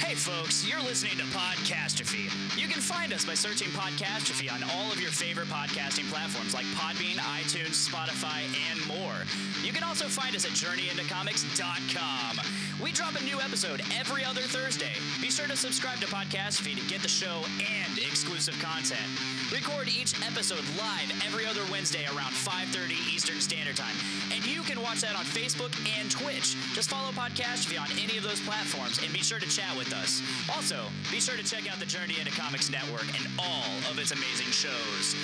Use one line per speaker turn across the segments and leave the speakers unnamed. Hey, folks, you're listening to Podcastrophe. You can find us by searching Podcastrophe on all of your favorite podcasting platforms like Podbean, iTunes, Spotify, and more. You can also find us at journeyintocomics.com. We drop a new episode every other Thursday. Be sure to subscribe to Podcastrophe to get the show and exclusive content. Record each episode live every other Wednesday around 5:30 Eastern Standard Time. And you can watch that on Facebook and Twitch. Just follow Podcastrophe on any of those platforms and be sure to chat with us. Also, be sure to check out the Journey into Comics Network and all of its amazing shows.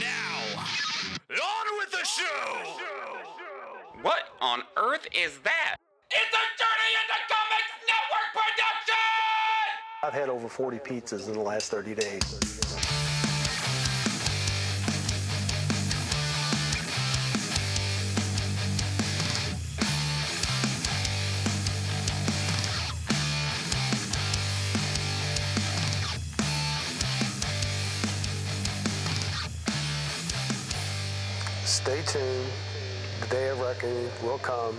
Now,
On with the show!
What on earth is that?
It's a Journey into Comics Network production!
I've had over 40 pizzas in the last 30 days. Stay tuned. The day of reckoning will come.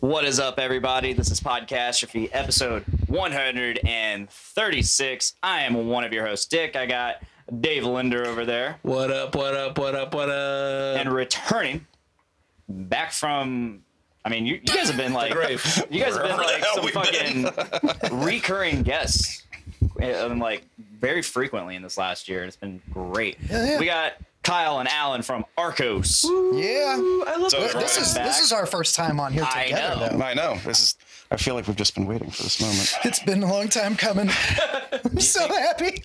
What is up, everybody? This is Podcastrophe, episode 136. I am one of your hosts, Dick. I got Dave Linder over there,
What up, what up, what up, what up?
and returning back from. I mean, you, you guys have been like
grave.
you guys have been
Wherever the
like
hell
some
we've been.
fucking recurring guests, and like very frequently in this last year, and it's been great.
yeah.
We got Kyle and Alan from Arcos.
Yeah,
I love
But this is this is our first time on here
I
together.
know.
Though.
I know. This is. I feel like we've just been waiting for this moment.
It's been a long time coming. I'm so happy.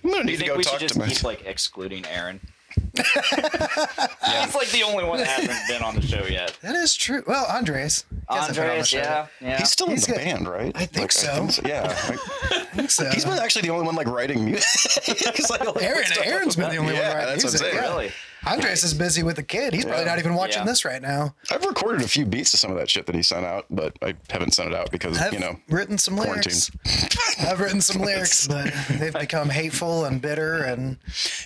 I
Do
don't
you
need to
think
go
we should
talk to
just
my.
keep like excluding Aaron? He's like the only one that hasn't been on the show yet.
That is true. Well, Andres. he hasn't been on the
Andreas,
show
yeah,
yet.
yeah.
He's still in
He's
the
got-
band, right?
I think so.
Yeah. like,
I think so.
he's been actually the only one like writing music. He's like, like,
Aaron,
what's up
Aaron's
with
been the only
that?
one
Yeah,
writing
that's
music.
what I'm saying.
yeah.
Really?
Andres is busy with the kid. He's probably not even watching
Yeah.
this right now.
I've recorded a few beats of some of that shit that he sent out, but I haven't sent it out because
I've
you know
written some
quarantine.
lyrics. I've written some lyrics, but they've become hateful and bitter. And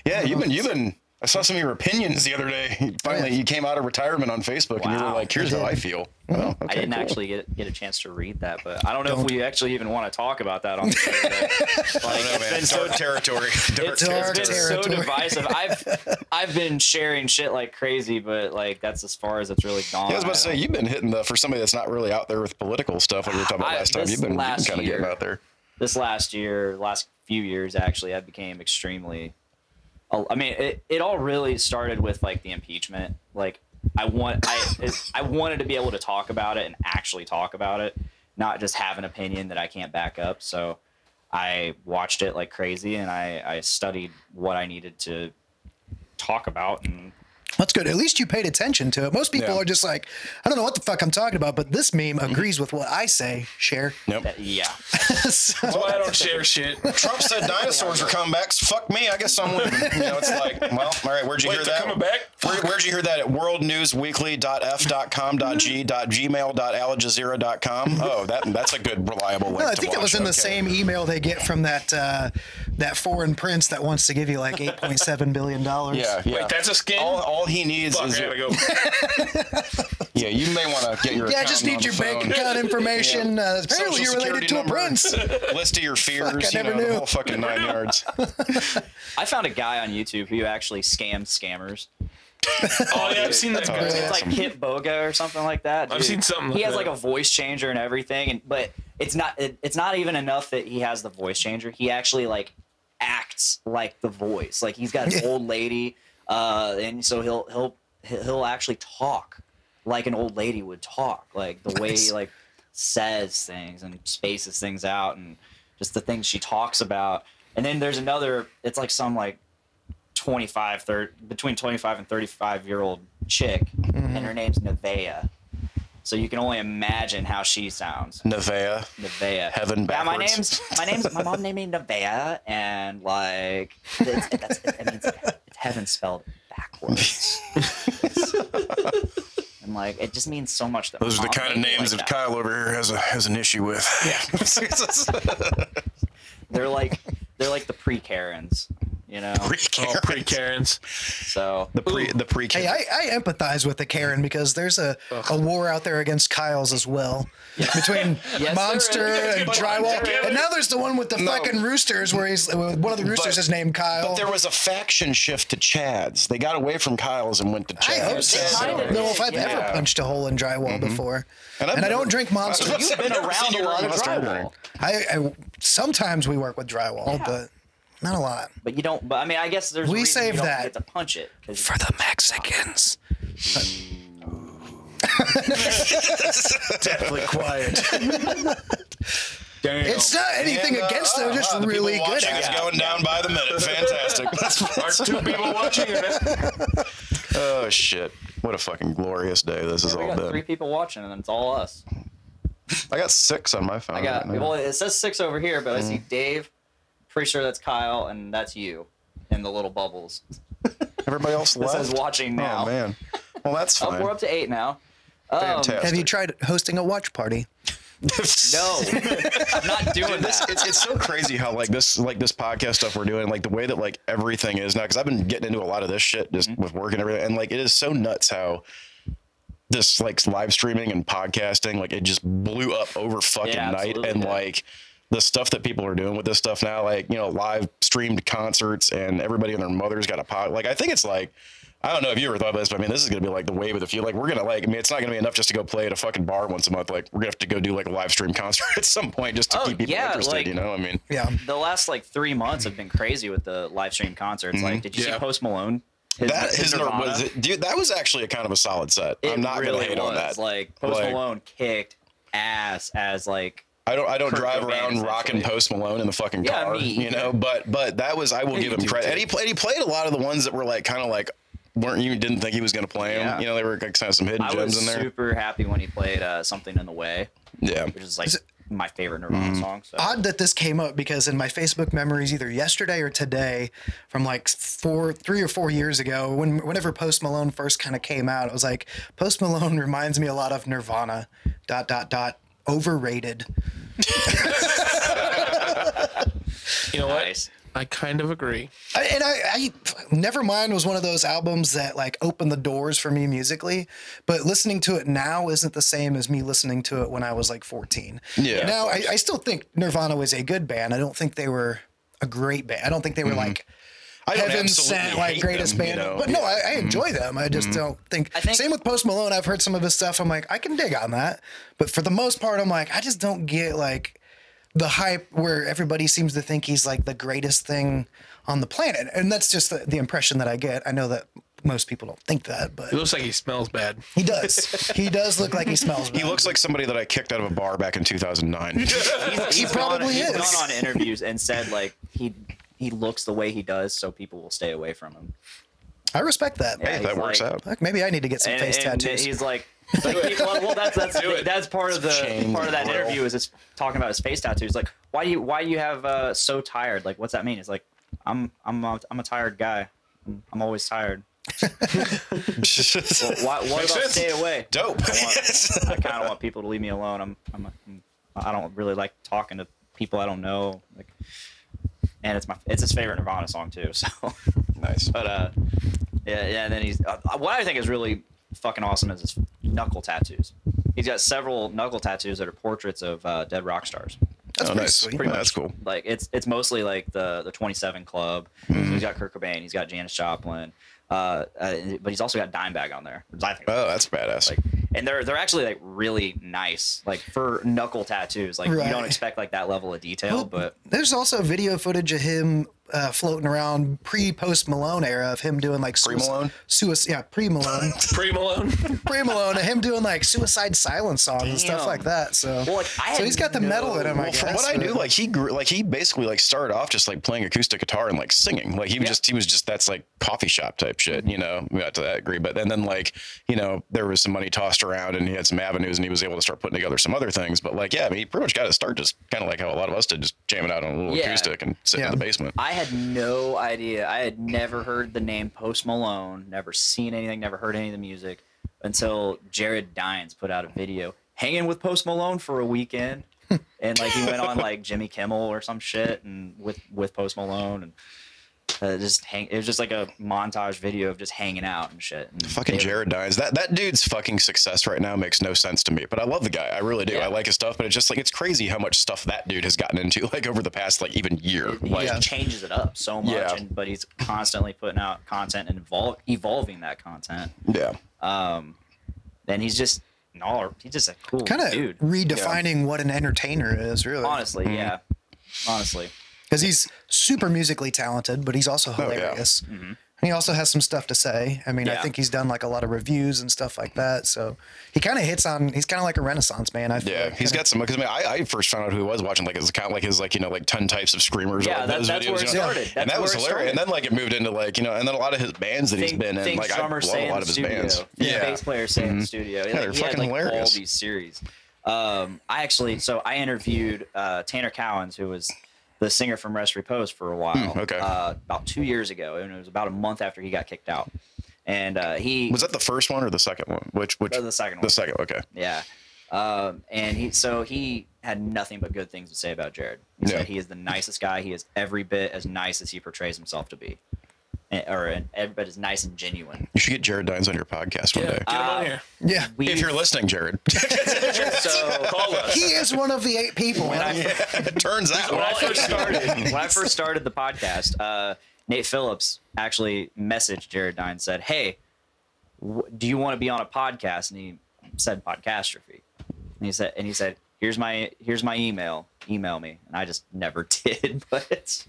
Yeah, you've been you've been. I saw some of your opinions the other day. You- Finally,
yeah.
you came out of retirement on Facebook, and you were
Wow.
like, "Here's how I feel." Well,
I
okay,
didn't
cool.
actually get, get a chance to read that, but I don't know if we actually even want to talk about that on the show. today. Like, it's been so
territory. Dark
it's, it's
Dark
been so
territory.
divisive. I've I've been sharing shit like crazy, but like that's as far as it's really gone.
Yeah, I was about to say
don't-
you've been hitting the for somebody that's not really out there with political stuff like we were talking about
I-
last time.
this
You've been
last
kind of
year-
getting out there.
this last year, last few years actually, I became extremely. I mean, it, it all really started with like the impeachment. Like, I want I it, I wanted to be able to talk about it and actually talk about it, not just have an opinion that I can't back up. So, I watched it like crazy and I I studied what I needed to talk about and
that's good. At least you paid attention to it. Most people
Yeah. Mm-hmm.
are just like, I don't know what the fuck I'm talking about, but this meme agrees with what I say. Share.
that, yeah.
So-
That's why I don't share shit.
Trump said dinosaurs were coming back. Fuck me. I guess I'm leaving. You know, it's like, well, all right. Where'd you
Wait,
hear
they're
that?
coming back?
Where, where'd you hear that at worldnewsweekly.f.com.g.gmail.aljazeera.com? Oh, that that's a good reliable link.
No, I
to
think that was
watch.
in the
Okay.
same email they get from that uh, that foreign prince that wants to give you like eight point seven billion dollars.
Yeah, yeah.
Wait, that's a skin?
all, all he needs
Fuck,
is
I
your-
gotta go.
yeah. You may want to get your
Yeah, I
accountant
just need your
on the
bank
phone.
account information.
Yeah.
Uh, apparently,
Social
you're related
Security
to
number.
a prince.
List of your fears.
I
you
never
know, the
knew.
whole fucking nine yards.
I found a guy on YouTube who actually scams scammers.
Oh, yeah, I've seen that.
That's
It's like Kit Boga or something like that.
I've
dude.
seen something
He
like
has
that.
like a voice changer and everything, and but it's not it, it's not even enough that he has the voice changer. He actually like acts like the voice. Like he's got an old lady, uh, and so he'll he'll he'll actually talk like an old lady would talk, like the way he like says things and spaces things out, and just the things she talks about. And then there's another. It's like some like 25 thir- between 25 and 35 year old chick and her name's Nevea. So you can only imagine how she sounds.
Nevea.
Nevea.
Heaven
Yeah, my
backwards.
name's my name's my mom named me Nevea and like it's, that's, it means it's heaven spelled backwards. and like it just means so much that
Those
my
are the
mom
kind of
named me
names
like
that Kyle over here has a has an issue with. Yeah.
They're like they're like the pre Karens. you know.
Oh, pretty Karens.
So
The pre the pre
Hey, I, I empathize with the Karen because there's a, a war out there against Kyle's as well. Between
there
Monster
is.
and
But-
Drywall.
Yeah.
And now there's the one with the
No.
fucking roosters where he's uh, one of the roosters is named Kyle.
But there was a faction shift to Chad's. They got away from Kyle's and went to
I
Chad's.
hope so. I don't know if I've
Yeah.
ever punched a hole in drywall before. And,
Mm-hmm. I've
I
never-
don't drink monster.
you've been
Never
around
seen
a
you
lot
around
of
Monster
drywall,
Hunter.
I, I sometimes we work with drywall, but not a lot.
but you don't. But I mean, I guess there's. a
We
reason
save
you don't
that
get to punch it 'cause you-
the Mexicans.
Definitely quiet.
Damn.
It's not anything
And, uh,
against them.
oh,
They're just
wow, the people
really good
watching
at
is
it.
going down by the minute. Fantastic.
Our two people watching it.
oh shit! What a fucking glorious day this has
we
all
got three
been.
people watching, and it's all us.
I got six on my phone.
I got.
right Mm. now.
Well, it says six over here, but I see Dave. Pretty sure that's Kyle, and that's you, in the little bubbles.
Everybody else
It
left.
says watching now.
Oh man. Well, that's
Oh,
fine.
we're up to eight now. Um,
Fantastic.
Have you tried hosting a watch party?
No, I'm not doing
Dude, this
that.
it's, it's so crazy how like this like this podcast stuff we're doing like the way that like everything is now because I've been getting into a lot of this shit just
Mm-hmm.
with work and everything and like it is so nuts how this like live streaming and podcasting like it just blew up over fucking
Yeah,
night
absolutely,
and
yeah.
like the stuff that people are doing with this stuff now like you know live streamed concerts and everybody and their mother's got a pod like I think it's like. I don't know if you ever thought about this, but I mean, this is gonna be like the wave of the future. Like, we're gonna like, I mean, it's not gonna be enough just to go play at a fucking bar once a month. Like, we're gonna have to go do like a live stream concert at some point just to
Oh,
keep people
yeah,
interested.
like-
you know, I mean,
Yeah.
the last like three months have been crazy with the live stream concerts. Like, did you see
Yeah.
Post Malone? His,
Mm-hmm. that his
Nirvana?
was it, dude. That was actually a kind of a solid set.
It
I'm not
really
gonna hate
was.
on that.
Like Post
Like-
Malone kicked ass as like
I don't I don't
Kurt
drive
Cobain,
around rocking
essentially.
Post Malone in the fucking
Yeah,
car,
me
you know. But but that was I will give him credit. And he played he played a lot of the ones that were like kind of like weren't you didn't think he was gonna play them.
Yeah.
You know, they were like kind of some hidden
I
gems
was
in there.
super happy when he played uh, something in the way,
yeah.
which is like my favorite Nirvana
Mm-hmm.
song. So
Odd that this came up because in my Facebook memories, either yesterday or today, from like four, three or four years ago, when whenever Post Malone first kind of came out, it was like Post Malone reminds me a lot of Nirvana. Dot dot dot. Overrated.
You know what?
nice.
I kind of agree.
I, and I, I, Nevermind was one of those albums that like opened the doors for me musically, but listening to it now isn't the same as me listening to it when I was like 14.
Yeah,
Now
of
I, I still think Nirvana was a good band. I don't think they were a great band. I don't think they were like
Mm-hmm. I don't
heaven
absolutely
sent like
hate
greatest
them, you
band.
know?
But no, Oh, I, I enjoy them. I just don't think,
Mm-hmm. I think-
Same with Post Malone. I've heard some of his stuff. I'm like, I can dig on that. But for the most part, I'm like, I just don't get like the hype where everybody seems to think he's like the greatest thing on the planet. And that's just the, the impression that I get. I know that most people don't think that, but
It looks like he smells bad.
he does. he does look like he smells.
He looks like somebody that I kicked out of a bar back in 2009.
He's, he's
probably
gone,
is.
He's gone on interviews and said like he he looks the way he does, so people will stay away from him.
I respect that.
Yeah,
that
he's
works
like-
out.
Fuck, maybe I need to get some
and,
face
and
tattoos.
he's like, like, people- well, that's that's
it.
that's part of the
Chain
part of that
grill.
interview is it's talking about his face tattoos. Like, why do you why do you have uh, so tired? Like, what's that mean? It's like, I'm I'm a, I'm a tired guy. I'm, I'm always tired. Well, why, what about
sense.
stay away?
Dope.
I, want- I kind of want people to leave me alone. I'm, I'm, I'm I don't really like talking to people I don't know. Like, and it's my it's his favorite Nirvana song too. So
nice.
but uh, yeah, yeah. And then he's uh, what I think is really fucking awesome is his knuckle tattoos. He's got several knuckle tattoos that are portraits of uh, dead rock stars.
that's
Oh,
pretty
nice.
sweet.
Yeah, that's cool.
Like it's it's mostly like the the 27 Club.
Mm-hmm.
He's got Kurt Cobain. He's got Janis Joplin. Uh, uh, but he's also got Dimebag on there, which I think.
Oh, that's badass.
like, and they're they're actually like really nice, like for knuckle tattoos. Like you
Right.
don't expect like that level of detail,
Well,
but
Oh, there's also video footage of him uh, floating around pre post Malone era of him doing like suic-
Pre-Malone?
suic- yeah, pre Malone,
Pre Malone.
pre Malone, him doing like suicide silence songs and stuff
Damn.
like that. So,
Well, like, I
so
had
he's got the
no-
metal in him. I
well,
guess,
from what I
but-
knew, like he grew, like he basically like started off just like playing acoustic guitar and like singing. Like he was just he was just that's like coffee shop type shit, you know, not to that degree. But and then like you know there was some money tossed around and he had some avenues and he was able to start putting together some other things. But like yeah, I mean he pretty much got to start just kind of like how a lot of us did, just jamming out on a little
Yeah.
acoustic and sitting in
Yeah.
the basement.
I had no idea. I had never heard the name Post Malone, never seen anything, never heard any of the music until Jared Dines put out a video hanging with Post Malone for a weekend. And like he went on like Jimmy Kimmel or some shit and with with Post Malone and uh, just hang. It was just like a montage video of just hanging out and shit. And
Fucking
they-
Jared Dines. That that dude's fucking success right now makes no sense to me. But I love the guy. I really do.
Yeah.
I like his stuff, but it's just like it's crazy how much stuff that dude has gotten into like over the past like even year.
He
Like
just changes it up so much,
Yeah.
and, but he's constantly putting out content and evol- evolving that content.
yeah.
And he's just an all. He's just a cool
Kind of
dude.
redefining what an entertainer is, really.
Honestly,
mm-hmm.
yeah. Honestly,
because he's super musically talented, but he's also
Oh, yeah. Mm-hmm.
hilarious. And he also has some stuff to say. I mean, I
Yeah.
think he's done like a lot of reviews and stuff like that. So he kind of hits on. He's kind of like a renaissance man. I feel
Yeah,
like.
he's got some. Because I, mean, I, I first found out who he was watching like his kind of like his like you know like ten types of screamers. or,
Yeah,
like,
that-
those
that's where it
you know?
started.
and
That's
that was
where it
hilarious. And
started.
then like it moved into like you know, and then a lot of his bands that he's been in. Like I
drummer
love
say
a
in
lot
the
of his
studio.
bands.
Yeah,
Yeah, Mm-hmm.
bass player say in the studio. Yeah,
they're
he had,
fucking
like, All
hilarious.
these series. Um, I actually, so I interviewed uh, Tanner Cowens, who was the singer from Rest Repose for a while.
Hmm, okay.
Uh, about two years ago, and it was about a month after he got kicked out. And uh, he
was that the first one or the second one? Which which
Uh, the second
The
one.
second. Okay.
Yeah. Um, and he so he had nothing but good things to say about Jared. He
Yeah.
said he is the nicest guy. He is every bit as nice as he portrays himself to be, and, or and every bit as nice and genuine.
You should get Jared Dines on your podcast one
Yeah,
day.
get him on here.
yeah.
Uh, We,
if you're listening, Jared,
so
Call us.
He is one of the eight people.
when I, fir-
it turns out.
when I first started when I first started the podcast, uh, Nate Phillips actually messaged Jared Dine and said, "Hey, w- do you want to be on a podcast?" And he said, "Podcastrophe." And he said, "And he said, here's my here's my email. Email me." And I just never did, but.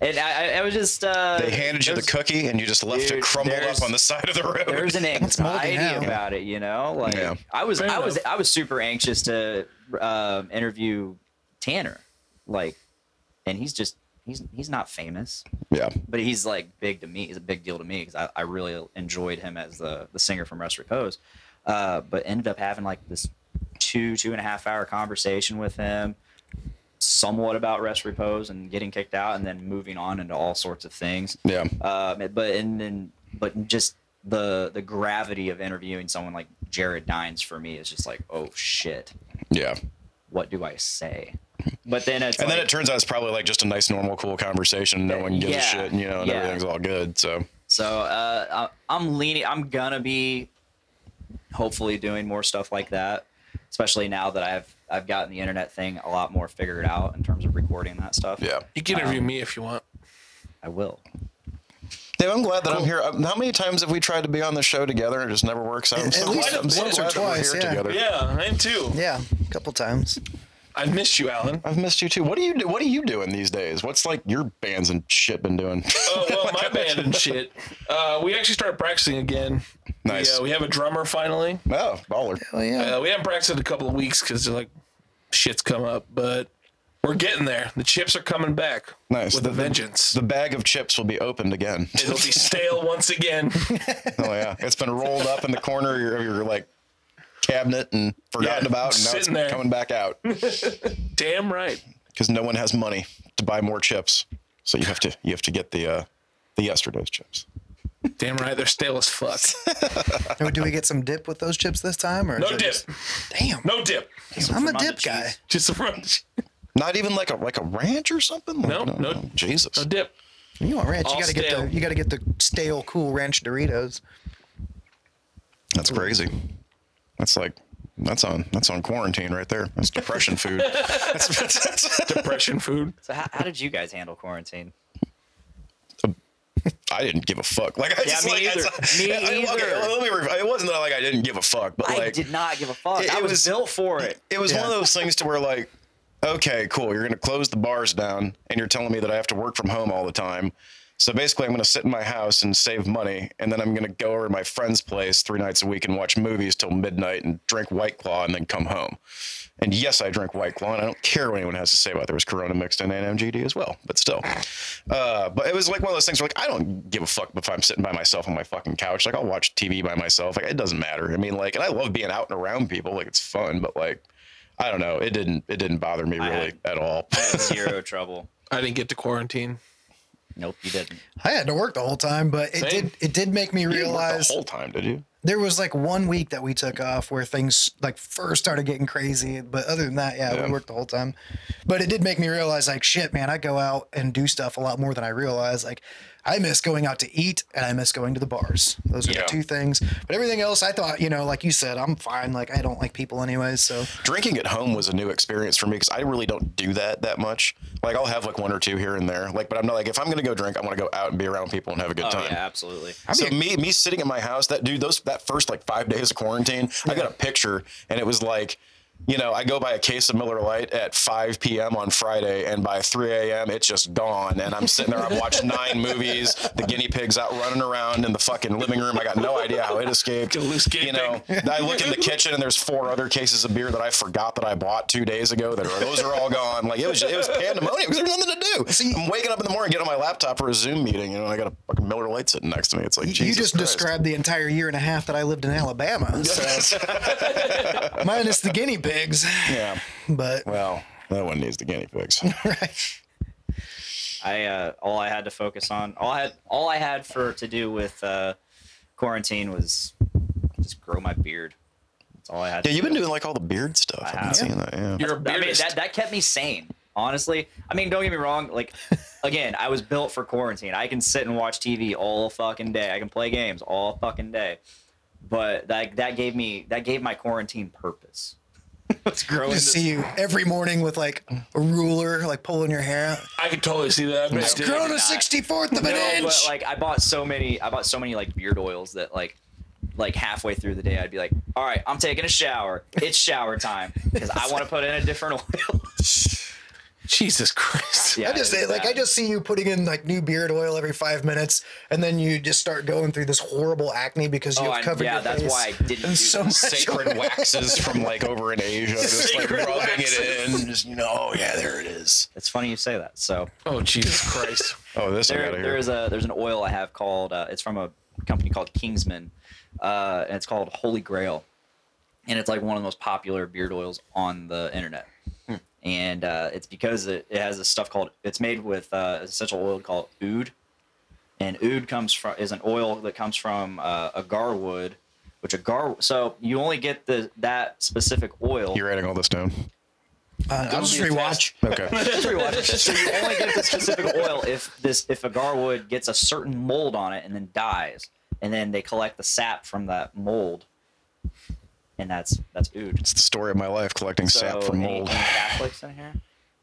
And I, I- I was just uh,
they handed you the
there's-
cookie and you just left
Dude,
it crumbled
there's-
up on the side of the road.
there was an
moldy now.
anxiety about it, you know. Like
Yeah.
I was,
Fair
I was,
enough.
I was super anxious to um, interview Tanner, like, and he's just he's he's not famous,
yeah.
but he's like big to me. He's a big deal to me because I, I really enjoyed him as the the singer from Rest Repose, uh, but ended up having like this two two and a half hour conversation with him. Somewhat about rest repose and getting kicked out, and then moving on into all sorts of things
Yeah.
um, but and then but just the the gravity of interviewing someone like Jared Dines for me is just like oh shit
Yeah.
what do I say but then it's
And then
like-
it turns out it's probably like just a nice, normal, cool conversation. No one gives
Yeah.
a shit, and, you know, and
Yeah.
everything's all good. So
so uh, I, I'm leaning I'm gonna be hopefully doing more stuff like that especially now that I've I've gotten the internet thing a lot more figured out in terms of recording that stuff
yeah.
You can interview me if you want.
I will
Dave, I'm glad that I'm here. Um, How many times have we tried to be on the show together and it just never works out? I'm
At
so
least
glad- I'm so
once or
glad that we're
twice,
here
yeah.
together.
Yeah, Oh, mine too.
yeah, a couple times.
I missed you, Alan.
I've missed you too. What do you do? What are you doing these days? What's like your bands and shit been doing?
Oh well, my band and shit. Uh, we actually started practicing again.
Nice.
We, uh, we have a drummer finally.
oh, baller.
Oh yeah.
Uh, we haven't practiced in a couple of weeks because like shit's come up, but we're getting there. The chips are coming back.
Nice.
with
The-
a vengeance.
The bag of chips will be opened again.
It'll be stale once again.
Oh yeah, it's been rolled up in the corner of your, of your like cabinet and forgotten
Yeah,
about, and now it's
sitting there.
coming back out
Damn right.
because no one has money to buy more chips. So you have to you have to get the uh, the yesterday's chips.
Damn right. They're stale as fuck.
Or do we get some dip with those chips this time? Or is
No
it
dip.
just- damn.
No dip.
I'm a
Fermata
dip
cheese.
guy.
Just a front.
Not even like a like a ranch or something. Like,
No, no.
Jesus.
No dip.
You want ranch?
All
you gotta get
stale.
the you gotta get the stale cool ranch Doritos.
That's crazy. That's like that's on that's on quarantine right there. That's depression food.
Depression food.
so how, how did you guys handle quarantine
I didn't give a fuck. Like I just
me
like
either.
I,
Me
I, okay,
either.
let me. Re- it wasn't that like I didn't give a fuck, but
I
like
did not give a fuck
it-
I
it
was,
was-
built for it
it was one of those things to where like okay cool you're going to close the bars down and you're telling me that i have to work from home all the time so basically i'm going to sit in my house and save money and then i'm going to go over to my friend's place three nights a week and watch movies till midnight and drink white claw and then come home and yes i drink white claw and i don't care what anyone has to say about it. there was corona mixed in and mgd as well but still uh, but it was like one of those things where like i don't give a fuck if i'm sitting by myself on my fucking couch like i'll watch tv by myself like it doesn't matter i mean like and i love being out and around people like it's fun but like I don't know. It didn't. It didn't bother me really
had-
at all.
I had zero trouble
I didn't get to quarantine.
nope you didn't
I had to work the whole time, but it
Same.
did it did make me
You didn't work
realize
the whole time, did you?
there was like one week that we took off where things like first started getting crazy, but other than that, yeah, we worked the whole time. But it did make me realize like shit, man, I go out and do stuff a lot more than I realize. Like I miss going out to eat and I miss going to the bars. Those are
Yeah.
the two things. But everything else I thought, you know, like you said, I'm fine. Like I don't like people anyways, so
drinking at home was a new experience for me because I really don't do that that much. Like I'll have like one or two here and there. Like, but I'm not like if I'm gonna go drink, I want to go out and be around people and have a good
Oh
time.
yeah, absolutely.
So me me sitting in my house that dude those that first like five days of quarantine I got a picture and it was like you know I go buy a case of Miller Lite at 5 p.m. on Friday and by 3 a.m. it's just gone and I'm sitting there I've watched nine movies the guinea pigs out running around in the fucking living room I got no idea how it escaped
Get a loose guinea
you know I look in the kitchen and there's four other cases of beer that I forgot that I bought two days ago that are those are all gone like it was it was pandemonium because there's nothing to do I'm waking up in the morning get on my laptop for a Zoom meeting you know and I got a fucking Miller Lite sitting next to me it's like
You- you
Jesus
just
Christ.
described the entire year and a half that I lived in Alabama. So minus the guinea pigs.
Yeah.
But
Well, no one needs the guinea pigs.
right.
I uh, all I had to focus on, all I had, all I had for to do with uh, quarantine was just grow my beard. That's all I had.
yeah,
to
you've
do.
been doing like all the beard stuff. I've been
have.
seeing that. Yeah.
You're
I
a
mean,
beardist.
that, that kept me sane, honestly. I mean, don't get me wrong. Like, again, I was built for quarantine. I can sit and watch TV all fucking day. I can play games all fucking day. But that that gave me that gave my quarantine purpose. Let's grow
Just see you every morning with like a ruler, like pulling your hair out.
I could totally see that. I missed it.
Grown a sixty fourth of an
No, but
inch.
like I bought so many, I bought so many like beard oils that like, like halfway through the day, I'd be like, "All right, I'm taking a shower. It's shower time because I want to put in a different oil."
Jesus Christ.
yeah,
I just
it was
like I
bad.
just see you putting in like new beard oil every five minutes, and then you just start going through this horrible acne because
Oh,
you've
I-
covered
yeah,
your
that's
face.
why I didn't do
and so
that.
much
Sacred waxes from like over in Asia, just like
Sacred
rubbing it
waxes.
in. Just you know, oh yeah, there it is.
It's funny you say that. So
Oh Jesus Christ.
Oh, this I
there,
gotta
there
hear.
is a there's an oil I have called uh, it's from a company called Kingsman, uh, and it's called Holy Grail, and it's like one of the most popular beard oils on the internet,
Hmm.
and uh, it's because it, it has this stuff called it's made with uh, essential oil called oud, and oud comes from is an oil that comes from uh, agar wood, which agar so you only get the that specific oil.
You're writing all this down.
Uh, I'll just rewatch.
Okay.
Just rewatch. so you only get the specific oil if this if agar wood gets a certain mold on it and then dies, and then they collect the sap from that mold, and that's that's ood.
It's the story of my life collecting sap
So,
from
any-
mold.
Any Catholics in here?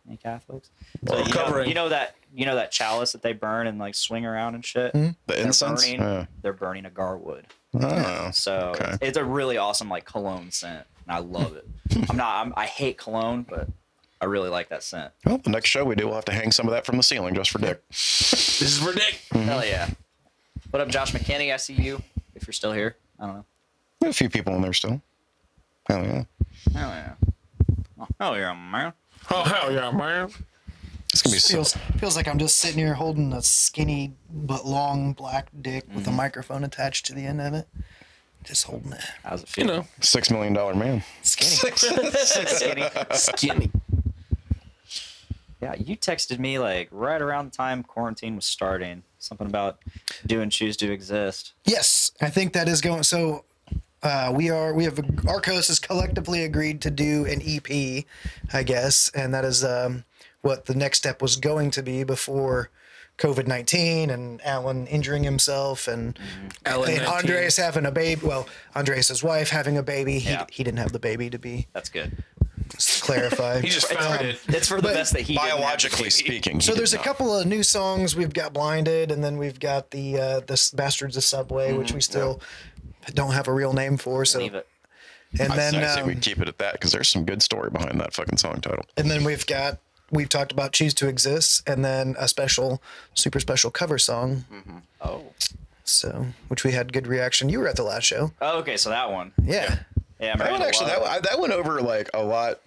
Any Catholics? So
Well,
you, know,
covering.
you know that you know that chalice that they burn and like swing around and shit.
Hmm? The
They're
incense.
burning.
Yeah.
They're burning agar wood.
Oh.
So
Okay.
it's, it's a really awesome like cologne scent, and I love it. I'm not. I'm, I hate cologne, but I really like that scent.
Well, the next show we do, we'll have to hang some of that from the ceiling just for Dick.
This is ridiculous.
Hell yeah. What up, Josh McKinney? I see you. If you're still here, I don't know.
We have a few people in there still. Hell yeah.
Hell yeah. Oh, hell yeah, man.
Oh hell yeah, man.
It's gonna be so
Feels feels like I'm just sitting here holding a skinny but long black dick with
Mm-hmm.
a microphone attached to the end of it. Just holding it.
How's it feel?
You know.
six million dollar man.
Skinny.
Skinny. Yeah, you texted me like right around the time quarantine was starting. Something about do and choose to exist.
Yes, I think that is going. So uh, we are. We have Arcos has collectively agreed to do an EP, I guess, and that is um, what the next step was going to be before COVID nineteen and Alan injuring himself and
Alan
and
19.
Andres having a baby. Well, Andres' his wife having a baby. He,
Yeah.
he didn't have the baby to be
That's good.
clarified.
He just found it.
It's for the
But
best that he didn't have
Biologically
to be.
speaking.
So
he
there's
did
a
not.
couple of new songs. We've got Blinded, and then we've got the uh, the S- Bastards of Subway, which we still don't have a real name for. So
Leave it.
and
I,
then
I say
um,
we keep it at that because there's some good story behind that fucking song title.
and then we've got we've talked about Choose to Exist, and then a special, super special cover song.
Oh.
So which we had good reaction. You were at the last show,
oh. Okay, so that one.
yeah.
Yeah,
That one
Miranda
actually, that,
Love.
one- I- that went over like a lot.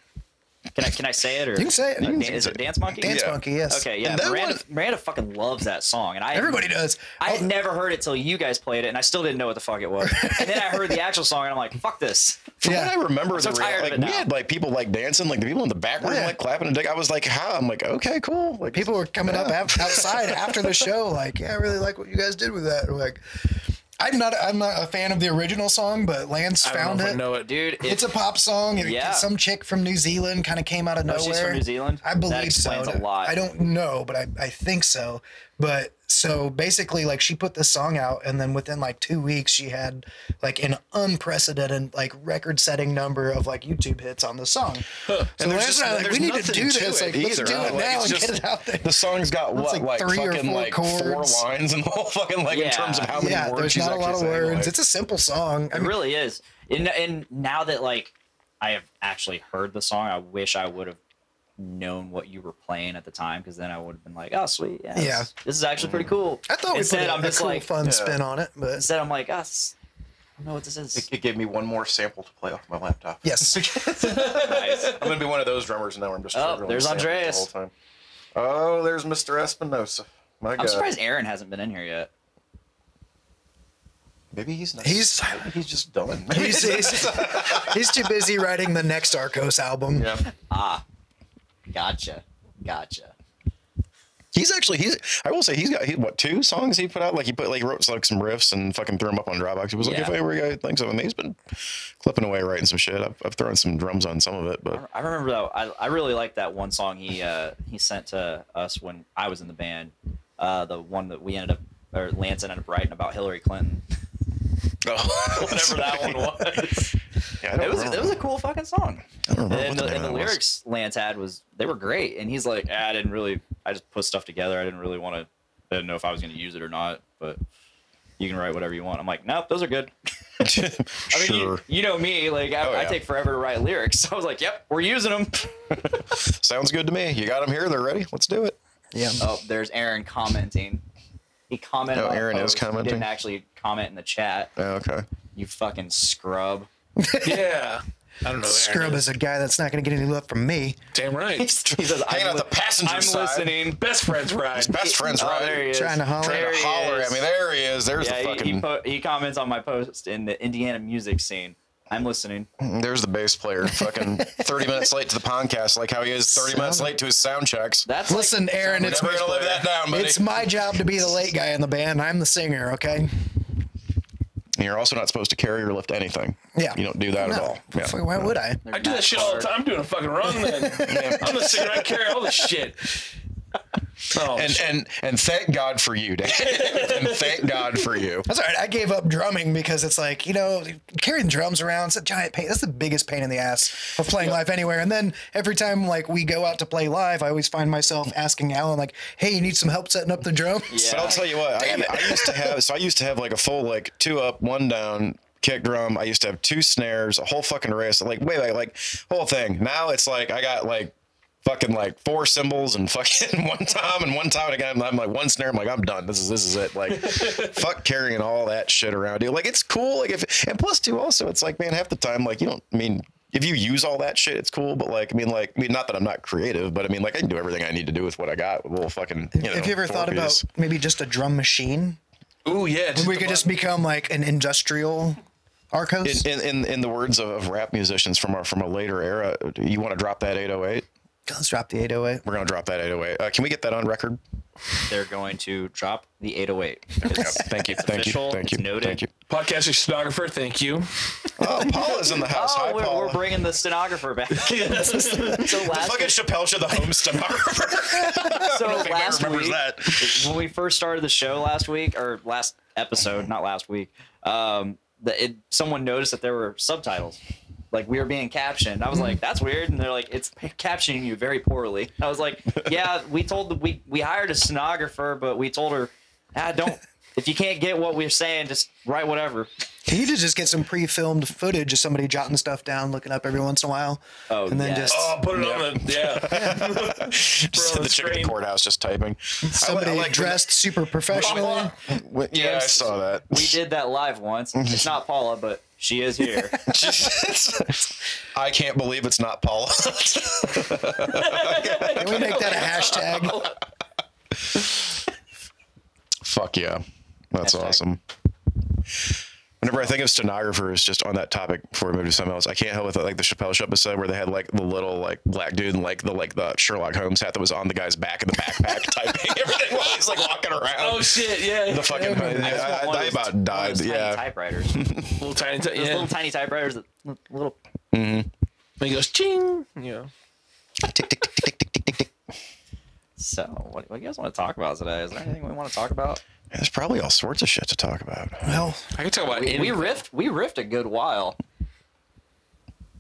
Can I can I say it or you
can say it. You can
say
is
it.
it Dance Monkey?
Dance
Yeah.
Monkey, yes.
Okay, yeah.
And that
Miranda,
one-
Miranda fucking loves that song, and I
Everybody does. Oh.
I had never heard it till you guys played it, and I still didn't know what the fuck it was. and then I heard the actual song, and I'm like, "Fuck this!"
From
Yeah.
what I remember,
so
the
tired
rea-
of
like
it
we
now.
had like people like dancing, like the people in the back room
Yeah.
like clapping and dick. I was like, how? I'm like, okay, cool. Like
People were coming up af- outside after the show, like, yeah, I really like what you guys did with that. And we're like, I'm not I'm not a fan of the original song, but Lance
I don't
found
know if
it.
I know it.
dude.
It's a pop song. It-
Yeah.
Some chick from New Zealand kind of came out of
Oh,
nowhere.
she's from New Zealand?
I
That
believe
explains
so.
a lot.
I don't know, but I, I think so. But so basically, like she put this song out, and then within like two weeks, she had like an unprecedented, like record setting number of like YouTube hits on the song. So
And there's
Lance
just-
and I were like,
there's
we need to
nothing
do
to
this.
it
like, let's
either,
do
huh?
it
Like,
now
it's
and get
just-
it out there.
The song's got
It's
what,
like
like,
three or
fucking
four
like four
chords.
lines and the whole fucking like
Yeah.
in terms of how many
Yeah,
words
there's
she's
not a lot of
actually saying,
words.
like-
it's a simple song. I
It
mean,
really is. And and now that like I have actually heard the song, I wish I would have known what you were playing at the time because then I would have been like, oh sweet, yeah,
Yeah.
This, this is actually pretty cool.
I thought we put
instead
a,
I'm
a
just
cool,
like
fun spin on it, but
instead I'm like, oh, s- I don't know what this is.
It, it gave me one more sample to play off my laptop.
yes,
Nice.
I'm gonna be one of those drummers now. where I'm just
Oh,
struggling
there's
with samples
Andreas.
the whole time. Oh, there's Mr. Espinosa. My God,
I'm surprised Aaron hasn't been in here yet.
maybe he's not.
He's-
maybe he's just done.
he's, he's, he's too busy writing the next Arcos album.
yeah.
Gotcha, gotcha.
He's actually he's I will say he's got he, what two songs he put out like he put like wrote like some riffs and fucking threw them up on Dropbox. He was like
Yeah.
if I were a guy thinks of him, he's been clipping away writing some shit. I've, I've thrown some drums on some of it, but
I remember though. I, I really like that one song he uh, he sent to us when I was in the band. Uh, the one that we ended up or Lance ended up writing about Hillary Clinton. Oh, Whatever that one was.
Yeah, I don't
it was
remember.
it was a cool fucking song.
I don't remember
And
what the
the,
name
and the
of that was.
lyrics Lance had was they were great. And he's like, "Ah, I didn't really, I just put stuff together. I didn't really want to. I didn't know if I was going to use it or not. But you can write whatever you want. I'm like, nope, those are good. I mean,
sure.
you, you know me, like I,
Oh,
I
yeah.
take forever to write lyrics. So I was like, yep, we're using them.
Sounds good to me. You got them here. They're ready. Let's do it.
Yeah.
oh, there's Aaron commenting. He commented.
Oh,
on a
Aaron is
post. He
commenting?
didn't actually comment in the chat.
Oh, okay.
You fucking scrub.
Yeah. I don't know.
Scrub
Aaron.
is a guy that's not going to get any love from me.
Damn
he
right.
says,
Hanging
I'm,
out
li-
the passenger
I'm
side.
listening.
Best friends ride.
Best friends,
Oh,
right?
there he is.
Trying to holler.
There
Trying to
he
holler
is.
at me. There he is. There's
yeah,
the
he, he,
fucking.
po- he comments on my post in the Indiana music scene. I'm listening.
there's the bass player. Fucking 30 minutes late to the podcast, like how he is 30 minutes late to his sound checks.
That's like-
Listen, Aaron,
We're
it's
never gonna live that down, buddy.
it's my job to be the late guy in the band. I'm the singer, okay?
And you're also not supposed to carry or lift anything.
Yeah.
You don't do that at all. Yeah.
Fuck, Why would I?
I do that shit all the time. I'm doing a fucking wrong then. I'm the singer. I carry all this shit. Oh,
And,
shit.
and and thank God for you, Dave. and thank God for you.
That's all right. I gave up drumming because it's like, you know, carrying drums around, it's a giant pain. That's the biggest pain in the ass of playing live anywhere. And then every time like we go out to play live, I always find myself asking Alan, like, hey, you need some help setting up the drums?
But I'll tell you what, I, I used to have so I used to have like a full like two up, one down kick drum. I used to have two snares, a whole fucking race, like way back, like whole thing. Now it's like I got like fucking like four cymbals and fucking one tom and one tom and again. I'm, I'm like one snare. I'm like I'm done. This is this is it. Like fuck carrying all that shit around, dude. Like it's cool. Like if and plus two also, it's like man, half the time like you don't I mean. If you use all that shit, it's cool. But like, I mean, like, I mean, not that I'm not creative, but I mean, like, I can do everything I need to do with what I got. With a little fucking. You know,
Have you ever thought
four-piece.
about maybe just a drum machine?
Ooh, yeah. just
We
the
could just
button.
become like an industrial Arcos.
in, in, in, in the words of, of rap musicians from our from a later era, you want to drop that 808?
Let's drop the 808.
We're gonna drop that 808. Uh, can we get that on record?
They're going to drop the 808. It's-
Thank you,
it's
thank
official,
you, thank you,
It's noted.
thank you.
Podcasting stenographer, thank you.
Oh, Paula's in the house.
Oh,
Hi,
we're,
Paula.
we're bringing the stenographer back. so last,
Fucking Chappelle Show, the home stenographer.
so
if anybody
last
remembers
week, when we first started the show last week or last episode, not last week, um, the, it, someone noticed that there were subtitles. Like we were being captioned. I was like, "That's weird," and they're like, "It's captioning you very poorly." I was like, "Yeah, we told the, we we hired a stenographer, but we told her, ah, don't if you can't get what we're saying, just write whatever."
You need to just get some pre-filmed footage of somebody jotting stuff down, looking up every once in a while,
Oh,
and then
yes.
just
Oh, put it on the yeah.
just
on
the
the
chick at the
screen.
courthouse, just typing.
somebody
I, like-
dressed super professionally.
When, yeah, I saw that.
We did that live once. It's not Paula, but she is here.
I can't believe it's not Paula.
Can we make that a hashtag?
Fuck yeah, that's
Hashtag.
awesome. Whenever I think of stenographers, just on that topic before we move to something else, I can't help with like the Chappelle Show episode where they had like the little like black dude and like the like the Sherlock Holmes hat that was on the guy's back in the backpack typing everything while he's like walking around.
Oh shit! Yeah,
the fucking I, I,
One of
I
those- one
about
of
died.
those tiny
Yeah,
typewriters.
little tiny, t-
Those
yeah.
little tiny typewriters, that li- little
and he goes ching. Yeah.
So, what, what do you guys want to talk about today? Is there anything we want to talk about?
there's probably all sorts of shit to talk about.
Well,
I can talk about
We, we
anything.
riffed. We riffed a good while.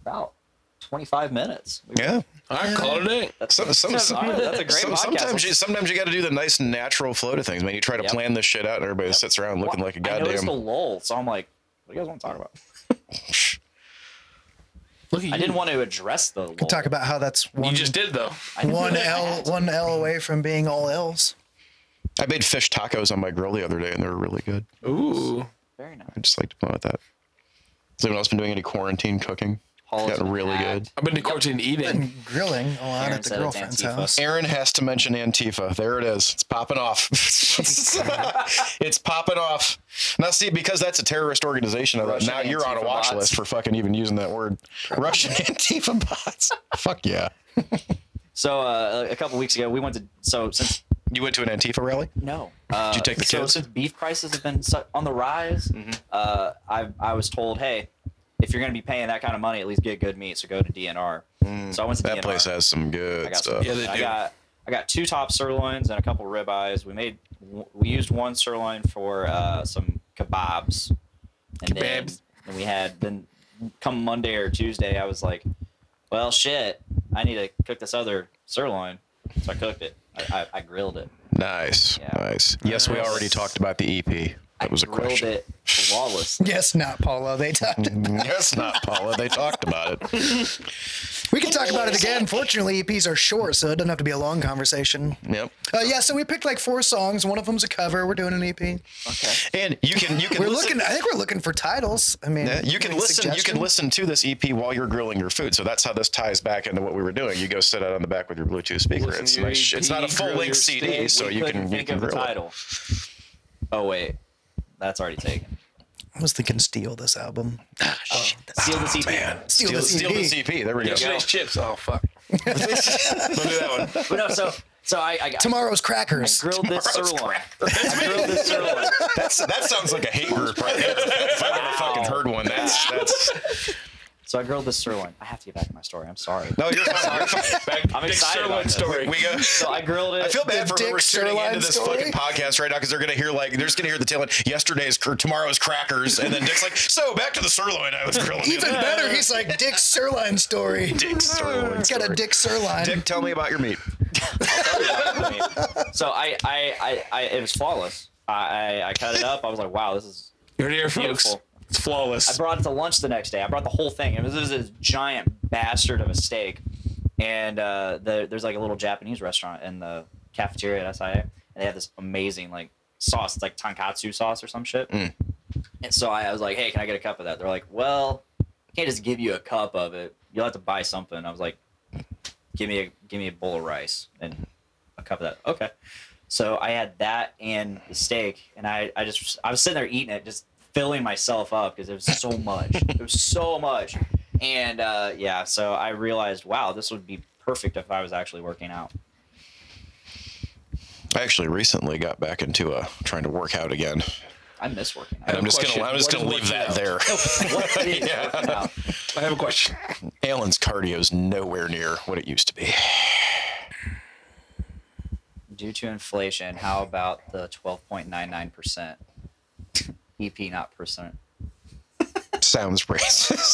About twenty-five minutes. We-
Yeah.
I call it a day.
Some, some,
That's-
some,
that's a great
some-
podcast.
sometimes you sometimes you got to do the nice natural flow to things, man. You try to
Yep.
plan this shit out, and everybody sits around looking like a
I noticed
goddamn.
a lull, so I'm like, "What do you guys want to talk about?"
Look at you.
I didn't want to address the lull.
we talk about how that's
You
one
just did though.
I didn't
one
really-
L one L away from being all L's.
I made fish tacos on my grill the other day, and they were really good.
Ooh.
Very nice.
I just like to play with that. Has anyone else been doing any quarantine cooking?
Paul is
Got really
mad.
good.
I've been to quarantine eating.
And grilling a lot
Aaron
at the
said it's
girlfriend's
Antifa.
house.
Aaron has to mention Antifa. There it is. It's popping off. it's popping off. Now, see, because that's a terrorist organization, I thought,
Russian
now you're on a
Antifa
watch
bots.
list for fucking even using that word. Russian Antifa bots. Fuck yeah.
So uh, a couple weeks ago, we went to. So since
You went to an Antifa rally?
No. Uh,
you take the
so
kids? Mm-hmm.
since beef prices have been su- on the rise, uh, I I was told, hey, if you're going to be paying that kind of money, at least get good meat. So go to DNR. so I went to
Mm, That
DNR.
place has some good
I got
stuff.
some-
Yeah, they
I
do.
got I got two top sirloins and a couple ribeyes. We made we used one sirloin for uh, some kebabs. And Then,
Kebabs.
and we had then come Monday or Tuesday, I was like, well, shit, I need to cook this other sirloin. So I cooked it. I, I, I grilled it.
Nice.
Yeah.
Nice. Yes, we already talked about the EP. That was a
I grilled
question.
it flawless.
Yes, not Paula. They talked.
Yes, not Paula. They talked about it.
We can talk about it again. Fortunately, EPs are short, so it doesn't have to be a long conversation.
Yep.
Uh, yeah, so we picked like four songs. One of them's a cover. We're doing an E EP.
And you can you can
We're
listen-
looking. I think we're looking for titles. I mean,
Yeah, you can
any
listen. You
suggestions?
can listen to this EP while you're grilling your food. So that's how this ties back into what we were doing. You go sit out on the back with your Bluetooth speaker.
Listen
It's
to your
nice.
EP,
It's not a
grill
full
your
length CD,
steak.
so
We
you
couldn't
can you
think
can
of the
grill. it.
title. Oh wait, that's already taken.
I was thinking "Steal" this album.
Oh,
Seal the CP.
Steal,
Steal,
this
steal
EP.
this EP. There we go.
Yesterday's chips. Oh fuck. Don't do that one.
But no, so so I, I, I
Tomorrow's Crackers.
grilled this sirloin. I grilled this sirloin.
That's, that sounds like a hate group right there. If I've ever fucking heard one, that's that's.
So I grilled this sirloin. I have to get back to my story. I'm sorry.
No, you're fine. You're fine.
Back,
I'm
Dick
excited about
Sirloin
this.
story.
We go.
So I grilled it.
I feel bad
The
for
Dick
whoever's tuning into
Sirloin
this
story?
fucking podcast right now because they're gonna hear like they're just gonna hear the tail end yesterday's or tomorrow's crackers, and then Dick's like, "So back to the sirloin I was grilling." the
Even
other
better, he's like Dick Sirloin story.
Dick sirloin.
It's got a
story.
Dick Sirloin.
Dick, tell me about your meat.
So I I, I, I it was flawless. I, I I cut it up. I was like, wow, this is
You're here, folks.
Beautiful.
It's
I
flawless.
brought it to lunch the next day. I brought the whole thing. It was, it was this giant bastard of a steak. And uh, the, there's like a little Japanese restaurant in the cafeteria at SIA, and they have this amazing like sauce. It's like tonkatsu sauce or some shit. And so I, I was like, "Hey, can I get a cup of that?" They're like, "Well, I can't just give you a cup of it. You'll have to buy something." I was like, "Give me a give me a bowl of rice and a cup of that." Okay. So I had that and the steak, and I, I just I was sitting there eating it, just filling myself up because it was so much. it was so much, and uh, yeah, so I realized, wow, this would be perfect if I was actually working out.
I actually recently got back into uh, trying to work out again.
I miss working
And
out.
I'm just
question.
gonna I'm just
What
gonna
is
leave that
working
there.
What is working out?
I have a question.
Alan's cardio is nowhere near what it used to be.
Due to inflation, how about the 12.99% EP, E not percent?
Sounds racist.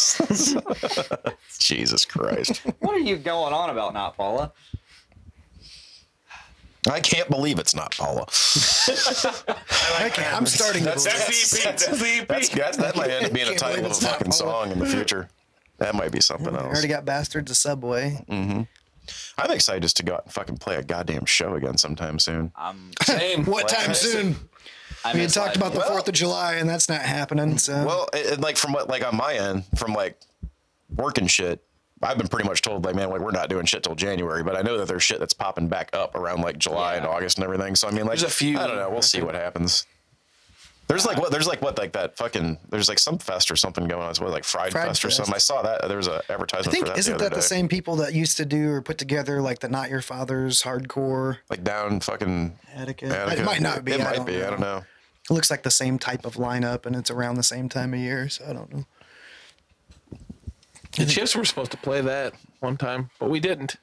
Jesus Christ.
What are you going on about, not Paula?
I can't believe it's not Paula.
Okay, I'm starting to believe.
That's the EP. That's the E EP.
That's, that's, that might end up being a
Can't
title
believe
of a
it's not
fucking
Paula.
song in the future. That might be something
I
else.
already got bastards a
Mm.
subway.
I'm excited just to go out and fucking play a goddamn show again sometime soon.
Um,
I'm,
Same.
What time soon?
Um, I
We had
miss
talked
life.
about the
Well-
Fourth of July, and that's not happening. So
Well, it, it, like from what, like on my end, from like working shit, I've been pretty much told like, man, like we're not doing shit till January. But I know that there's shit that's popping back up around like July and
Yeah.
August and everything. So I mean, like,
There's a few-
I don't know. We'll see what happens. There's like what there's like what like that fucking there's like some fest or something going on. It's what like Fried,
Fried
Fest or
Fest.
something. I saw that there was an advertisement
I think
for that.
isn't
the other
that the
day.
same people that used to do or put together like the Not Your Father's hardcore
Like down fucking.
etiquette?
Attica.
It might not be.
It
I
might
don't
be.
Know.
I don't know.
It looks like the same type of lineup, and it's around the same time of year. So I don't know.
The Chips were supposed to play that one time, but we didn't.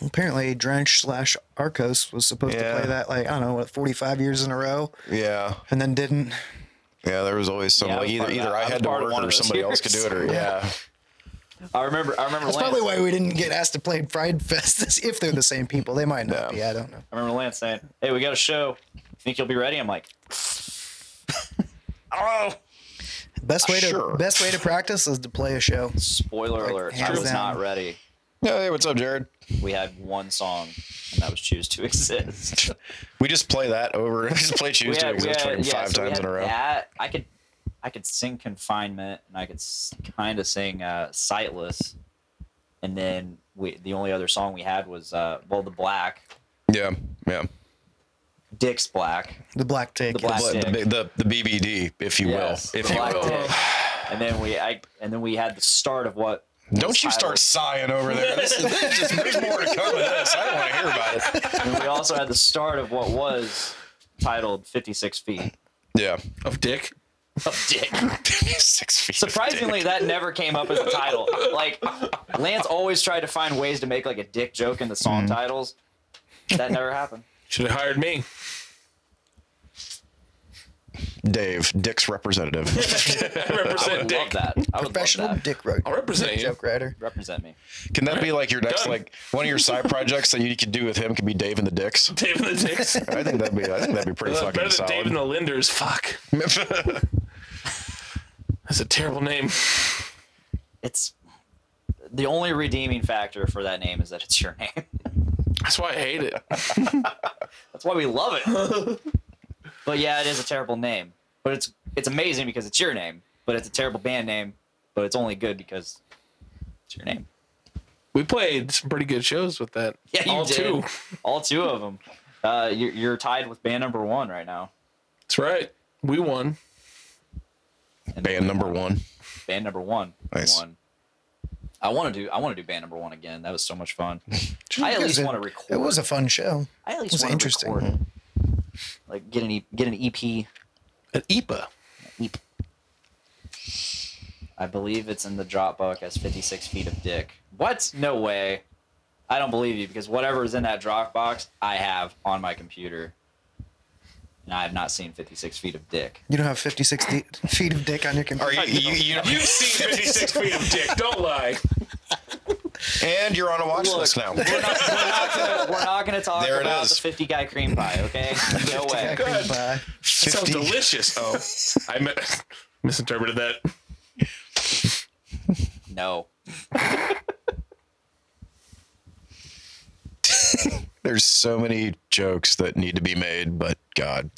Apparently, Drench slash Arcos was supposed
Yeah.
to play that like I don't know what forty five years in a row,
Yeah,
and then didn't.
yeah. There was always some
Yeah, I
like
was
either
part of
either
that.
I
I was
had to
part of
work
one
or
of those
somebody else could do it or yeah.
I remember. I remember.
That's
Lance,
probably why we didn't get asked to play Pride Fest. is If they're the same people, they might not
Yeah.
be. I don't know.
I remember Lance saying, "Hey, we got a show. Think you'll be ready?" I'm like, "Oh,
Best way to
Sure.
best way to practice is to play a show.
spoiler alert! I
hands
was
down.
not ready.
Yeah. Hey, what's up, Jared?
We had one song, and that was "Choose to Exist."
We just play that over. We just play
We
Choose to
had- we
Exist
had-
fucking
yeah,
five
so we
times
had
in a row.
That I could, I could sing "Confinement" and I could kind of sing uh, "Sightless," and then we, the only other song we had was uh, well, the Black,
Yeah, yeah.
Dick's Black,
The black take.
The black-
But
is-
Dick.
the, big- the the BBD, if you
Yes,
will, if
the
you
Black
will.
Dick. and then we, I, and then we had the start of what.
Don't you start
Sightless.
sighing over there. This is, this is, there's more to come of this. I don't want to hear about it.
And we also had the start of what was titled 56 Feet
Yeah.
Of Dick.
of Dick.
Six feet. of
Surprisingly,
dick.
that never came up as a title. Like, Lance always tried to find ways to make like a dick joke in the song
Mm-hmm.
titles. That never happened.
Should have hired me.
Dave, Dick's representative.
I represent
Would
Dick.
Love that. I would
professional
love that.
dick writer.
I'll represent you.
Joke writer.
Represent me.
Can that be like your next,
Done.
like one of your side projects that you could do with him? Could be Dave and the Dicks.
Dave and the Dicks.
I think that'd be. I think that'd be pretty
Uh, Better
fucking
than Dave and
solid.
the Linders. Fuck. That's a terrible name.
It's the only redeeming factor for that name is that it's your name.
That's why I hate it.
That's why we love it. but yeah, it is a terrible name. But it's it's amazing because it's your name. But it's a terrible band name. But it's only good because it's your name.
We played some pretty good shows with that.
Yeah, you
All
did.
two.
All two of them. Uh, you're, you're tied with band number one right now.
That's right. We won.
And
Band number one.
Band number one.
Nice.
One. I want to do. I want to do band number one again. That was so much fun. I
It
at
was
least
a-
want to record.
It was a fun show.
I at
it
least
was
want to
interesting.
record. Like get an e, get an EP.
At E IPA.
EP. I believe it's in the Dropbox as 56 feet of dick. What? No way. I don't believe you because whatever is in that Dropbox, I have on my computer, and I have not seen 56 feet of dick.
You don't have 56 de- feet of dick on your computer.
Are you, you, you,
You've seen 56 feet of Dick. Don't lie.
and you're on a watch
Look.
list now.
We're not, we're not gonna, we're not gonna talk
There it
about
is.
the 50 guy cream pie, okay? No way.
Good. That
Bye.
sounds
50.
delicious. Oh, I mi- misinterpreted that.
No.
There's so many jokes that need to be made, but God.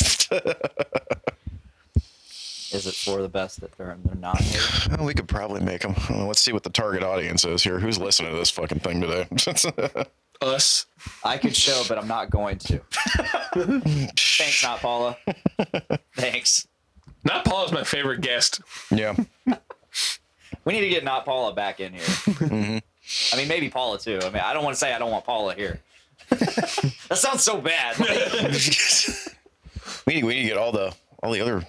Is it for the best that they're, they're not here?
Well, we could probably make them. Let's see what the target audience is here. Who's listening to this fucking thing today?
Us.
I could show, but I'm not going to. Thanks, not Paula. Thanks.
Not Paul is my favorite guest.
yeah.
We need to get not Paula back in here.
Mm-hmm.
I mean, maybe Paula too. I mean, I don't want to say I don't want Paula here. that sounds so bad.
We need, we need to get all the all the other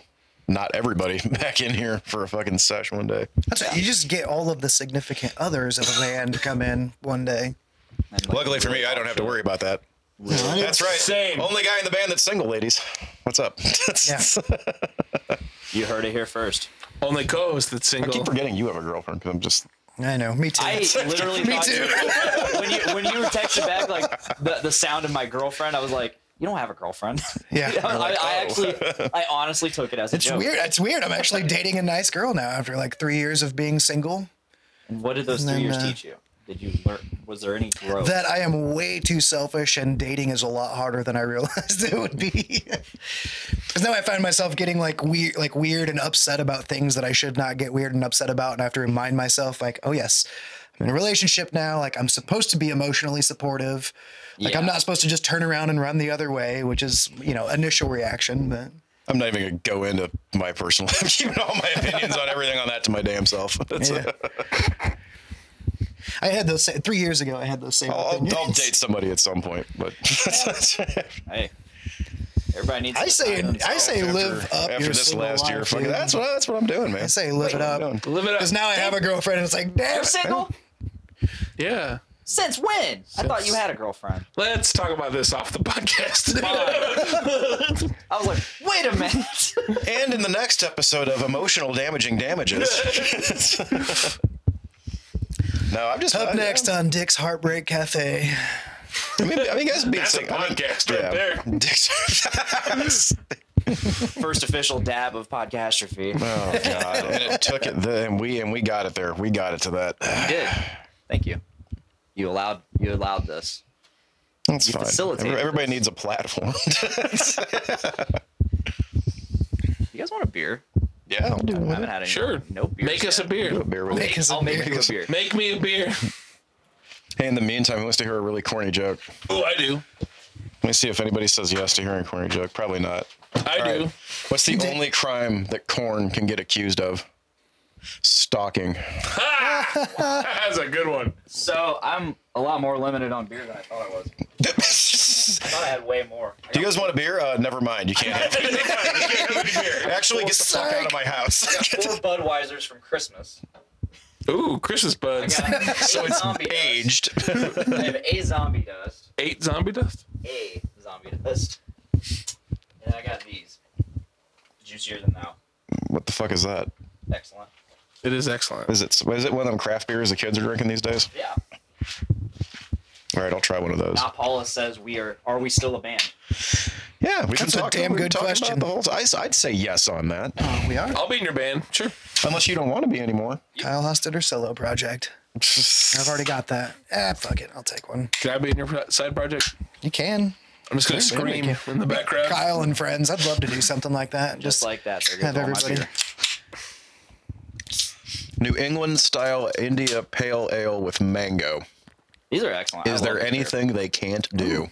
not everybody back in here for a fucking sesh one day.
That's right. You just get all of the significant others of a band to come in one day.
Luckily for me, I don't have to worry about that. That's right.
Same.
Only guy in the band that's single, ladies. What's up?
Yeah.
you heard it here first.
Only co-host that's
I
single.
keep forgetting you have a girlfriend because I'm just.
I know. Me too.
I literally
Me
thought
too.
You, when you when you were texting back like the, the sound of my girlfriend, I was like, you don't have a girlfriend.
Yeah.
I,
Like, "Oh."
I actually, I honestly took it as a
It's
joke.
weird. It's weird. I'm actually dating a nice girl now after like three years of being single.
And what did those
And
three
then,
years
uh,
teach you? Did you learn? Was there any growth?
That I am way too selfish and dating is a lot harder than I realized it would be. Because now I find myself getting like weird, like weird and upset about things that I should not get weird and upset about, and I have to remind myself like, oh yes, I'm in a relationship now. Like I'm supposed to be emotionally supportive. Like
Yeah.
I'm not supposed to just turn around and run the other way, which is you know initial reaction, but.
I'm not even gonna go into my personal. I'm keeping all my opinions on everything on that to my damn self. That's
Yeah. I had those sa- three years ago. I had those same.
Oh, I'll, I'll, I'll
opinions.
date somebody at some point, but
Hey, everybody needs.
I
to
say,
find
I say,
after-
live up
after
your
this
single
last
life,
year. Fucking,
dude.
that's what that's what I'm doing, man.
I say, live
I'm
it up.
doing.
Live it
Because
up.
now I have a girlfriend, and it's like, damn.
You're single?
yeah.
Since when? I thought you had a girlfriend.
Let's talk about this off the podcast.
I was like, wait a minute.
And in the next episode of Emotional Damaging Damages. no, I'm just
Up
I-
next on Dick's Heartbreak Cafe.
I mean, I mean, that's being
That's a
sing- I mean,
podcast right there.
Dick's-
First official dab of podcastrophe. You
oh god! And it took it, the, and we and we got it there. We got it to that.
did. Thank you. You allowed. You allowed this.
That's fine.
facilitated
Every- Everybody
this.
needs a platform.
You guys want a beer?
yeah, I'll do
I
one.
haven't had any.
sure.
No beer.
Make us a beer.
Beer with
Make
it.
us a
I'll make you a beer.
beer.
Make me a beer.
Hey, in the meantime, who wants to hear a really corny joke?
Oh, I do.
Let me see if anybody says yes to hearing a corny joke. Probably not.
I
All
do.
right. What's the only crime that corn can get accused of? Stalking.
That's a good one.
So I'm a lot more limited on beer than I thought I was. I
Do
thought I had way more. I
you guys want a beer? Uh, never mind. You can't have it. Actually, get the fuck out of my house.
got four Budweisers from Christmas.
Ooh, Christmas
I
buds.
got eight
so it's
zombie dust.
aged.
I have a zombie dust.
Eight zombie dust.
A zombie dust. And I got these. Juicier than thou.
what the fuck is that?
Excellent.
It is excellent.
Is it is it one of them craft beers the kids are drinking these days?
Yeah.
All right, I'll try one of those.
Not Paula says we are. Are we still a band?
Yeah, we
That's a
can talk.
damn
we can
good
talk about
question.
The whole, I, I'd say yes on that,
Oh, we are
I'll be in your band. Sure.
unless you don't want to be anymore.
Kyle Hostetter solo project. I've already got that. Ah, fuck it. I'll take one.
Can I be in your pro- side project?
You can.
I'm just gonna scream in the background.
Kyle and friends. I'd love to do something like that. Just,
Just like that. There goes
have
all my
everybody.
beer.
New England style India Pale Ale with mango.
These are excellent. I
Is there
love beer.
anything they can't do?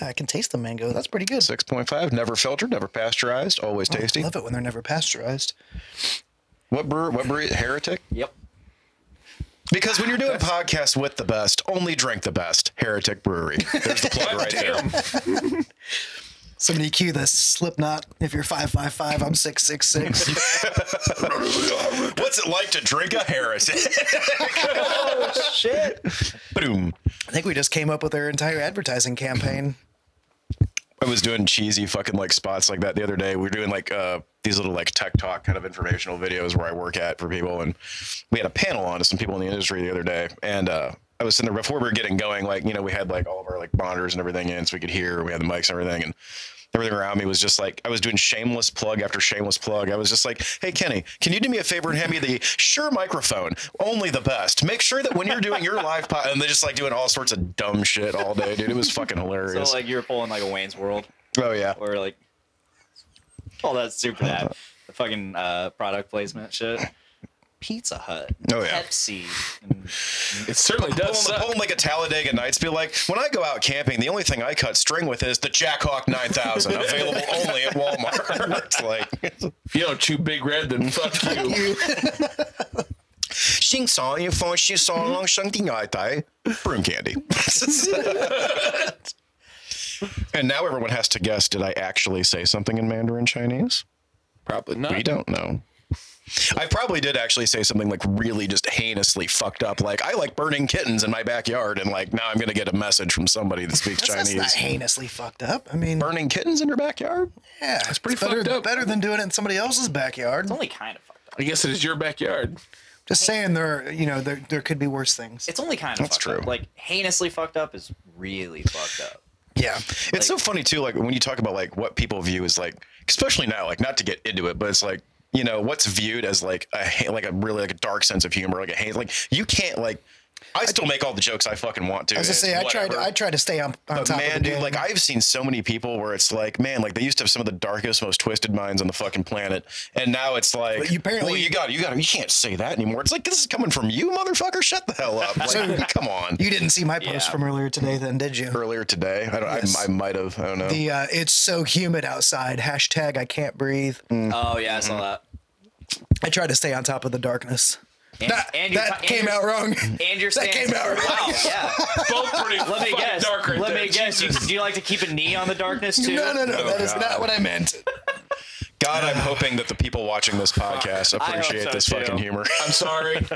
Yeah, I can taste the mango. That's pretty good. Oh,
Six point five, never filtered, never pasteurized, always tasty.
Love it when they're never pasteurized.
What brewer? What brewery? Heretic.
Yep.
Because when you're doing podcasts with the best, only drink the best. Heretic Brewery. There's the plug right there.
Damn.
Somebody cue the Slipknot. If you're five five five, I'm six six six.
What's it like to drink a heretic?
Shit.
Boom.
I think we just came up with our entire advertising campaign.
I was doing cheesy fucking like spots like that the other day. We were doing like uh, these little like tech talk kind of informational videos where I work at for people, and we had a panel on to some people in the industry the other day, and uh, I was sitting there before we were getting going. Like you know, we had like all of our like monitors and everything in, so we could hear. We had the mics and everything, and everything around me was just like I was doing shameless plug after shameless plug. I was just like, "Hey Kenny, can you do me a favor and hand me the Sure microphone, only the best. Make sure that when you're doing your live pod, and they just like doing all sorts of dumb shit all day, dude. It was fucking
So
hilarious.
like you were pulling like a Wayne's World
oh yeah,
or like all that super that the fucking uh, product placement shit. Pizza Hut.
Oh, yeah.
Pepsi. And
It certainly does
pull, 'em- pull
suck.
'em like a Talladega Nights. Be like, when I go out camping, the only thing I cut string with is the Jackhawk 9000, available only at Walmart. It's like,
If you don't chew Big Red, then fuck you.
Xing song, you phone, she song, long shung ding ai tai. Broom candy. and now everyone has to guess did I actually say something in Mandarin Chinese?
Probably not.
We don't know. I probably did actually say something like really just heinously fucked up, like I like burning kittens in my backyard, and like now I'm gonna get a message from somebody that speaks
That's, that's
Chinese.
not heinously fucked up. I mean,
burning kittens in your backyard?
yeah, it's
pretty
better,
fucked up.
Better than doing it in somebody else's backyard.
it's only kind of fucked up.
I guess it is your backyard.
Just saying, there, are- you know, there there could be worse things.
It's only kind of
That's
fucked up.
true.
Like heinously fucked up is really fucked up.
Yeah,
It's so funny too, like when you talk about like what people view as like, especially now, like not to get into it, but it's like you know what's viewed as like a ha- like a really like a dark sense of humor, like a hate. Like you can't like I still make all the jokes I fucking want to.
As I
and
say, I tried.
whatever.
I tried to stay on, on
But
top
man,
of the
dude,
game.
like I've seen so many people where it's like, man, like they used to have some of the darkest, most twisted minds on the fucking planet, and now it's like,
But you apparently-
well, you got, you got, you can't say that anymore. It's like this is coming from you, motherfucker. Shut the hell up. Like, come on.
you didn't see my post
Yeah.
from earlier today, then did you?
Earlier today, I don't,
Yes.
I, I might have, I don't know.
The uh, it's so humid outside. Hashtag I can't breathe.
Oh yeah, I
Mm-hmm.
saw that.
I tried to stay on top of the darkness.
And,
that
and your
that
ti-
came
and your-
out wrong.
And your
that
stance-
came out wrong.
Wow, yeah.
Both pretty
Let me
fucking
guess.
dark right
Let
there.
me guess. You, do you like to keep a knee on the darkness too?
No, no, no.
Oh,
that is not what I meant.
God, I'm hoping that the people watching this podcast
hope
appreciate
so,
this
too.
fucking humor.
I'm sorry.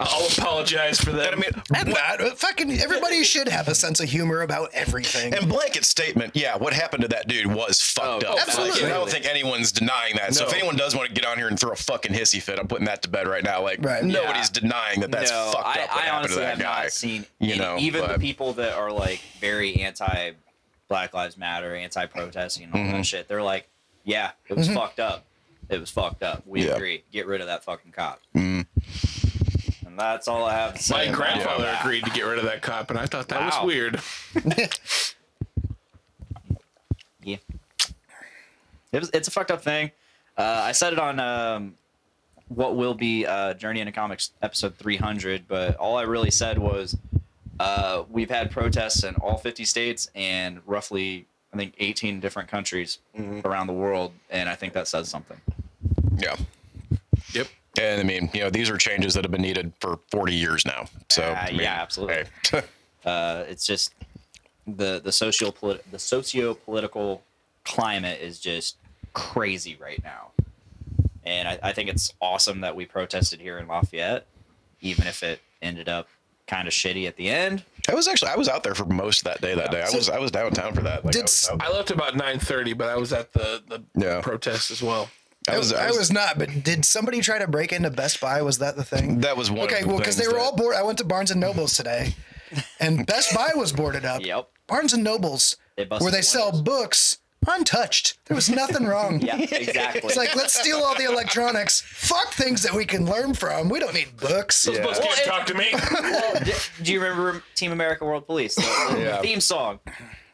I'll apologize for that. I mean,
I'm not. Fucking everybody should have a sense of humor about everything.
And blanket statement, yeah, what happened to that dude was
Oh,
fucked up.
absolutely.
Like, I don't think anyone's denying that. So
No.
if anyone does want to get on here and throw a fucking hissy fit, I'm putting that to bed right now. Like
Right.
nobody's
Yeah.
denying that that's
no,
fucked
I,
up. What
I
happened to
honestly
that
have
guy?
not seen
you
any-
know,
even the
but-
people that are like very anti Black Lives Matter, anti protesting, and all
Mm-hmm.
that shit. They're like, yeah, it was fucked up. It was fucked up. We
Yeah. Mm.
agree. Get rid of that fucking cop. And that's all I have to say.
my
about
grandfather
that.
agreed to get rid of that cop, and I thought that
Wow.
was weird.
Yeah. It was, it's a fucked up thing. Uh, I said it on um, what will be uh, Journey into Comics episode 300, but all I really said was uh, we've had protests in all 50 states and roughly, I think, 18 different countries around the world, and I think that says something.
Yeah.
Yep.
And I mean, you know, these are changes that have been needed for 40 years now. So
Uh,
I mean,
yeah, absolutely.
hey.
Uh, it's just the the social polit- the socio political climate is just crazy right now, and I, I think it's awesome that we protested here in Lafayette, even if it ended up kind of shitty at the end.
I was actually I was out there for most of that day. That day I was I was downtown for that. Like,
Did
I was, out-
I left about 9:30, but I was at the the
Yeah.
protest as well.
I was- I was-
not. But did somebody try to break into Best Buy? Was that the thing?
That was one. of
okay.
the
well, because they
things
were
that-
all bored. I went to Barnes and Nobles today, and Best Buy was boarded up.
Yep.
Barnes and Nobles,
They busted
where they
the
sell
windows.
books untouched. There was nothing wrong.
Yeah, exactly.
It's like let's steal all the electronics. Fuck things that we can learn from. We don't need books.
Those books
Well,
can't
it-
talk to me.
Well, d- do you remember Team America World Police? The, the
Yeah.
theme song.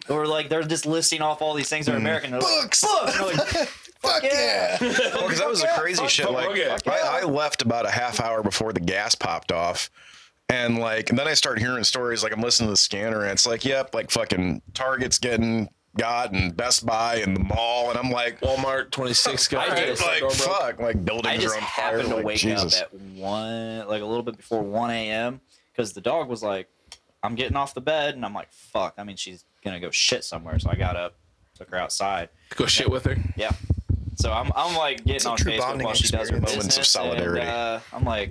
Or like they're just listing off all these things that are American. They're like,
Mm. Books!
Books. And they're like,
Fuck yeah.
Well, because that was the crazy shit.
fuck,
Like,
okay.
I, I left about a half hour before the gas popped off. And like, and then I start hearing stories. Like, I'm listening to the scanner, and it's like, yep, like fucking Target's getting got, and Best Buy, and the mall, and I'm like,
Walmart 26 guys.
I did it.
like fuck, like
I
buildings
just
are on fire.
happened to
like,
wake
Jesus.
up at one, like a little bit before one a.m. because the dog was like, "I'm getting off the bed," and I'm like, "Fuck!" I mean, she's gonna go shit somewhere, so I got up, took her outside.
Go shit with her.
Yeah. So I'm, I'm like getting on
true
Facebook
bonding
while she does her
experience.
business.
Moments of solidarity.
And, uh, I'm like,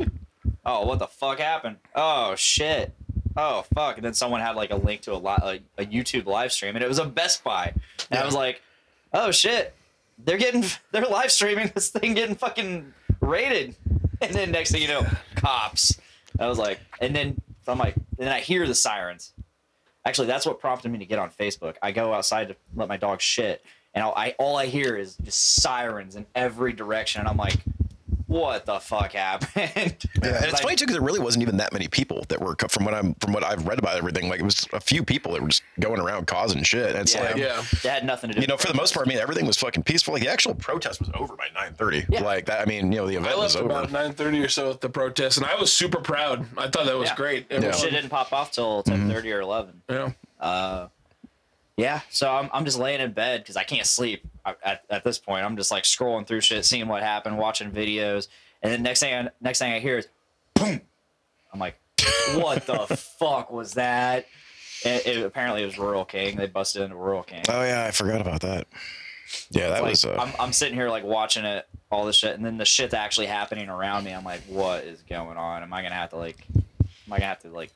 oh, what the fuck happened? Oh shit. Oh fuck. And then someone had like a link to a lot a, a YouTube live stream, and it was a Best Buy, and I was like, oh shit, they're getting they're live streaming this thing getting fucking raided, and then next thing you know, cops. I was like, and then so I'm like, and then I hear the sirens. Actually, that's what prompted me to get on Facebook. I go outside to let my dog shit, and all I all I hear is just sirens in every direction, and I'm like, "What the fuck happened?"
And
Like,
it's funny too because there really wasn't even that many people that were from what I'm from what I've read about everything. Like it was a few people that were just going around causing shit. It's
Yeah.
like
Yeah.
That had nothing to do.
you know,
with
for the
it.
most part, I mean, everything was fucking peaceful. Like the actual protest was over by nine thirty.
Yeah.
Like that, I mean, you know, the
I
event was
left
over.
about 9:30 or so at the protest, and I was super proud. I thought that was
Yeah.
great.
shit
Everyone-
didn't pop off till ten
Mm-hmm.
thirty or eleven.
Yeah.
Yeah, so I'm, I'm just laying in bed because I can't sleep I, at, at this point. I'm just like scrolling through shit, seeing what happened, watching videos, and then next thing I, next thing I hear is boom. I'm like, what the fuck was that? It, it- apparently it was Rural King. They busted into Rural King.
Oh yeah, I forgot about that. Yeah, that
Like,
was. Uh,
I'm, I'm sitting here like watching it, all this shit, and then the shit's actually happening around me. I'm like, what is going on? Am I gonna have to like? Am I gonna have to like?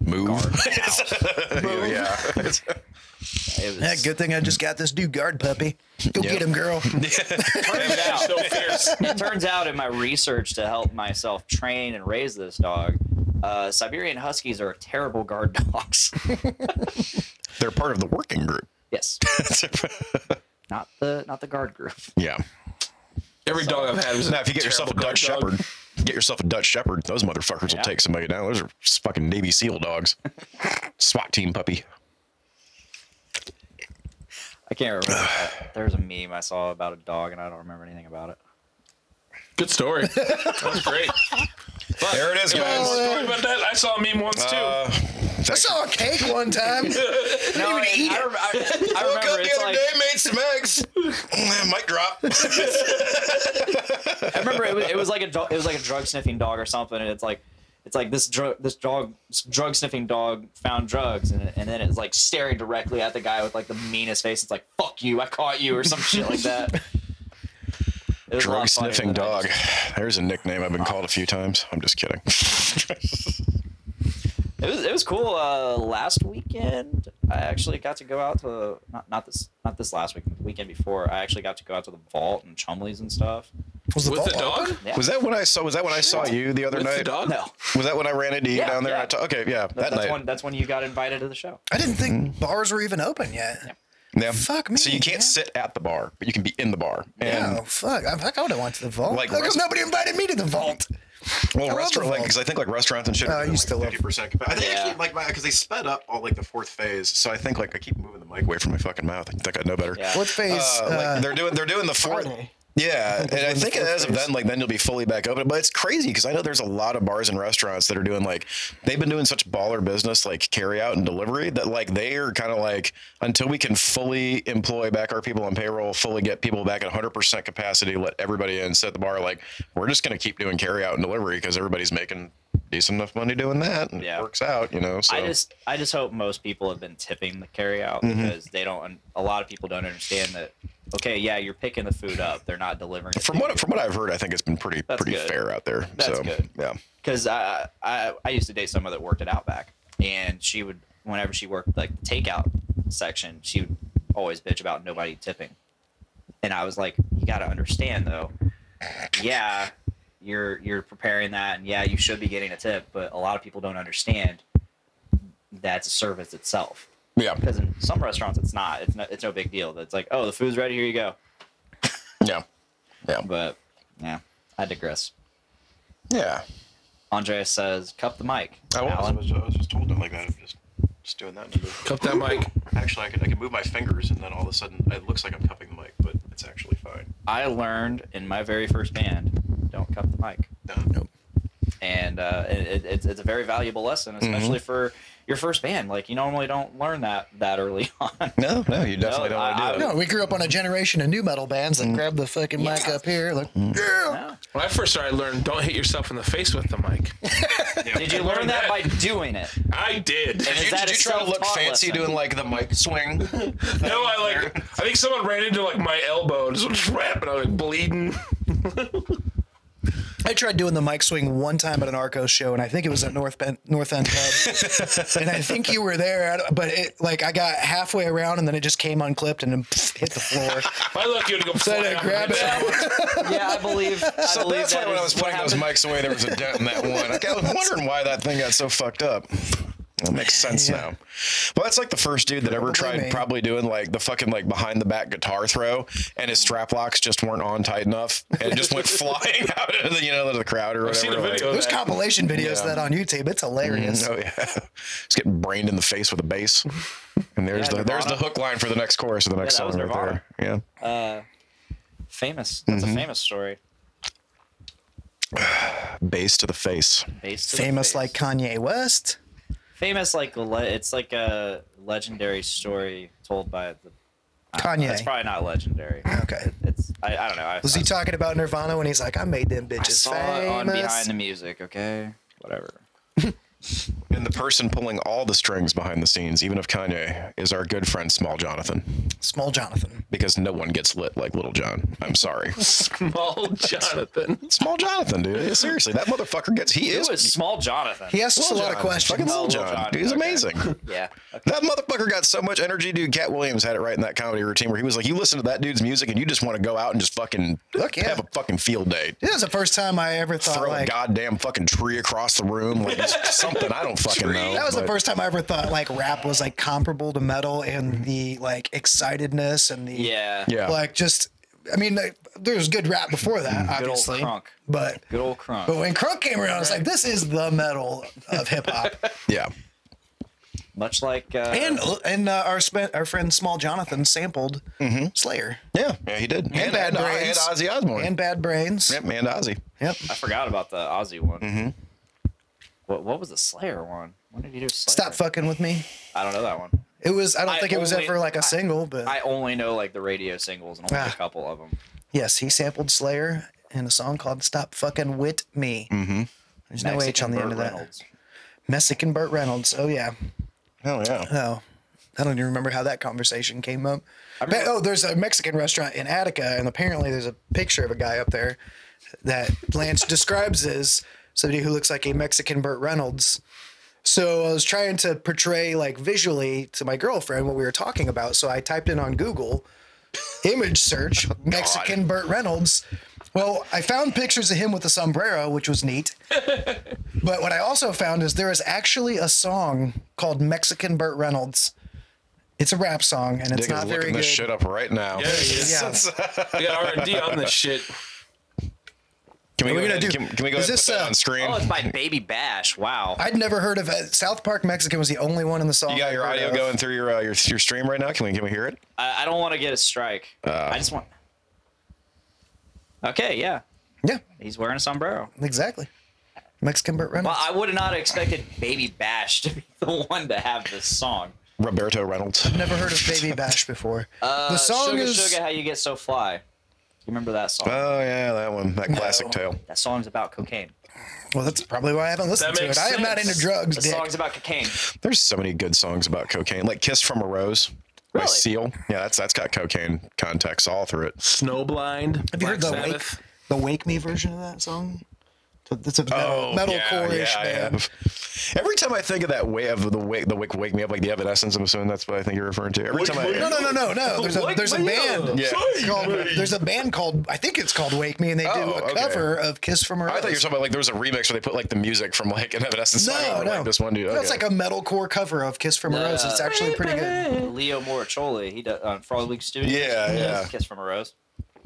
move.
guard my house?
yeah.
It was,
Yeah, good thing I just got this new guard puppy. Go
Yeah.
get him, girl.
turns out-
So fierce.
it turns out in my research to help myself train and raise this dog, uh, Siberian Huskies are terrible guard dogs.
They're part of the working group.
yes, not the not the guard group.
yeah.
Every dog I've had was
Now, if you get yourself a
terrible
Dutch
guard dog.
Shepherd, Get yourself a Dutch Shepherd. Those motherfuckers will take somebody down. Those are fucking Navy SEAL dogs. SWAT team puppy.
I can't remember. that. There was a meme I saw about a dog, and I don't remember anything about it.
Good story. That was great.
There it is,
One
guys.
story about that. I saw a meme once too.
Uh,
I saw a cake one time.
No, I, I, rem- I- I
Woke up
remember.
the
It's
other
like,
day, made some eggs. Mic drop.
I remember it was, it was like a dog, it was like a drug sniffing dog or something, and it's like it's like this drug this dog drug sniffing dog found drugs, and, and then it's like staring directly at the guy with like the meanest face. It's like fuck you, I caught you, or some shit like that. It was a lot
Drug
funnier
sniffing
than I
dog.
just-
There's a nickname I've been called a few times. I'm just kidding.
It was it was cool. Uh, last weekend, I actually got to go out to not not this not this last weekend, the weekend before. I actually got to go out to the vault and Chumley's and stuff.
Was the
With the
vault open?
dog?
Yeah.
Was that when I saw? Was that when I saw you the other
With
night?
the dog?
No,
Was that when I ran into you
Yeah,
down there?
yeah.
I ta- okay, yeah, that,
that's
night.
when that's when you got invited to the show.
I didn't
Mm.
think bars were even open yet.
Yeah.
Fuck me,
So you can't
man.
sit at the bar, but you can be in the bar. And
Oh fuck! I, fuck, I would have went to the vault.
Like
How come
rest-
nobody invited me to the vault?
well,
love
restaurant
the
like
vault.
because I think like restaurants and shit.
Oh,
Are
you
doing, like,
still love-
fifty percent capacity. I think
Yeah.
actually like my because they sped up all like the fourth phase. So I think like I keep moving the mic away from my fucking mouth. I think I know better.
Yeah.
What phase?
Uh,
uh,
like they're doing they're doing the fourth. Yeah, and I think as of then, like then you'll be fully back open. But it's crazy because I know there's a lot of bars and restaurants that are doing like they've been doing such baller business like carry out and delivery that like they are kind of like until we can fully employ back our people on payroll, fully get people back at 100 percent capacity, let everybody in, set the bar. Like we're just gonna keep doing carry out and delivery because everybody's making decent enough money doing that and
Yeah.
it works out, you know. So Mm-hmm.
I just I just hope most people have been tipping the carry out because they don't. A lot of people don't understand that. Okay, yeah, you're picking the food up. They're not delivering.
from what from what I've heard, I think it's been pretty
That's
pretty
good.
fair out there.
That's
so
good.
yeah.
because I, I I used to date someone that worked at Outback, and she would whenever she worked like the takeout section, she would always bitch about nobody tipping, and I was like, you got to understand though, yeah, you're you're preparing that, and yeah, you should be getting a tip, but a lot of people don't understand that's a service itself.
Yeah.
because in some restaurants it's not. It's no, it's no big deal. It's like, oh, the food's ready. Here you go.
Yeah. Yeah.
But yeah, I digress.
Yeah.
Andreas says, "Cup the mic."
I was, I
Alan.
was, I was just told it like that. I'm just, just doing that. And moving.
Cup that mic.
Actually, I can, I can move my fingers, and then all of a sudden, it looks like I'm cupping the mic, but it's actually fine.
I learned in my very first band, don't cup the mic,
No.
and uh, it, it- it's, it's a very valuable lesson,
Mm-hmm.
especially for your first band. Like you normally don't learn that that early on.
No, no, you definitely
No,
don't want
I-
to
I-
do that.
no, we grew up on a generation of new metal bands that grab the fucking mic up here. Like, yeah.
No.
When I first started learning, don't hit yourself in the face with the mic.
Did you learn that by doing it?
I did.
Is that a self-taught lesson?
like the mic swing?
No, I like. I think someone ran into like my elbow and just was rapping. I was like bleeding.
I tried doing the mic swing one time at an Arco show, and I think it was at North Bend, North End Pub, and I think you were there. I don't- But it, like, I got halfway around, and then it just came unclipped and then pff, hit the floor.
My lucky would go.
I
flying
didn't
off
grab
the
it.
ground.
Yeah, I believe. I
So
believe
that's why
that
when I was
is what
putting those
happened.
mics away, there was a dent in that one. Like, I was wondering why that thing got so fucked up. That makes sense now. Well, that's like the first dude that ever
Probably
tried
me.
probably doing like the fucking like behind the back guitar throw, and his strap locks just weren't on tight enough, and it just went flying out of the you know into the crowd or whatever.
I've seen a
like-
video.
There's
of that.
compilation videos
Yeah.
of that on YouTube. Mm, It's hilarious.
Oh yeah, just getting brained in the face with a bass. And there's
Yeah,
the there's the
Nirvana.
hook line for the next chorus of the next
that was
song right
Nirvana.
there. Yeah.
famous. That's
Mm-hmm.
a famous story.
bass to the face.
Based to the
Famous
face.
like Kanye West.
famous like le- it's like a legendary story told by the.
Uh,
Kanye.
It's probably not legendary.
Okay.
It's I, I don't know. I,
Was
I,
he talking about Nirvana when he's like, I made them
I
bitches
saw it on
famous?
behind the music. Okay, whatever.
And the person pulling all the strings behind the scenes, even of Kanye, is our good friend Small Jonathan,
Small Jonathan.
because no one gets lit like Little John. I'm sorry,
Small Jonathan.
Small Jonathan, dude. Seriously, that motherfucker gets he
It
is.
was small Jonathan.
He asks us a
Little
lot of
John. Fucking
questions.
Little
Oh, Little
John.
John.
Dude, he's
Okay.
amazing.
Yeah. Okay.
That motherfucker got so much energy, dude. Cat Williams had it right in that comedy routine where he was like, "You listen to that dude's music, and you just want to go out and just fucking
Fuck yeah.
have a fucking field day."
This is the first time I ever thought
throw a
like
goddamn fucking tree across the room, like just something I don't fucking know.
that was the
but-
first time I ever thought like rap was like comparable to metal and the like excitedness and the
Yeah.
Yeah.
like just I mean, like, there was good rap before that,
Good old
obviously.
crunk.
But
Good old crunk.
but when crunk came around, it's like this is the metal of hip hop.
Yeah.
Much like uh,
and and uh, our spe- our friend Small Jonathan sampled
Mm-hmm.
Slayer
Yeah. Yeah, he did. And, and,
Bad
and,
Brains.
Ozzy Osbourne.
and Bad Brains.
yep, and Ozzy.
Yep.
I forgot about the Aussie one. What what was the Slayer one? When did you do Slayer?
Mm-hmm. Stop fucking with me.
I don't know that one.
It was. I don't
I
think it was
only-
ever like a single, but
I only know like the radio singles and only
Ah.
a couple of them.
yes, he sampled Slayer in a song called "Stop Fucking With Me." Mm-hmm. There's no H on the end of that. Mexican Burt Reynolds. Oh yeah.
Hell yeah.
Oh, I don't even remember how that conversation came up. But- oh, there's a Mexican restaurant in Attica, and apparently there's a picture of a guy up there that Lance describes as somebody who looks like a Mexican Burt Reynolds. So I was trying to portray like visually to my girlfriend what we were talking about. So I typed in on Google image search Mexican Burt Reynolds. Well, I found pictures of him with a sombrero, which was neat. But what I also found is there is actually a song called Mexican Burt Reynolds. It's a rap song and it's
Dick is
not very
looking
good.
this shit up right now.
Yeah, yeah.
Yeah.
We got R and D on this shit.
Can we,
Are we
go
gonna
ahead,
do-
can, can we go
is
ahead and
this,
put that
uh,
on screen?
Oh, it's by Baby Bash. Wow.
I'd never heard of it. South Park Mexican was the only one in the song.
you got your
I heard
audio
of.
going through your, uh, your your stream right now. Can we can we hear it?
I, I don't want to get a strike. I just want. Okay, yeah,
Yeah,
he's wearing a sombrero.
exactly. Mexican Burt Reynolds.
Well, I would not have expected Baby Bash to be the one to have this song.
Roberto Reynolds.
never heard of Baby Bash before. the
Uh,
song
Sugar
is
Sugar, How You Get So Fly. You remember that song?
Oh yeah, that one, that classic tale.
that song's about cocaine.
well. That's probably why I haven't listened
That
to it.
makes
I am not
sense.
into drugs,
The
Dick.
song's about cocaine.
There's so many good songs about cocaine, like "Kiss from a Rose" by
Really?
Seal. Yeah, that's that's got cocaine context all through it.
Snowblind.
Have you heard the
Black
wake,
Sabbath.
the wake me version of that song? It's a
Oh,
metal, metal core-ish
I
band.
have. Every time I think of that way of the wake, the wake, wake me up, like the Evanescence. I'm assuming that's what I think you're referring to. Every time I,
No, no, no, no, no. There's a
Wake
there's a
me up.
band.
Yeah.
Called, there's a band called I think it's called Wake Me, and they do
Oh,
a
okay.
cover of Kiss from a Rose.
I thought you were talking about like there was a remix where they put like the music from like an Evanescence song
no,
over
no.
like this one dude.
No, It's
Okay.
like a metalcore cover of Kiss from a Rose. It's actually pretty good.
Leo Moricoli, he does on Frog League Studios.
Yeah,
he
yeah.
does Kiss from a Rose.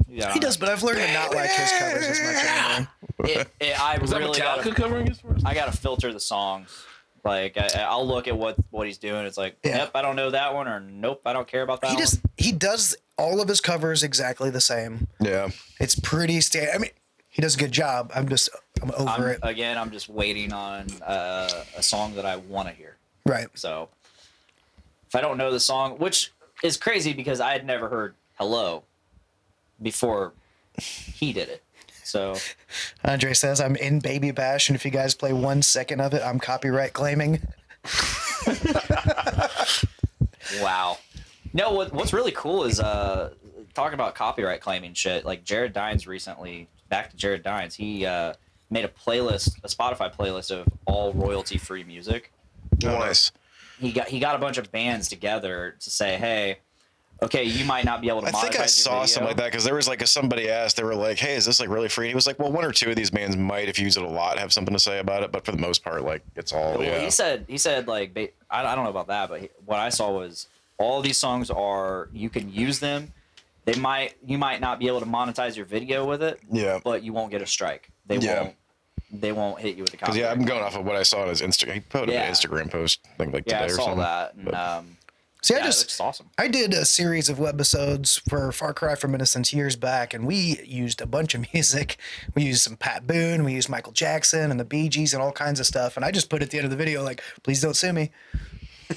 Yeah,
He does, but I've learned to not like his covers as much anymore.
It, it, I
Is that
really
Metallica
gotta,
covering his first?
I gotta filter the songs. Like I, I'll look at what what he's doing. It's like,
Yeah.
yep, I don't know that one, or nope, I don't care about that
He
one.
just he does all of his covers exactly the same.
yeah.
It's pretty sta I mean, he does a good job. I'm just I'm over
I'm,
it.
again, I'm just waiting on uh, a song that I want to hear.
right.
So if I don't know the song, which is crazy because I had never heard "Hello" before he did it. So
Andre says I'm in Baby Bash, and if you guys play one second of it, I'm copyright claiming.
Wow. No, what, what's really cool is uh, talking about copyright claiming shit. Like Jared Dines recently, back to Jared Dines, he uh, made a playlist, a Spotify playlist of all royalty free music.
nice.
He got he got a bunch of bands together to say, hey, okay, you might not be able to.
I think
monetize
I
your
saw
video.
something like that because there was like a, somebody asked, they were like, "Hey, is this like really free?" And he was like, "Well, one or two of these bands might, if you use it a lot, have something to say about it, but for the most part, like it's all
Well,
yeah."
he said he said like ba- I, I don't know about that, but he, what I saw was all these songs are you can use them. They might you might not be able to monetize your video with it.
Yeah.
But you won't get a strike. They
Yeah.
won't. They won't hit you with a
Because
copyright.
yeah, I'm going off of what I saw on his Instagram. He put
Yeah.
an Instagram post I think like
Yeah,
today
I
or
saw
something.
that. And,
But-
um,
See, I
yeah,
just
it's awesome.
I did a series of webisodes for Far Cry from Innocence years back, and we used a bunch of music. We used some Pat Boone, we used Michael Jackson and the Bee Gees and all kinds of stuff. And I just put at the end of the video, like, please don't sue me.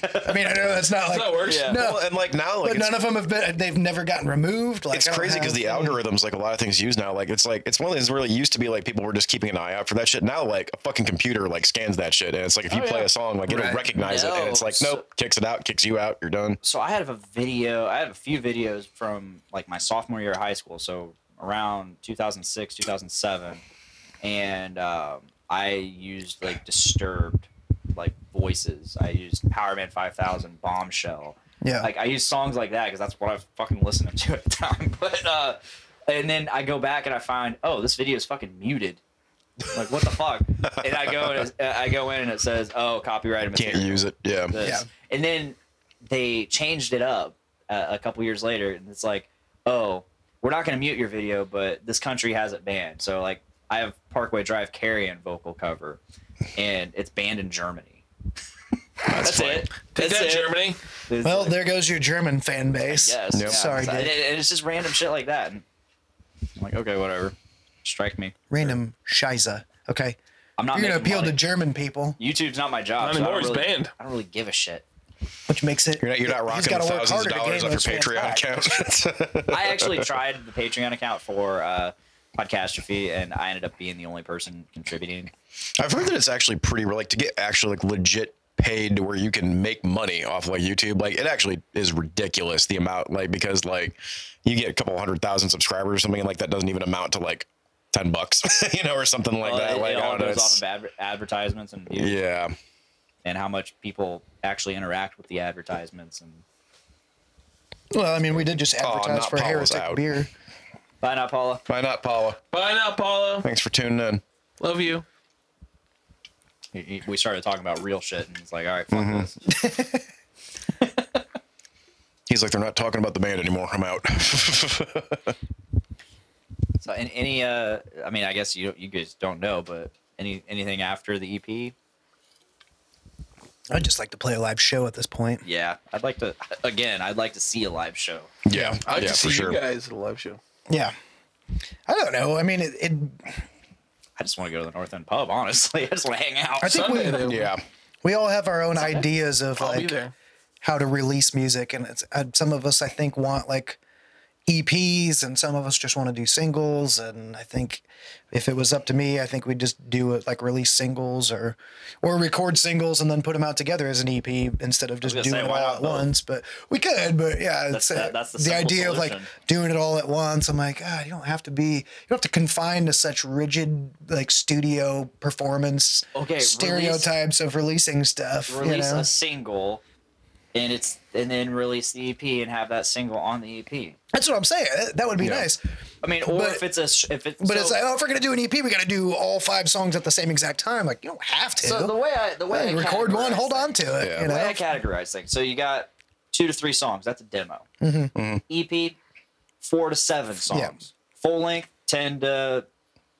I mean, I know that's not like.
that works.
Yeah.
No,
Well, and like now, like
but
it's,
none of them have been, they've never gotten removed. Like,
it's
I don't
crazy because
have-
the algorithms, like a lot of things used now, like it's like it's one of those really used to be like people were just keeping an eye out for that shit. Now, like a fucking computer like scans that shit, and it's like if you play a song, like
Oh, Right.
it'll recognize it, and it's
No,
like
so-
nope, kicks it out, kicks you out, you're done.
so I have a video. I have a few videos from like my sophomore year of high school, so around 2006, 2007, and um, I used like disturbed, like voices. I used Power Man 5000, Bombshell.
Yeah.
Like I used songs like that because that's what I was fucking listening to at the time. But uh, and then I go back and I find, oh, this video is fucking muted. Like what the fuck? and I go and it's- uh, I go in and it says, oh, copyrighted
Can't
material
use it. Yeah.
this. And then they changed it up uh, a couple years later, and it's like, oh, we're not going to mute your video, but this country has it banned. So like, I have Parkway Drive carrying vocal cover, and it's banned in Germany. That's, it.
Take
That's
that,
it.
Germany.
It's
Well,
like-
there goes your German fan base.
Yes.
Yep.
yeah.
Sorry,
So-
dude.
and, and it's just random shit like that. And I'm like, okay, whatever. Strike me.
Random Shiza. Okay.
I'm not
You're going to
making
appeal to
money.
German people,
YouTube's not my job.
Not
so I
anymore,
don't
it's
really-
banned.
I don't really give a shit.
which makes it.
You're not, you're not
he's
rocking
gotta
the
work
thousands of
harder to
dollars
gain
off your
those fans
Patreon
back.
account.
I actually tried the Patreon account for uh, Podcastrophe, and I ended up being the only person contributing.
I've heard that it's actually pretty like to get actually like legit paid to where you can make money off like YouTube. Like it actually is ridiculous the amount like because like you get a couple hundred thousand subscribers or something and like that doesn't even amount to like ten bucks, you know, or something like
Well,
that.
it, it
like I
all
don't know.
goes off
it's-
of adver- advertisements and views
Yeah.
and how much people actually interact with the advertisements. And
Well, I mean, we did just advertise
Oh, not
for
Paula's
Heretic
out.
beer.
bye now, Paula.
Why not, Paula?
Bye now, Paula.
Thanks for tuning in.
Love you.
He- he- We started talking about real shit, and it's like, all right, fuck this.
He's like, they're not talking about the band anymore. I'm out.
So, in any, uh, I mean, I guess you you guys don't know, but any anything after the E EP?
I'd just like to play a live show at this point.
Yeah, I'd like to. Again, I'd like to see a live show.
yeah,
I like
yeah,
to see
for sure.
you guys at a live show.
Yeah. I don't know. I mean, it. it
I just want to go to the North End Pub. Honestly, I just want to hang out.
I think we,
Sunday, they-
Yeah,
we all have our own ideas of
I'll be
like
there.
how to release music, and it's uh, some of us I think want like EPs, and some of us just want to do singles. And I think if it was up to me, I think we'd just do it like release singles or or record singles and then put them out together as an EP instead of just
gonna
doing
say,
it all
why not
at
both?
once. But we could, but yeah, it's,
the-
uh,
that's the
the
simple
idea of
solution.
like doing it all at once. I'm like, ah, you don't have to be, you don't have to confine to such rigid like studio performance
Okay, release-
stereotypes of releasing stuff.
release
you know?
a single and it's and then release the EP and have that single on the EP.
That's what I'm saying. That- That would be nice.
I mean, or
But-
if it's a sh- if it's
But
so,
it's like, oh, if we're gonna do an EP, we gotta do all five songs at the same exact time. Like, you don't have to.
so the way I the way
Hey,
I
record one,
categorize
hold on
things-
to it.
Yeah.
You
The way
know,
I categorize things. So you got two to three songs. That's a demo.
Mm-hmm.
Mm-hmm.
EP, four to seven songs. Full length, ten to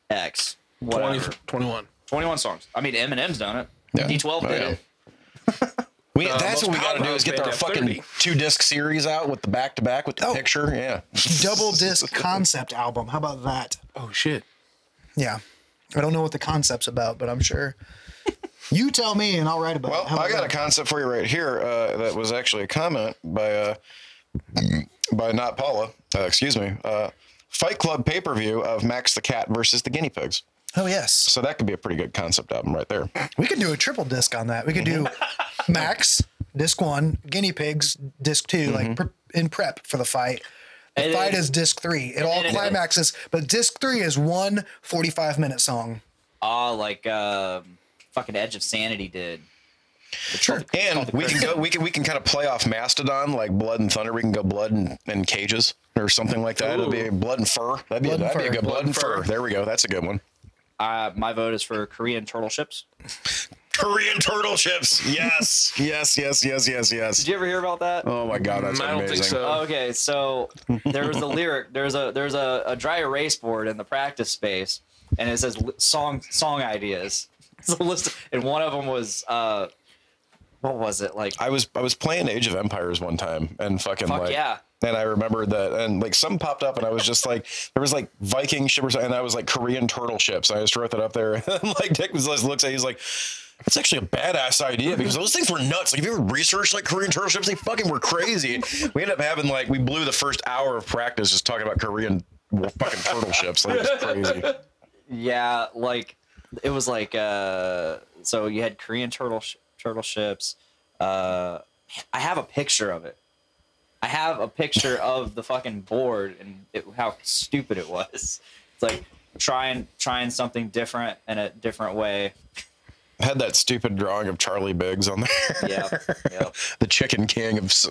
X. Whatever.
20, 21.
Twenty-one songs. I mean, Eminem's done it.
Yeah.
D12
Oh,
did
yeah.
it.
we, that's
most
what we got to
powerhouse
do is get
band
our
have
fucking
30.
two disc series out with the back to back with the
Oh.
picture. Yeah,
double disc concept album. How about that?
Oh, shit.
Yeah, I don't know what the concept's about, but I'm sure you tell me, and I'll write about
Well,
it. How
I
about
got a
that?
concept for you right here. Uh, that was actually a comment by uh, by not Paula. Uh, excuse me. Uh, Fight Club pay per view of Max the Cat versus the Guinea Pigs.
oh yes,
So that could be a pretty good concept album right there.
we could do a triple disc on that. We could do Max disc one, Guinea Pigs disc 2
Mm-hmm.
like pre- in prep for the fight. The
And
fight
then-
is disc three. It all
then-
climaxes, but disc three is one 45 minute song.
Ah, like um, fucking Edge of Sanity did.
Sure.
And we can go. We can we can kind of play off Mastodon like Blood and Thunder. We can go Blood and, and Cages or something like that. It'll be Blood and Fur. That'd be,
Blood and
that'd be a
Fur.
good Blood, and fur. There we go. That's a good one.
Uh, my vote is for Korean turtle ships.
Korean turtle ships. Yes. yes. Yes. Yes. Yes. Yes.
Did you ever hear about that?
Oh my god, that's
I don't
amazing.
think so.
Oh, Okay, so there was a lyric. There's a there's a, a dry erase board in the practice space, and it says li- song song ideas. So list, and one of them was uh, what was it like?
I was I was playing Age of Empires one time and fucking
Fuck
like
yeah.
And I remember that and like some popped up and I was just like there was like Viking ships and I was like Korean turtle ships. I just wrote that up there and like Dick was just looks at it, he's like that's actually a badass idea because those things were nuts. Like if you ever researched like Korean turtle ships, they fucking were crazy. We ended up having like we blew the first hour of practice just talking about Korean fucking turtle ships. Like it's crazy.
Yeah, like it was like uh, so you had Korean turtle sh- turtle ships. Uh, I have a picture of it. I have a picture of the fucking board and it, how stupid it was. It's like trying trying something different in a different way.
Had that stupid drawing of Charlie Biggs on there.
Yeah, yeah.
the chicken king of s-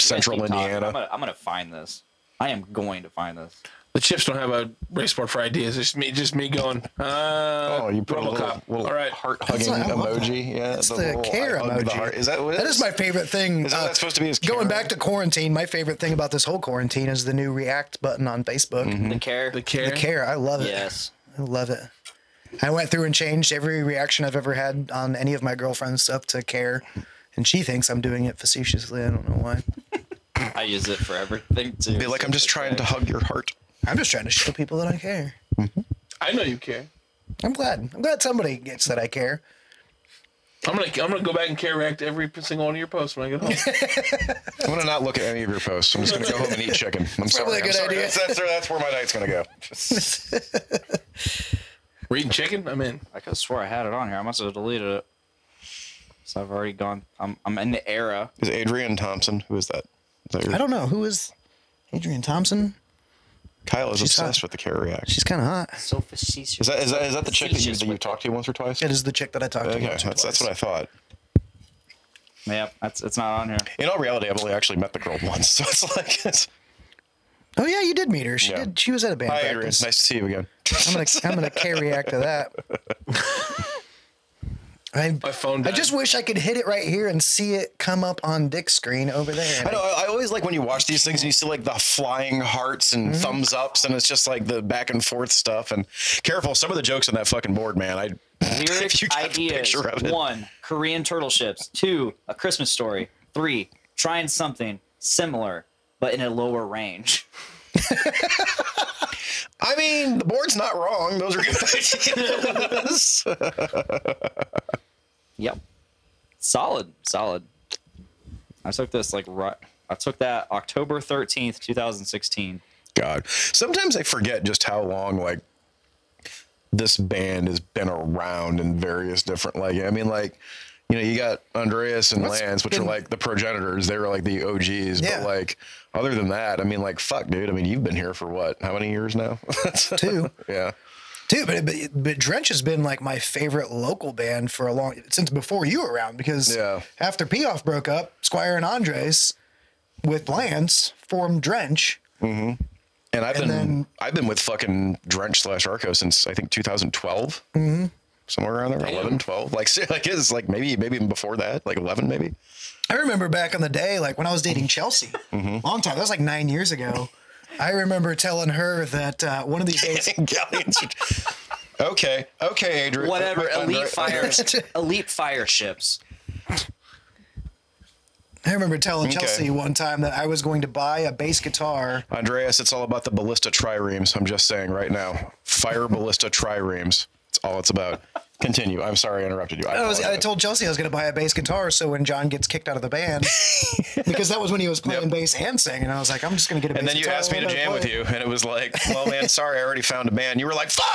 central
Keep talking.
Indiana.
I'm gonna, I'm gonna find this. I am going to find this.
The chips don't have a race board for ideas. It's just me, just me going. Uh,
Oh, you put a little,
RoboCop.
little
All right.
heart hugging
That's what I love
emoji.
that.
Yeah,
That's the,
little
care
hug with
emoji.
the heart. Is that what it
That is my favorite thing. uh,
Is that what that's supposed to be, is
going
care?
back to quarantine. My favorite thing about this whole quarantine is the new React button on Facebook.
Mm-hmm.
The care.
The care.
The care, I love it.
Yes.
I love it. I went through and changed every reaction I've ever had on any of my girlfriend's stuff to care, and she thinks I'm doing it facetiously. I don't know why.
I use it for everything too.
Be like,
so
I'm just
it's
trying to
okay.
hug your heart.
I'm just trying to show people that I care.
I know you care.
I'm glad. I'm glad somebody gets that I care.
I'm gonna I'm gonna go back and care react to every single one of your posts when I get home.
I'm gonna not look at any of your posts. I'm just gonna go home and eat chicken. I'm
probably
sorry.
a
I'm
good
sorry.
idea.
That's, that's, that's where my night's gonna go.
We're eating chicken. I'm in.
I could have swore I had it on here. I must have deleted it. So I've already gone. I'm, I'm in the era.
Is Adrian Thompson? Who is that? Is that your-
I don't know who is Adrian Thompson.
Kyle is
She's
obsessed
hot.
with the care react.
She's kind of hot.
So facetious.
Is that is that, is that the chick that you,
Facetious
that you
with
talked to once or twice?
It is the chick that I talked to.
Okay,
once
that's
or
that's what
twice.
I thought.
it. Yeah, that's it's not on here.
In all reality, I've only actually met the girl once, so it's like, it's,
Oh yeah, you did meet her. She
Yeah.
did. She was at a band
hi Adrian, nice
practice.
to see you again.
I'm gonna I'm gonna K react to that. I,
My phone.
I
died.
just wish I could hit it right here and see it come up on Dick's screen over there.
I know. I I always like when you watch these things and you see like the flying hearts and
Mm-hmm.
thumbs ups, and it's just like the back and forth stuff. And careful, some of the jokes on that fucking board, man. I
Lyric
If you got the
ideas.
picture of it.
One, Korean turtle ships. Two, a Christmas story. Three, trying something similar but in a lower range.
I mean, the board's not wrong. Those are good ideas.
Yep. Solid, solid. I took this like right. I took that October thirteenth, two thousand sixteen.
God, sometimes I forget just how long like this band has been around in various different like. I mean, like you know, you got Andreas and
What's
Lance, which are
been-
like the progenitors. They were like the OGs,
Yeah.
but like other than that, I mean, like fuck, dude. I mean, you've been here for what? How many years now?
too.
yeah.
Dude, but, but but Drench has been like my favorite local band for a long since before you were around because
Yeah.
after Peoff broke up, Squire and Andres with Lance formed Drench.
And I've
And
been
then-
I've been with fucking Drench slash Arco since I think 2012.
Mm-hmm.
Somewhere around there, 11, 12. Like, se- like it's like maybe, maybe even before that, like 11, maybe.
I remember back in the day, like when I was dating Chelsea,
Mm-hmm.
long time. That was like nine years ago. I remember telling her that uh, one of these days
Galleons. okay, okay, Adrian.
Whatever.
Andre-
Elite fires. elite fire ships.
I remember telling
Okay.
Chelsea one time that I was going to buy a bass guitar.
Andreas, it's all about the ballista triremes. I'm just saying right now, fire ballista triremes. It's all it's about. Continue. I'm sorry I interrupted you. I,
I, was, I
apologize.
told Chelsea I was going to buy a bass guitar so when John gets kicked out of the band, because that was when he was playing bass and singing, and I was like, I'm just going to get a bass
And then you
guitar
asked me to
and I'll
jam
play
with
it.
you, and it was like, well, man, sorry, I already found a band. You were like, fuck.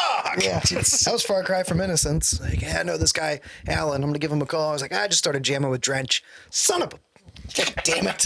Yeah, that was Far Cry from Innocence. Like, yeah, I know this guy, Alan. I'm going to give him a call. I was like, I just started jamming with Drench. Son of a. Damn it.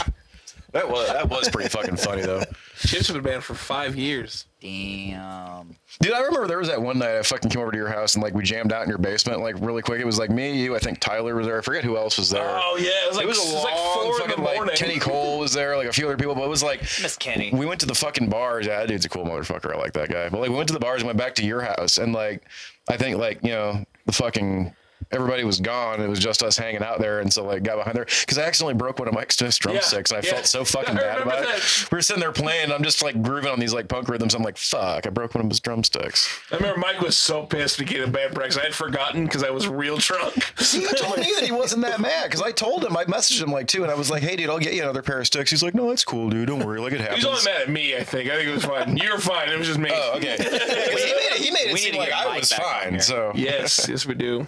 That was that was pretty fucking funny though.
chips have been banned for five years.
Damn.
Dude, I remember there was that one night I fucking came over to your house and like we jammed out in your basement like really quick. It was like me, you, I think Tyler was there. I forget who else was there.
Oh yeah, it was like
it was a long fucking like Kenny Cole was there, like a few other people, but it was like
Miss Kenny.
we went to the fucking bars. Yeah, that dude's a cool motherfucker. I like that guy. But like we went to the bars and went back to your house and like I think like, you know, the fucking everybody was gone. It was just us hanging out there and so like got behind there because I accidentally broke one of Mike Smith's drum
Yeah,
sticks and I
yeah.
felt so fucking
I
bad about
remember
it. We were sitting there playing and I'm just like grooving on these like punk rhythms. I'm like, fuck, I broke one of his drumsticks.
I remember Mike was so pissed to get a bad practice. I had forgotten because I was real drunk.
See, he told me that he wasn't that mad because I told him I messaged him like too, and I was like, "Hey, dude, I'll get you another pair of sticks." He's like, "No, it's cool, dude. Don't worry, like it happens."
He's only mad at me. I think. I think it was fine. You were fine. It was just me.
Oh, okay. Yeah, 'cause he made it, he made it
We need
seem
to
like
get
I
Mike
was
back on
fine.
here.
So
Yes, yes, we do.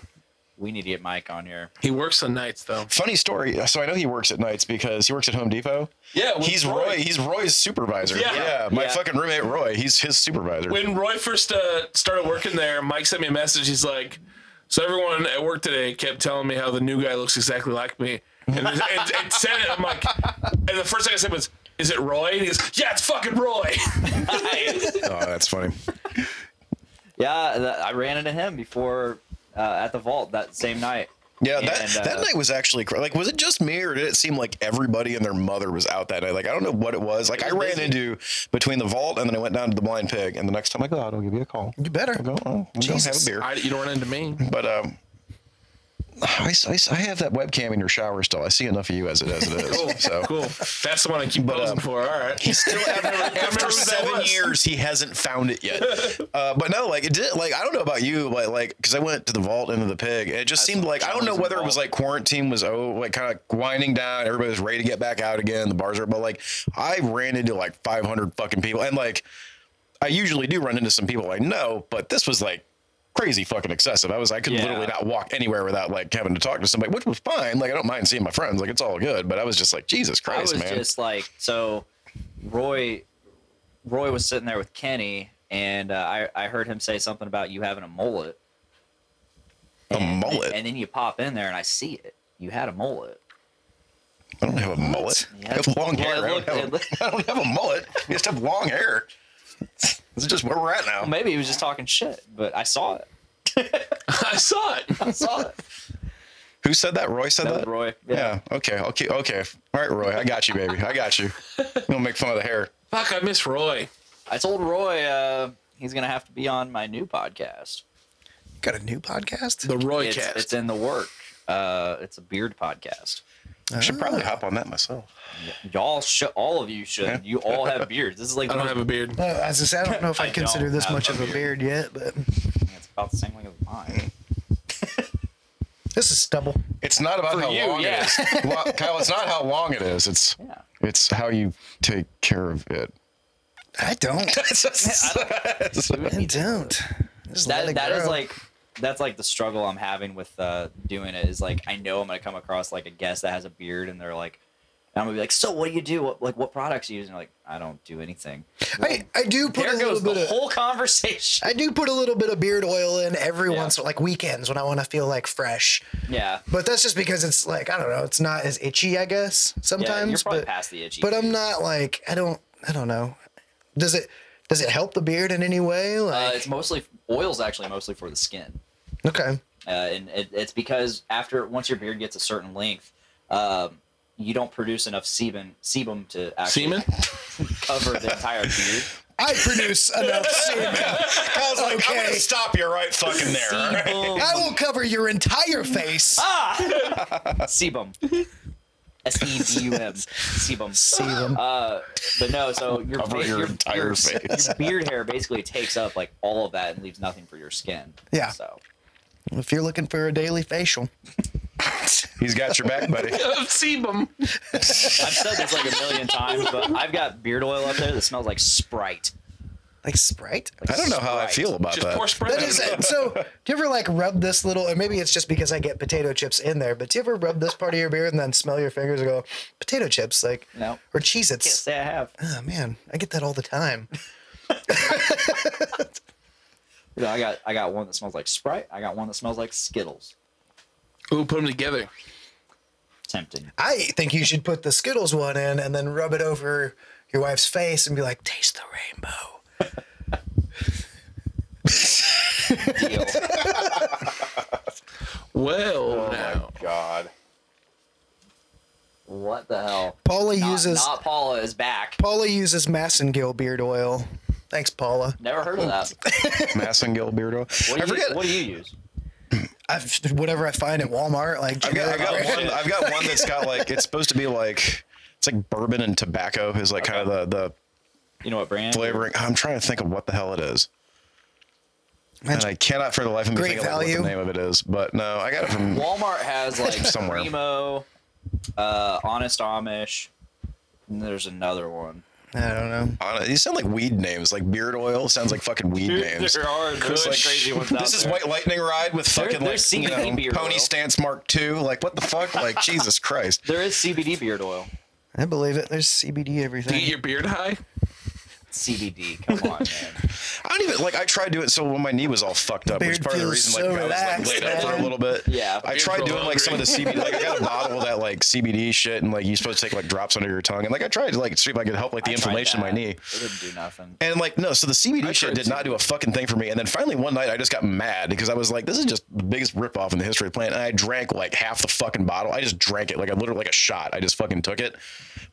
We need to get Mike on here.
He works on nights though.
funny story. So I know he works at nights because he works at Home Depot.
Yeah, with
he's Roy.
Roy.
He's Roy's supervisor.
Yeah.
Yeah, my
Yeah.
fucking roommate Roy. He's his supervisor.
When Roy first uh, started working there, Mike sent me a message. He's like, "So everyone at work today kept telling me how the new guy looks exactly like me." And it, it, it said it. I'm like, and the first thing I said was, "Is it Roy?" And he goes, "Yeah, it's fucking Roy."
oh, that's funny.
uh, Yeah, th- I ran into him before uh, at the vault that same night.
Yeah, that,
And, uh,
that night was actually cra- like, was it just me or did it seem like everybody and their mother was out that night? Like, I don't know what it was. Like, I ran into between the vault and then I went down to the blind pig. And the next time I go out, I'll give you a call.
You better.
I'll go, oh, we don't have a
Jesus.
beer.
I, you don't run into me.
But um, I, I, I have that webcam in your shower still. I see enough of you as it as it is. so
Cool. That's the one I keep
But,
posing
um,
for. All right.
He's still after,
who
after
that
seven
was.
years, he hasn't found it yet. Uh, but no, like it did. Like I don't know about you, but like because I went to the vault into the pig, and it just seemed like I don't know
John's
whether it was
involved.
like quarantine was oh like kind of winding down, everybody was ready to get back out again, the bars are. But like I ran into like 500 fucking people, and like I usually do run into some people I know, but this was like crazy fucking excessive. I was I could
Yeah.
literally not walk anywhere without like having to talk to somebody, which was fine. Like I don't mind seeing my friends, like it's all good. But I was just like Jesus
I
Christ,
was
man.
just like, so Roy, Roy was sitting there with Kenny, and uh, I I heard him say something about you having a mullet.
A
And-
mullet?
and then you pop in there, and I see it. You had a mullet.
I don't have a mullet.
Yeah.
I have
Well,
long hair.
it
I don't
looked-
have a-
it looked-
I don't have a mullet. I just have long hair. This is just where we're at now.
Well, maybe he was just talking shit, but I saw it.
I saw it.
I saw it.
Who said that? Roy said
That
that.
was Roy. Yeah.
Yeah. Okay. Okay. Okay. All right, Roy. I got you, baby. I got you. You don't make fun of the hair.
Fuck, I miss Roy.
I told Roy uh, he's gonna have to be on my new podcast.
Got a new podcast?
The Roy
It's,
cast.
it's in the work. Uh, it's a beard podcast.
I should probably hop on that myself.
Y'all should. All of you should. You all have beards. This is like
I
the
don't
most
have a beard.
Uh, as I said, I don't know if I,
I
consider
don't
this
have
much
a
of a beard yet, but
It's about the same length as mine.
this is stubble.
It's not about how
you,
long
yeah.
it is, Well, Kyle. It's not how long it is. It's
Yeah.
it's how you take care of it.
I don't. I don't. Just let
That
it
that is
grow.
like that's like the struggle I'm having with uh, doing it. Is like I know I'm gonna come across like a guest that has a beard, and they're like, and I'm gonna be like, so what do you do? What like what products you use? And they're like I don't do anything.
I, I do put a
There
little
goes
bit
the
of
whole conversation.
I do put a little bit of beard oil in every
Yeah.
once like weekends when I want to feel like fresh.
Yeah.
But that's just because it's like I don't know, it's not as itchy, I guess.
Yeah,
Sometimes,
you're probably
but
past the itchy.
but I'm
phase.
not like I don't I don't know. Does it does it help the beard in any way?
Uh,
Like
it's mostly oils. Actually, mostly for the skin.
okay,
uh, and it, it's because after once your beard gets a certain length, um, you don't produce enough sebum sebum to actually
Semen?
cover the entire beard.
I produce enough semen.
Kyle's like, I'm
Okay.
gonna stop you right fucking there. all right?
Sebum.
I will cover your entire face.
Ah. sebum. S e b u m. Sebum.
Sebum.
Uh, but no, so your
Cover
beard,
your
your,
entire
your-
face.
your beard hair basically takes up like all of that and leaves nothing for your skin.
Yeah.
So
If you're looking for a daily facial,
He's got your back, buddy.
Sebum.
I've said this like a million times, but I've got beard oil up there that smells like Sprite.
like Sprite.
I don't know how I
Sprite.
feel about
Just
that.
pour spray.
That is so. Do you ever like rub this little? And maybe it's just because I get potato chips in there. But do you ever rub this part of your beard and then smell your fingers and go, potato chips, like,
No.
or cheese?
Can't
It's
say I have.
oh man, I get that all the time.
You know, I got I got one that smells like Sprite. I got one that smells like Skittles.
Ooh, put them together.
Tempting.
I think you should put the Skittles one in and then rub it over your wife's face and be like, taste the rainbow.
Deal.
Well,
Oh
now.
my god.
what the hell?
Paula
Not,
uses
not Paula is back.
Paula uses Massengill beard oil. Thanks, Paula.
Never heard of that.
Massengill beard oil.
What do,
I
you,
forget.
what do you use?
I've whatever I find at Walmart, like
I've got, I got
generic-
one. I've got one that's got like it's supposed to be like it's like bourbon and tobacco is like kind of the
You know what brand?
the flavoring. I'm trying to think of what the hell it is, and
That's-
I cannot for the life of me
Great
think of like, what
value.
the name of it is. But no, I got it from
Walmart has like
Somewhere.
Primo, uh, Honest Amish, and there's another one.
I don't know.
Honest. These sound like weed names. Like beard oil sounds like fucking weed names.
There are those
It's like,
crazy ones out
this is
there.
White Lightning Ride with fucking
they're
like you
CBD
know,
beard
Pony
oil.
Stance Mark II. Like what the fuck? Like Jesus Christ.
There is CBD beard oil.
I believe it. There's CBD
Do you
everything.
get your beard high?
CBD. Come on, man.
I don't even like. I tried doing it so when my knee was all fucked up,
Beard
which is part of the
feels
reason like
so
I was like
relaxed,
laid up for a
man.
little bit.
Yeah.
I
Beard
tried
feels
doing like some of the CBD. Like I got a bottle of that like CBD shit, and like you're supposed to take like drops under your tongue, and like I tried to like see if I could help like the
I tried
inflammation in my
that.
knee.
It didn't do nothing.
And like no, so the CBD shit
tried
did not do a fucking thing for me. And then finally one night I just got mad because I was like, this is just the biggest ripoff in the history of the planet. And I drank like half the fucking bottle. I just drank it like I literally like a shot. I just fucking took it.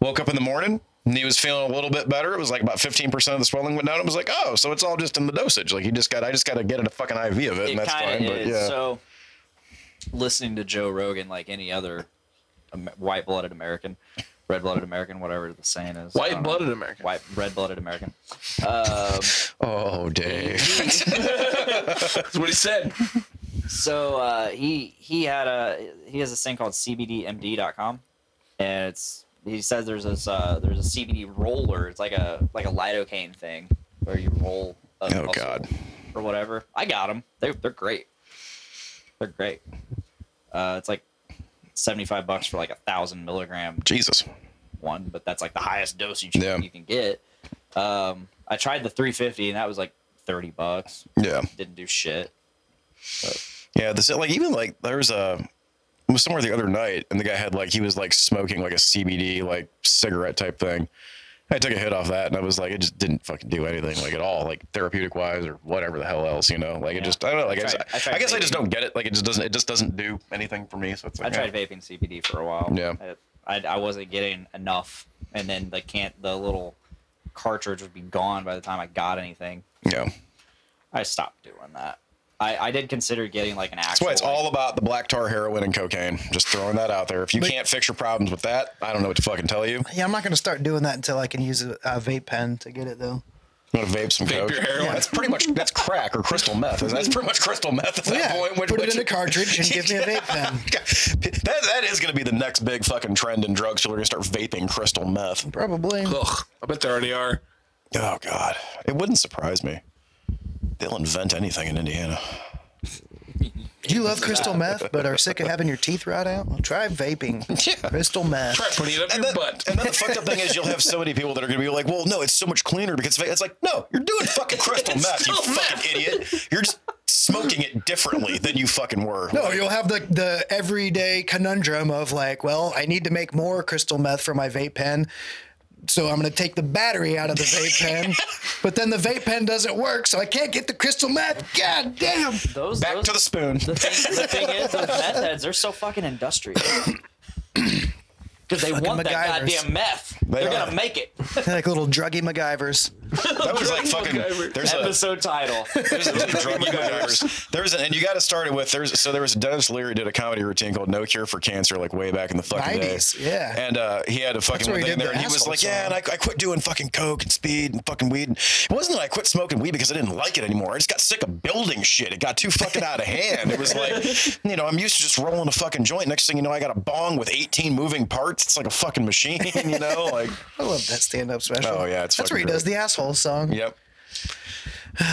Woke up in the morning. Knee was feeling a little bit better. It was like about fifteen percent of the swelling went down. I was like, oh, so it's all just in the dosage. Like you just got, I just got to get a fucking IV of it, and
It
that's
kind
fine.
of
But
is.
yeah,
So, listening to Joe Rogan, like any other um, white-blooded American, red-blooded American, whatever the saying is, I don't know.
White-blooded American.
white red-blooded American. Um,
oh Dave,
That's what he said.
So uh, he he had a he has this thing called CBDMD.com, and it's he says there's this uh, there's a CBD roller. It's like a like a lidocaine thing where you roll. A
Oh,
muscle
God.
Or whatever. I got them. They're they're great. They're great. Uh, it's like seventy five bucks for like a thousand milligram
Jesus,
one, but that's like the highest dosage
Yeah.
you can get. Um, I tried the three fifty and that was like thirty bucks.
yeah.
Didn't do shit.
Yeah, this like even like there was a it was somewhere the other night, and the guy had like he was like smoking like a CBD like cigarette type thing. I took a hit off that, and I was like, it just didn't fucking do anything like at all, like therapeutic wise or whatever the hell else, you know. Like it just I don't know. Like I,
I tried-
just, I,
I tried
guess I just
vaping.
don't get it. Like it just doesn't it just doesn't do anything for me. So it's like
I
eh.
tried vaping CBD for a while.
Yeah.
I, I, I wasn't getting enough, and then the can't the little cartridge would be gone by the time I got anything.
Yeah,
I stopped doing that. I, I did consider getting like an actual.
that's why it's
like-
all about the black tar heroin and cocaine. Just throwing that out there. If you
But-
can't fix your problems with that, I don't know what to fucking tell you.
Yeah, I'm not going to start doing that until I can use a, a vape pen to get it though.
You want to vape some
Vape
coke?
your heroin.
Yeah, that's pretty much that's crack or crystal meth. That's pretty much crystal meth at that
Yeah,
point. which-
put it
which-
in a cartridge and give me a vape pen.
that, that is going to be the next big fucking trend in drugs. People are going to start vaping crystal meth.
Probably.
Ugh, I bet they already are.
Oh God, it wouldn't surprise me. They'll invent anything in Indiana.
You love crystal meth, but are sick of having your teeth rot out? Well, try vaping. Crystal meth.
Try putting it up your
And then,
butt.
and then the fucked up thing is, you'll have so many people that are going to be like, "Well, no, it's so much cleaner because va-" it's like, no, you're doing fucking crystal meth, you fucking idiot. You're just smoking it differently than you fucking were.
No, you'll have the, the everyday conundrum of like, well, I need to make more crystal meth for my vape pen. So I'm going to take the battery out of the vape pen. But then the vape pen doesn't work, so I can't get the crystal meth. God damn.
those.
Back
those-
to the spoon.
The thing, the thing is, those meth heads they're so fucking industrious. Because they want that
MacGyvers.
goddamn meth. They
They
are
are.
gonna make it.
They're like little druggy MacGyvers.
That was like
Drug
fucking.
MacGyver.
There's a,
Episode title.
There's a drug MacGyvers. There's an, and you got to start it with there's so there was Dennis Leary did a comedy routine called No Cure for Cancer like way back in the fucking
90s,
day.
yeah.
And uh, he had a fucking
where he
thing
did
there,
the
and he was
asshole
like, yeah, and
song.
I, I quit doing fucking coke and speed and fucking weed. And it wasn't that I quit smoking weed because I didn't like it anymore. I just got sick of building shit. It got too fucking out of hand. It was like, you know, I'm used to just rolling a fucking joint. Next thing you know, I got a bong with 18 moving parts. It's like a fucking machine, you know, like.
I love that stand up special.
Oh, yeah, it's
That's where he
fucking
does the asshole song.
Yep.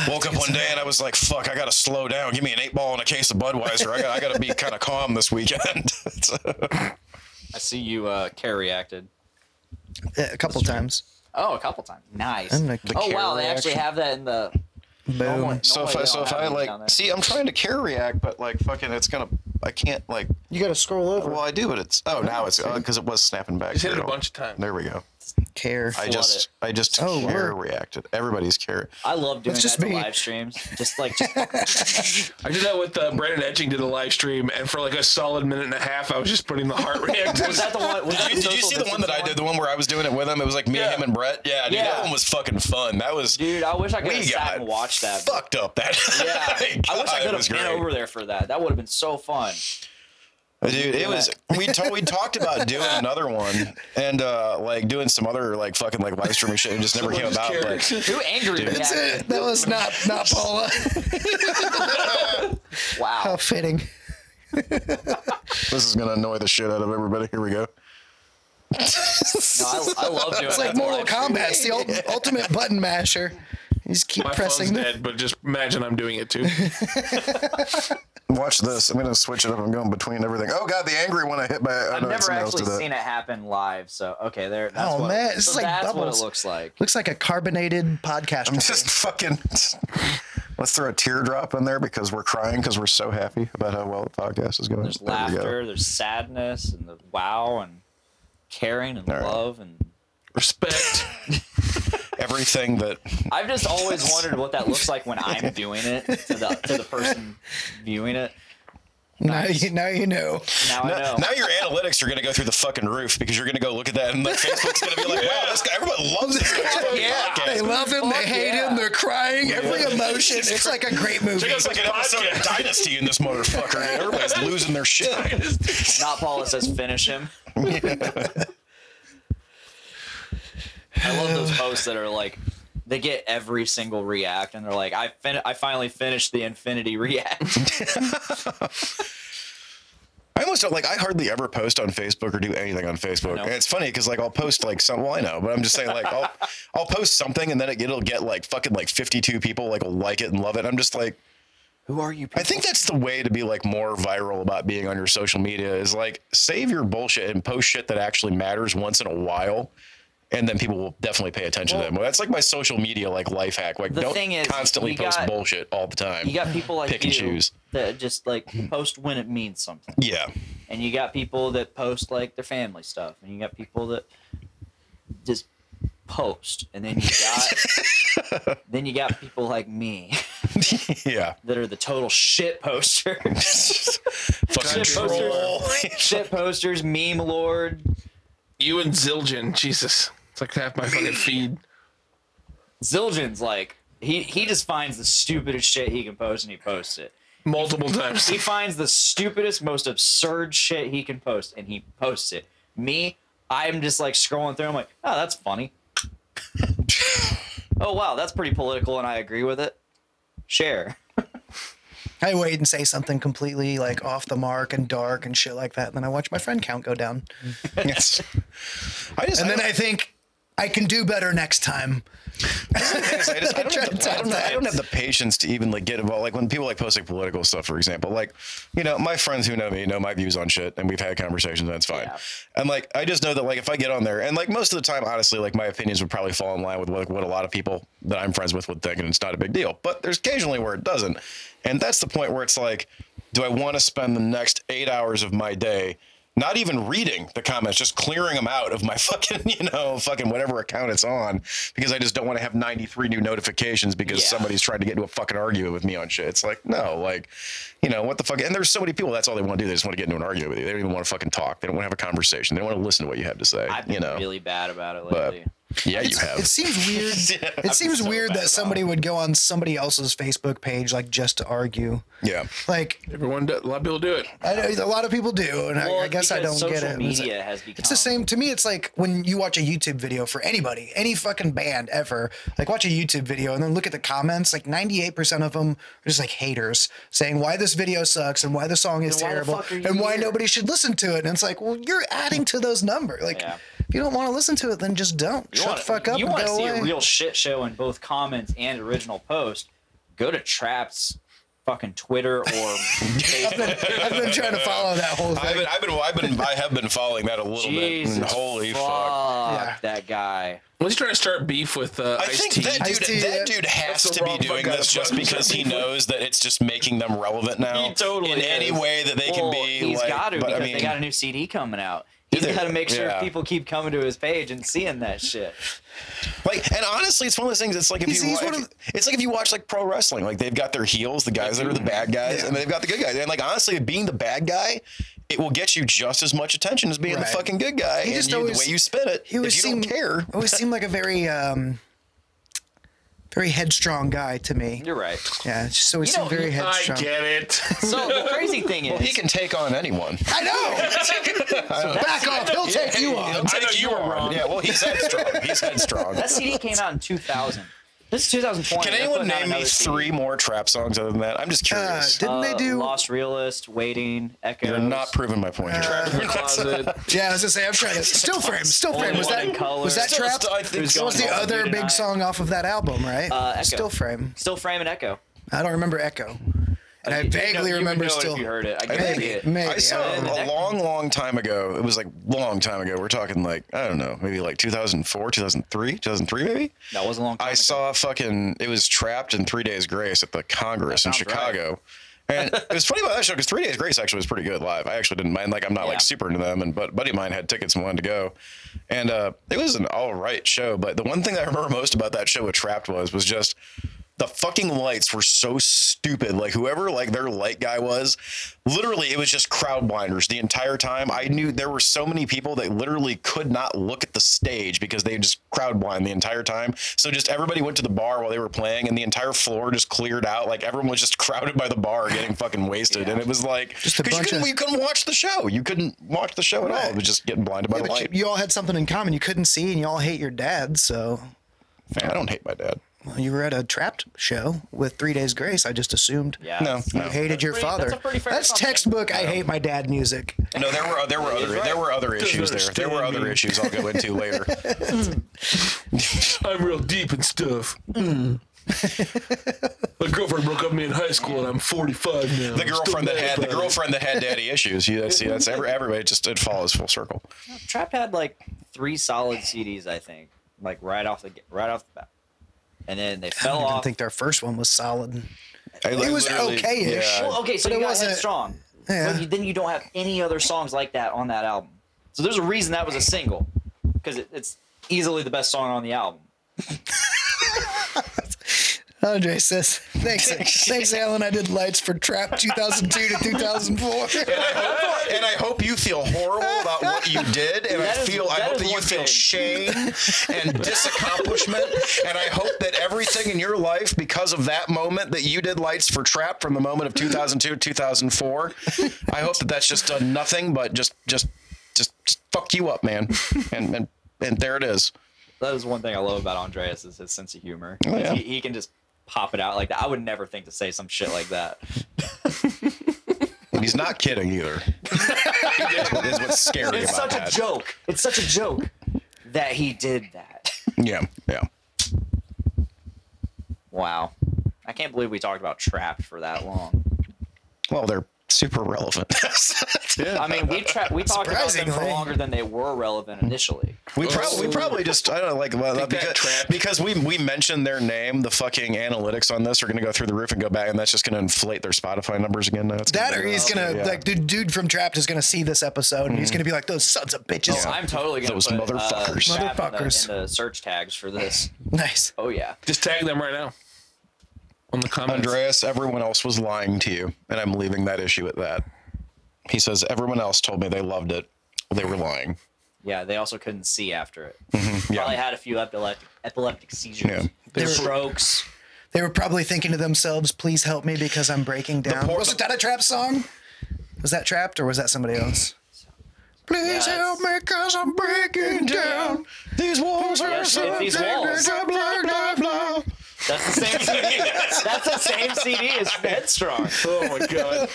Woke up one day and I was like, "Fuck! I gotta slow down. Give me an eight ball and a case of Budweiser. I gotta, I gotta be kind of calm this weekend." So-
I see you uh, carry acted.
Yeah, a couple times.
Oh, a couple times. Nice.
I'm like-
oh
The
wow, they
care
actually
reaction.
have that in the.
Boom.
Um, so if I, so if I like, see, I'm trying to care react, but like, fucking, it's gonna, I can't like.
You got to scroll over.
Well, I do, but it's oh now it's because it was snapping back.
Just hit
here.
it a bunch of times.
There we go.
Care.
I
Flood
just, I just
Oh,
care
word.
reacted. Everybody's care.
I love doing
Let's just
that to
be-
live streams. Just like just
I did that with uh, Brandon Edging did a live stream, and for like a solid minute and a half, I was just putting the heart reactors.
Was that the one? Was that
Did you
social
see the one that I
distancing
did? The one where I was doing it with him. It was like me,
Yeah.
him, and Brett. Yeah, dude,
Yeah.
that one was fucking fun. That was
Dude, I wish I could
we
have
got
sat and watched that. but-
fucked up that.
Yeah, I wish I could have been over there for that. That would have been so fun.
Dude, it was we told we talked about doing another one and uh like doing some other like fucking like live streaming shit and just never came
Oh,
about. But
Who angry? me
That's
at me?
it. That was not not Paula. How
Wow.
fitting.
this is gonna annoy the shit out of everybody. Here we go.
No, I, I love doing
It's like Mortal Kombat. It's the ult- ultimate button masher. You just keep
My phone's
pressing. the-
dead, but just imagine I'm doing it too.
Watch this. I'm gonna switch it up. I'm going between everything. Oh god, the angry one I hit by. I
I've
know
never
someone else
actually
did that.
seen it happen live, so okay, there. That's
Oh,
what,
man, this
so
is like
that's what
bubbles.
it looks like.
Looks like a carbonated podcast.
I'm just fucking. Let's throw a teardrop in there because we're crying because we're so happy about how well the podcast is going.
There's
There we go.
laughter, there's sadness, and the wow, and caring, and
All right.
love, and
Respect.
Everything that
I've just always wondered what that looks like when I'm doing it to the to the person viewing it.
now, you, now you know.
Now I know.
now your analytics are going to go through the fucking roof because you're going to go look at that and like Facebook's going to be like, wow, this guy, everybody loves this guy.
Yeah.
They love him. They hate
yeah.
him. They're crying. Every emotion. It's like a great movie.
Check out like an episode of Dynasty in this motherfucker. and Everybody's losing their shit.
Not Paula says finish him. I love those posts that are like they get every single react and they're like I fin- I finally finished the infinity react.
I almost don't like. I hardly ever post on Facebook or do anything on Facebook.
know.
And it's funny because like I'll post like some. Well, I know, but I'm just saying like I'll I'll post something and then it, it'll get like fucking like 52 people like will like it and love it. I'm just like,
Who are you?
I think that's the way to be like more viral about being on your social media is like save your bullshit and post shit that actually matters once in a while. And then people will definitely pay attention to them. That's like my social media like life hack. Like
The
don't
thing is,
constantly
you
post
got-
bullshit all the time.
You got people like
Pick
you
and choose.
that just like post when it means something,
yeah.
and you got people that post like their family stuff, and you got people that just post, and then you got then you got people like me
Yeah.
that are the total shit poster,
Fucking
Shit posters.
troll.
shit posters, meme lord.
you and Zildjian, Jesus. It's like half my fucking feed.
Zildjian's like he he just finds the stupidest shit he can post, and he posts it.
Multiple times.
He finds the stupidest, most absurd shit he can post, and he posts it. Me, I'm just like scrolling through. I'm like, oh, that's funny. oh wow, that's pretty political, and I agree with it. Share.
I wait and say something completely like off the mark and dark and shit like that. And then I watch my friend count go down.
Yes. I just
And then
I,
I think I can do better next time.
I just- I don't
Try
have the-
to
I don't- I
tap
don't have the patience to even like get involved. Like when people like post like political stuff, for example, like you know, my friends who know me know my views on shit, and we've had conversations, and it's fine.
Yeah.
And like I just know that like if I get on there, and like most of the time, honestly, like my opinions would probably fall in line with like what a lot of people that I'm friends with would think, and it's not a big deal. But there's occasionally where it doesn't, and that's the point where it's like, do I want to spend the next eight hours of my day? not even reading the comments, just clearing them out of my fucking, you know, fucking whatever account it's on because I just don't want to have 93 new notifications because
Yeah.
somebody's trying to get into a fucking argument with me on shit. It's like, no, like, you know, what the fuck? And there's so many people, that's all they want to do. They just want to get into an argument with you. They don't even want to fucking talk. They don't want to have a conversation. They don't want to listen to what you have to say,
I've been
you know.
really bad about it
but
lately.
yeah, you have.
It seems weird.
Yeah,
it seems
so
weird
bad
that
about
somebody would go on somebody else's Facebook page like just to argue.
yeah.
Like
Everyone, does, a lot of people do it.
I know a lot of people do, and I-
Well,
I, guess I don't
because
get
social
it. It's-
media has become
It's the same to me. It's like when you watch a YouTube video for anybody, any fucking band ever. Like watch a YouTube video and then look at the comments. Like ninety eight percent of them are just like haters saying why this video sucks and why the song is
Then why the
terrible
fuck are you
and why
here?
nobody should listen to it. And it's like, well, you're adding to those numbers. Like
Yeah.
if you don't want to listen to it, then just don't.
You
Shut
wanna-
the fuck up
You
and
want to
go
see
away.
a real shit show in both comments and original post? Go to Traps, fucking Twitter or Facebook.
I've been trying to follow that whole
I've
thing.
been, I've been, I've been, I have been following that a little bit.
Jesus,
And Mm. Holy
fuck,
fuck.
Yeah.
that guy.
What's he trying to start beef with uh,
I
Ice
think
T?
that dude,
Ice-T, yeah.
that dude has
That's the
to be
wrong
doing
fucking
this just
fucking
because he
person.
knows that it's just making them relevant now.
He totally
in any
is.
way that they
Well,
can be.
He's
like,
got to
but,
because
I mean,
they got a new CD coming out. He's
they?
got to make sure
Yeah.
people keep coming to his page and seeing that shit.
like, and honestly, it's one of those things. It's like if
He's-
you,
he's
wa-
one of
if- it's like if you watch like pro wrestling, like they've got their heels, the guys that are the
Mm-hmm.
bad guys, and they've got the good guys. And like honestly, being the bad guy, it will get you just as much attention as being
Right.
the fucking good guy.
He
and
just
you,
always-
the way you spin it,
he
if you
always seemed
don't care.
always seemed like a very um very headstrong guy to me.
You're right.
Yeah, it's just always
You know,
seemed very
he-
I
headstrong.
get it.
So the crazy thing is,
He can take on anyone.
I know. Back off. He'll take you on.
I know you were wrong.
Yeah, well, he's headstrong. He's headstrong.
that CD came out in 2000. This is 2020.
Can
They're
anyone
putting out
name me
another CD.
three more trap songs other than that? I'm just
Uh,
curious.
didn't
Uh,
they do?
Lost Realist, Waiting, Echoes?
You're not proving my
uh,
point. here.
Her closet.
Yeah, I was gonna say I'm trying to still frame. Still
Only
frame was
One
that
in Color.
was that
Still-
trap?
still- I think
What
so.
was the
Gone Wild,
other
Did
big
I?
song off of that album, right?
Uh, Echo.
still frame.
Still Frame and Echo.
I don't remember Echo. And I vaguely remember
you would know
still-
If you heard it, I guarantee
Maybe,
it.
maybe.
I saw
don't
him a
know.
long, long time ago. It was like long time ago. We're talking like I don't know, maybe like 2004, 2003, 2003 maybe.
That was a long time.
I
ago.
saw fucking it was trapped in Three Days Grace at the Congress in
sounds right.
Chicago. And it was funny about that show because Three Days Grace actually was pretty good live. I actually didn't mind. Like I'm not
Yeah.
like super into them, and but a buddy of mine had tickets and wanted to go, and uh, it was an all right show. But the one thing I remember most about that show with Trapped was was just the fucking lights were so stupid. Like whoever like their light guy was, literally it was just crowd blinders the entire time. I knew there were so many people that literally could not look at the stage because they just crowd blind the entire time. So just everybody went to the bar while they were playing and the entire floor just cleared out. Like everyone was just crowded by the bar getting fucking wasted. And it was like
Just a
because you
bunch
couldn't,
of-
you couldn't watch the show. You couldn't watch the show at all. It was just getting blinded by
Yeah,
the
but you,
light.
you all had something in common. You couldn't see, and you all hate your dad. So
I don't hate my dad.
well, you were at a trapped show with Three Days Grace. I just assumed
Yeah.
No,
you
no.
hated your
pretty-
father.
that's a pretty fair
That's
assumption.
textbook. I hate my dad music.
No, there were there were other there were other issues there. There were other
understand me.
issues I'll go into later.
I'm real deep and stuff.
Mm.
My girlfriend broke up with me in high school, and I'm 45 now.
The girlfriend that had the
girlfriend.
girlfriend that had daddy issues. You see, that's every, everybody. Just it follows full circle.
Trapped had like three solid CDs, I think, like right off the right off the bat, and then they
I
fell
don't even
off.
think their first one was solid.
I
It was
literally-
okay-ish.
Well, okay, so
But
you
it
got
wasn't-
Headstrong.
Yeah.
But you, then you don't have any other songs like that on that album. So there's a reason that was a single, because it, it's easily the best song on the album.
Andre says, Oh, "Thanks, thanks, Alan. I did lights for Trap 2002 to 2004."
And I hope you feel horrible about what you did, and
That
I
is-
feel I
that
hope
is
that you
one
feel
thing.
shame and disaccomplishment, and I hope that everything in your life because of that moment that you did lights for trap from the moment of 2002 2004, I hope that that's just done nothing but just just just, just fuck you up, man. And and and there it is.
That is one thing I love about Andreas is his sense of humor.
Oh, yeah.
he, he can just pop it out like that. I would never think to say some shit like that.
And he's not kidding either. That's what- that's what's scary
It's
about
such
that.
a joke. It's such a joke that he did that.
Yeah, yeah.
Wow. I can't believe we talked about Trapped for that long.
Well, they're super relevant.
I mean, we tra- we talked about them for
Surprisingly.
longer than they were relevant initially.
we probably we probably just I don't know, like well,
Take that,
because,
Trap.
because we we mentioned their name. The fucking analytics on this are going to go through the roof and go back, and that's just going to inflate their Spotify numbers again. Now It's gonna
That or
be-
he's gonna
Yeah. Mm-hmm.
like the dude from Trapped is gonna see this episode and he's gonna be like those sons of bitches.
I'm totally gonna
Those
put, uh,
motherfuckers.
Trapped in the-
Motherfuckers.
in the, search tags for this.
Nice.
Oh yeah,
Just tag them right now on the comments.
Andreas, everyone else was lying to you, and I'm leaving that issue at that. He says everyone else told me they loved it. They were lying.
yeah. They also couldn't see after it.
Mm-hmm. yeah.
Probably had a few epileptic epileptic seizures,
Yeah.
They
were-
strokes.
They were probably thinking to themselves, "Please help me because I'm breaking down."
poor-
Wasn't that a Trap song? Was that Trapped or was that somebody else? Please
Yeah,
help me because I'm breaking down.
These walls are
Yes,
so
these walls.
blah, blah, blah, blah.
That's the same CD. That's the same CD as Headstrong.
Oh my god.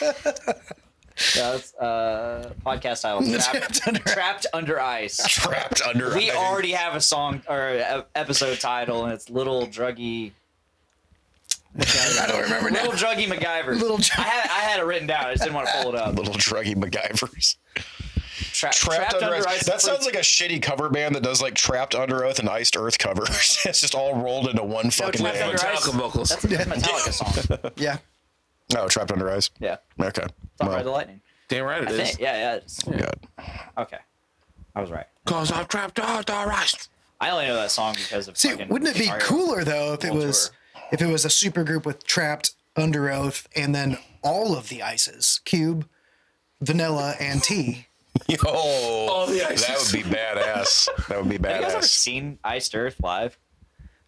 That's uh, podcast title. Trapped,
Trapped under-
trapped under ice.
trapped under.
We
ice.
already have a song or a episode title, and it's Little Druggy.
I don't remember now.
Little Druggy MacGyver.
Little Druggy-
I had I had it written down. I just didn't want to pull it up.
little druggy MacGyvers.
Tra-
Trapped, under,
is
ice.
the
That
first-
sounds like a shitty cover band that does like Trapped Under Oath and Iced Earth covers. it's just all rolled into one fucking
Trapped
band.
Under Ice.
Metallica vocals.
That's a Metallica song.
Yeah.
oh, Trapped Under Ice.
Yeah.
Okay.
Talk
Well,
about the lightning.
Damn right it
I
is.
think. Yeah, yeah. it's-
God.
Okay. I was right.
Cause I'm trapped out the rice.
I only know that song because of.
See,
fucking
wouldn't it be
Mario.
cooler though if it
World
was
Tour.
if it was a super group with Trapped, Under Oath, and then all of the ices, Cube, Vanilla, and Tea.
Yo,
All the ices.
that would be badass. That would be
Have you guys ever
badass.
seen Iced Earth live?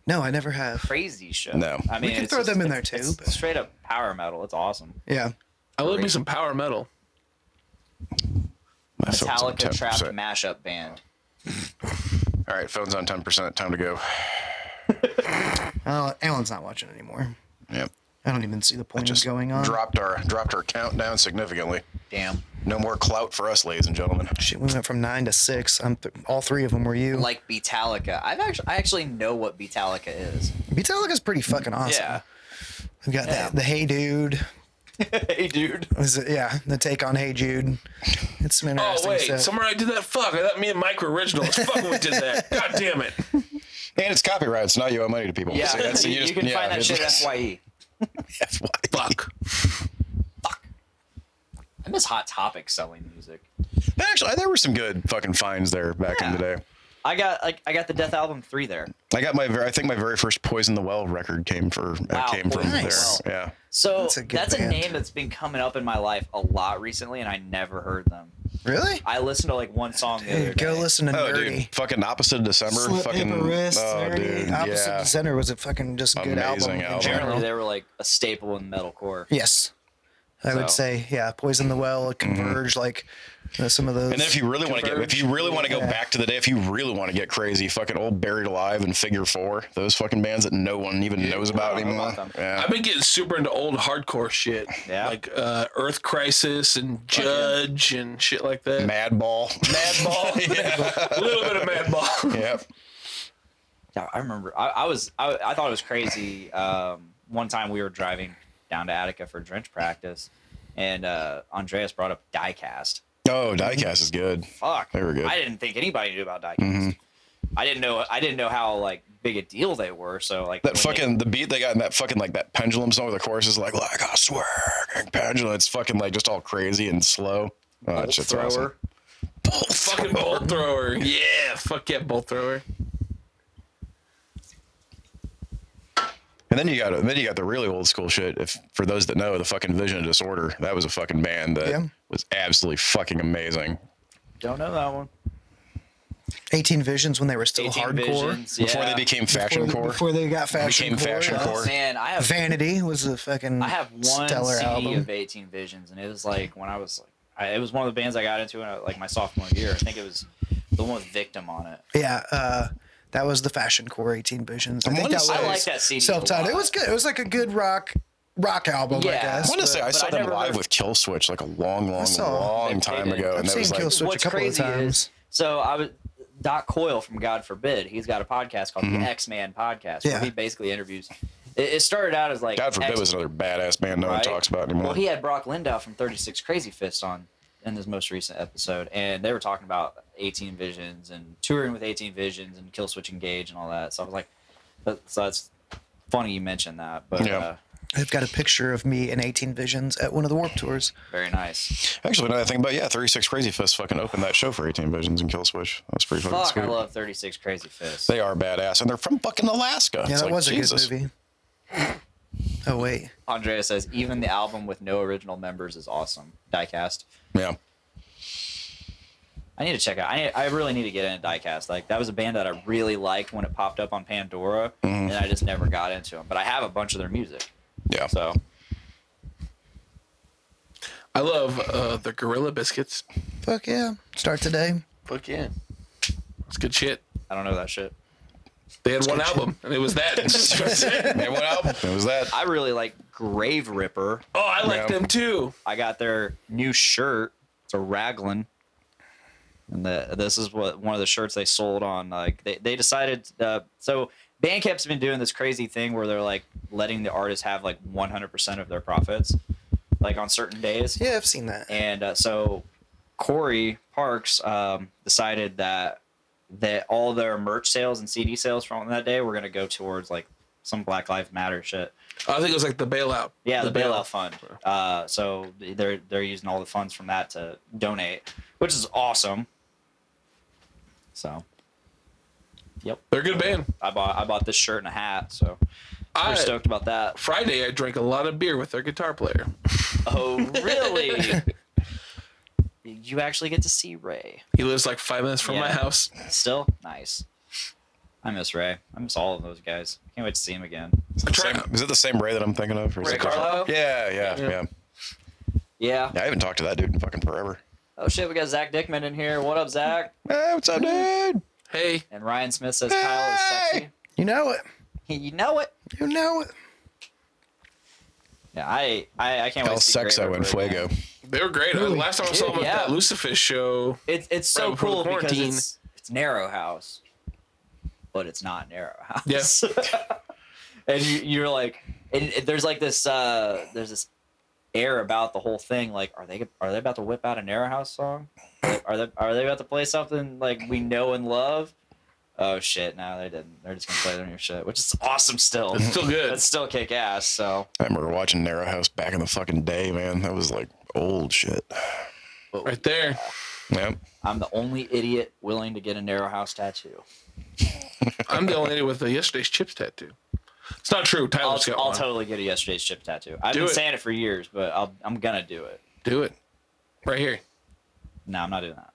No, I never have.
Crazy shit.
No.
I mean,
We can
it's
throw
just-
them in there
it's-
too,
it's
but-
Straight up power metal. It's awesome.
Yeah.
I love me some power metal.
My phone's on
Metallica
10%.
trapped mashup band.
All right, phone's on ten percent. Time to go.
Uh, Alan's not watching anymore.
Yep.
I don't even see the point
Just
of going on.
Dropped our dropped our countdown significantly.
Damn.
No more clout for us, ladies and gentlemen.
Shit, we went from nine to six. I'm th- all three of them were you.
Like Beatallica. I've actually I actually know what Beatallica is.
Metallica's pretty fucking awesome.
Yeah.
We've got that the Hey Dude,
hey, dude.
Is it, yeah, the take on Hey Jude. It's some
Oh
interesting
wait,
stuff.
somewhere I did that. Fuck, I thought me and Mike were originals. Fuck, we did that. God damn it.
And it's copyright. It's not you owe money to people.
Yeah,
So
you,
that's- you just-
can
yeah,
find that
it's-
shit at FYE.
Fuck.
I miss Hot Topic selling music.
Actually, there were some good fucking finds there back in the day.
I got like I got the Death Album three there.
I got my, ver- I think my very first Poison the Well record came for
Wow.
uh, came from
Nice.
there. Yeah,
So that's
That's
a,
a good band.
name that's been coming up in my life a lot recently, and I never heard them.
really?
I listened to like one song the other
Dude,
day.
go listen to
Oh,
Nerdy.
dude, fucking opposite of December.
Slip
fucking
Paper Wrist,
oh,
Nerdy.
dude,
Opposite
yeah.
Center was a fucking just good album.
Amazing
in
album.
general.
Apparently, they were like a staple in metalcore.
Yes. I would
So-
say, yeah, Poison the Well, Converge, like uh, some of those.
Mm-hmm. And then if you really want to get, if you really want to go
Yeah.
back to the day, if you really want to get crazy, fucking old Buried Alive and Figure Four, those fucking bands that no one even knows about
don't know
anymore.
about them.
Yeah.
I've been getting super into old hardcore shit.
Yeah.
Like uh, Earth Crisis and Judge and shit like that.
Madball.
Madball. A little bit of Madball.
yep.
Yeah, I remember. I, I was I, I thought it was crazy. Um, one time we were driving down to Attica for drench practice, and uh, Andreas brought up Diecast.
Oh, Diecast is good.
Fuck,
They were good.
I didn't think anybody knew about Diecast.
Mm-hmm.
I didn't know. I didn't know how like big a deal they were. So like when
That
they-
fucking the beat they got in that fucking like that pendulum song where the chorus is like like I swear pendulum. It's fucking like just all crazy and slow. Oh, that shit's awesome.
Fucking bolt thrower. Yeah. Fuck yeah, bolt thrower.
And then you got then you got the really old school shit. If for those that know, the fucking Vision of Disorder, that was a fucking band that
Yeah.
was absolutely fucking amazing.
don't know that one.
18 Visions when they were still
18
hardcore.
Visions,
Before
yeah.
they became faction
Before,
core,
before they got fashion
became
core.
fashion
yeah.
core.
Oh, man, I have
Vanity was a fucking
I have one
stellar
CD
album.
of 18 Visions, and it was like when I was like, I, it was one of the bands I got into in uh, like my sophomore year. I think it was the one with Victim on it.
Yeah, uh, that was the Fashion Core 18 Visions. I think
wanna
that was
say- I
like that CD a
Self-titled. It
lot.
was good. It was like a good rock rock album,
Yeah.
I
I
guess.
want to say I
but
saw
I
them
never
live
heard-
with Kill Switch like a long, long,
saw them.
long
They
time
did.
ago,
I've
and that
seen
was like
Kill Switch a
What's
couple of
crazy
times.
is, so I was Doc Coyle from God Forbid. He's got a podcast called the X Man Podcast, where
Mm-hmm. Yeah.
he basically interviews. It, it started out as like
God forbid
X-
was another badass band no one
right?
talks about anymore.
Well, he had Brock Lindau from 36 Crazy Fists on in his most recent episode, and they were talking about 18 Visions and touring with 18 Visions and Kill Switch Engage and all that. So I was like, that- so that's funny you mentioned that, but
Yeah.
uh,
I've got a picture of me in 18 Visions at one of the Warp Tours.
very nice.
Actually, another thing, but yeah, 36 Crazy Fists fucking opened that show for 18 Visions and Kill Switch. That's pretty fucking
Fuck,
sweet.
I love 36 Crazy Fists.
they are badass, and they're from fucking Alaska.
Yeah,
It's
that
like,
was a
Jesus.
good movie. Oh wait,
Andrea says even the album with no original members is awesome. Diecast.
Yeah.
I need to check out. I need, I really need to get into Diecast. Like that was a band that I really liked when it popped up on Pandora,
Mm-hmm.
and I just never got into them. But I have a bunch of their music,
Yeah.
so
I love uh, the Gorilla Biscuits.
fuck yeah! Start today.
Fuck yeah. That's good shit.
I don't know that shit.
They had one album, and it was that.
They went out. It was that.
I really like Grave Ripper.
oh, I like
Yeah.
them too.
I got their new shirt. It's a raglan. And the, this is what one of the shirts they sold on. Like they, they decided. Uh, so Bandcamp's been doing this crazy thing where they're like letting the artists have like 100% of their profits, like on certain days.
Yeah, I've seen that.
And uh, so Corey Parks um, decided that that all their merch sales and CD sales from that day were going to go towards like some Black Lives Matter shit.
I think it was like the bailout.
Yeah, the, bailout, fund. Uh, so they're they're using all the funds from that to donate, which is awesome. So
They're a good band.
I bought I bought this shirt and a hat. So I'm
I,
stoked about that.
Friday, I drank a lot of beer with their guitar player.
Oh really? you actually get to see Ray
He lives like five minutes from my
Yeah.
house.
still. Nice. I miss Ray. I miss all of those guys. Can't wait to see him again.
Is it, the same, is it the same Ray that I'm thinking of? Or is
Ray
it different?
Carlisle?
Yeah, yeah, yeah,
Yeah.
Yeah.
Yeah, I haven't talked to that dude in fucking forever.
Oh shit, we got Zach Dickman in here. What up, Zach?
Hey, what's up, dude?
Hey,
And Ryan Smith says Kyle is sexy.
You know it.
you know it.
You know it.
Yeah, I I, I can't
El
wait to see Grave
Sexo
Ripper
and
again.
Fuego.
they were great.
Really?
Last time I saw
Dude,
them at
yeah.
that Lucifer show,
It's it's
Right
so
before the
cool because
quarantine.
it's, it's narrow house, but it's not narrow house.
Yeah.
and you, you're like, and it- there's like this uh, there's this air about the whole thing. Like, are they are they about to whip out an Arrowhouse song? Are they are they about to play something like we know and love? Oh shit! No, they didn't. They're just gonna play their new shit, which is awesome. Still,
It's still good.
That's still kick ass. So
I remember watching Narrow House back in the fucking day, man. That was like old shit.
right there.
Yep.
I'm the only idiot willing to get a narrow house tattoo.
I'm the only idiot with a yesterday's chips tattoo. It's not true.
I'll,
Tyler's got
I'll
one.
totally get a yesterday's chip tattoo. I've
Do
been
it.
saying it for years, but I'll, I'm gonna do it.
Do it. Right here.
No, I'm not doing that.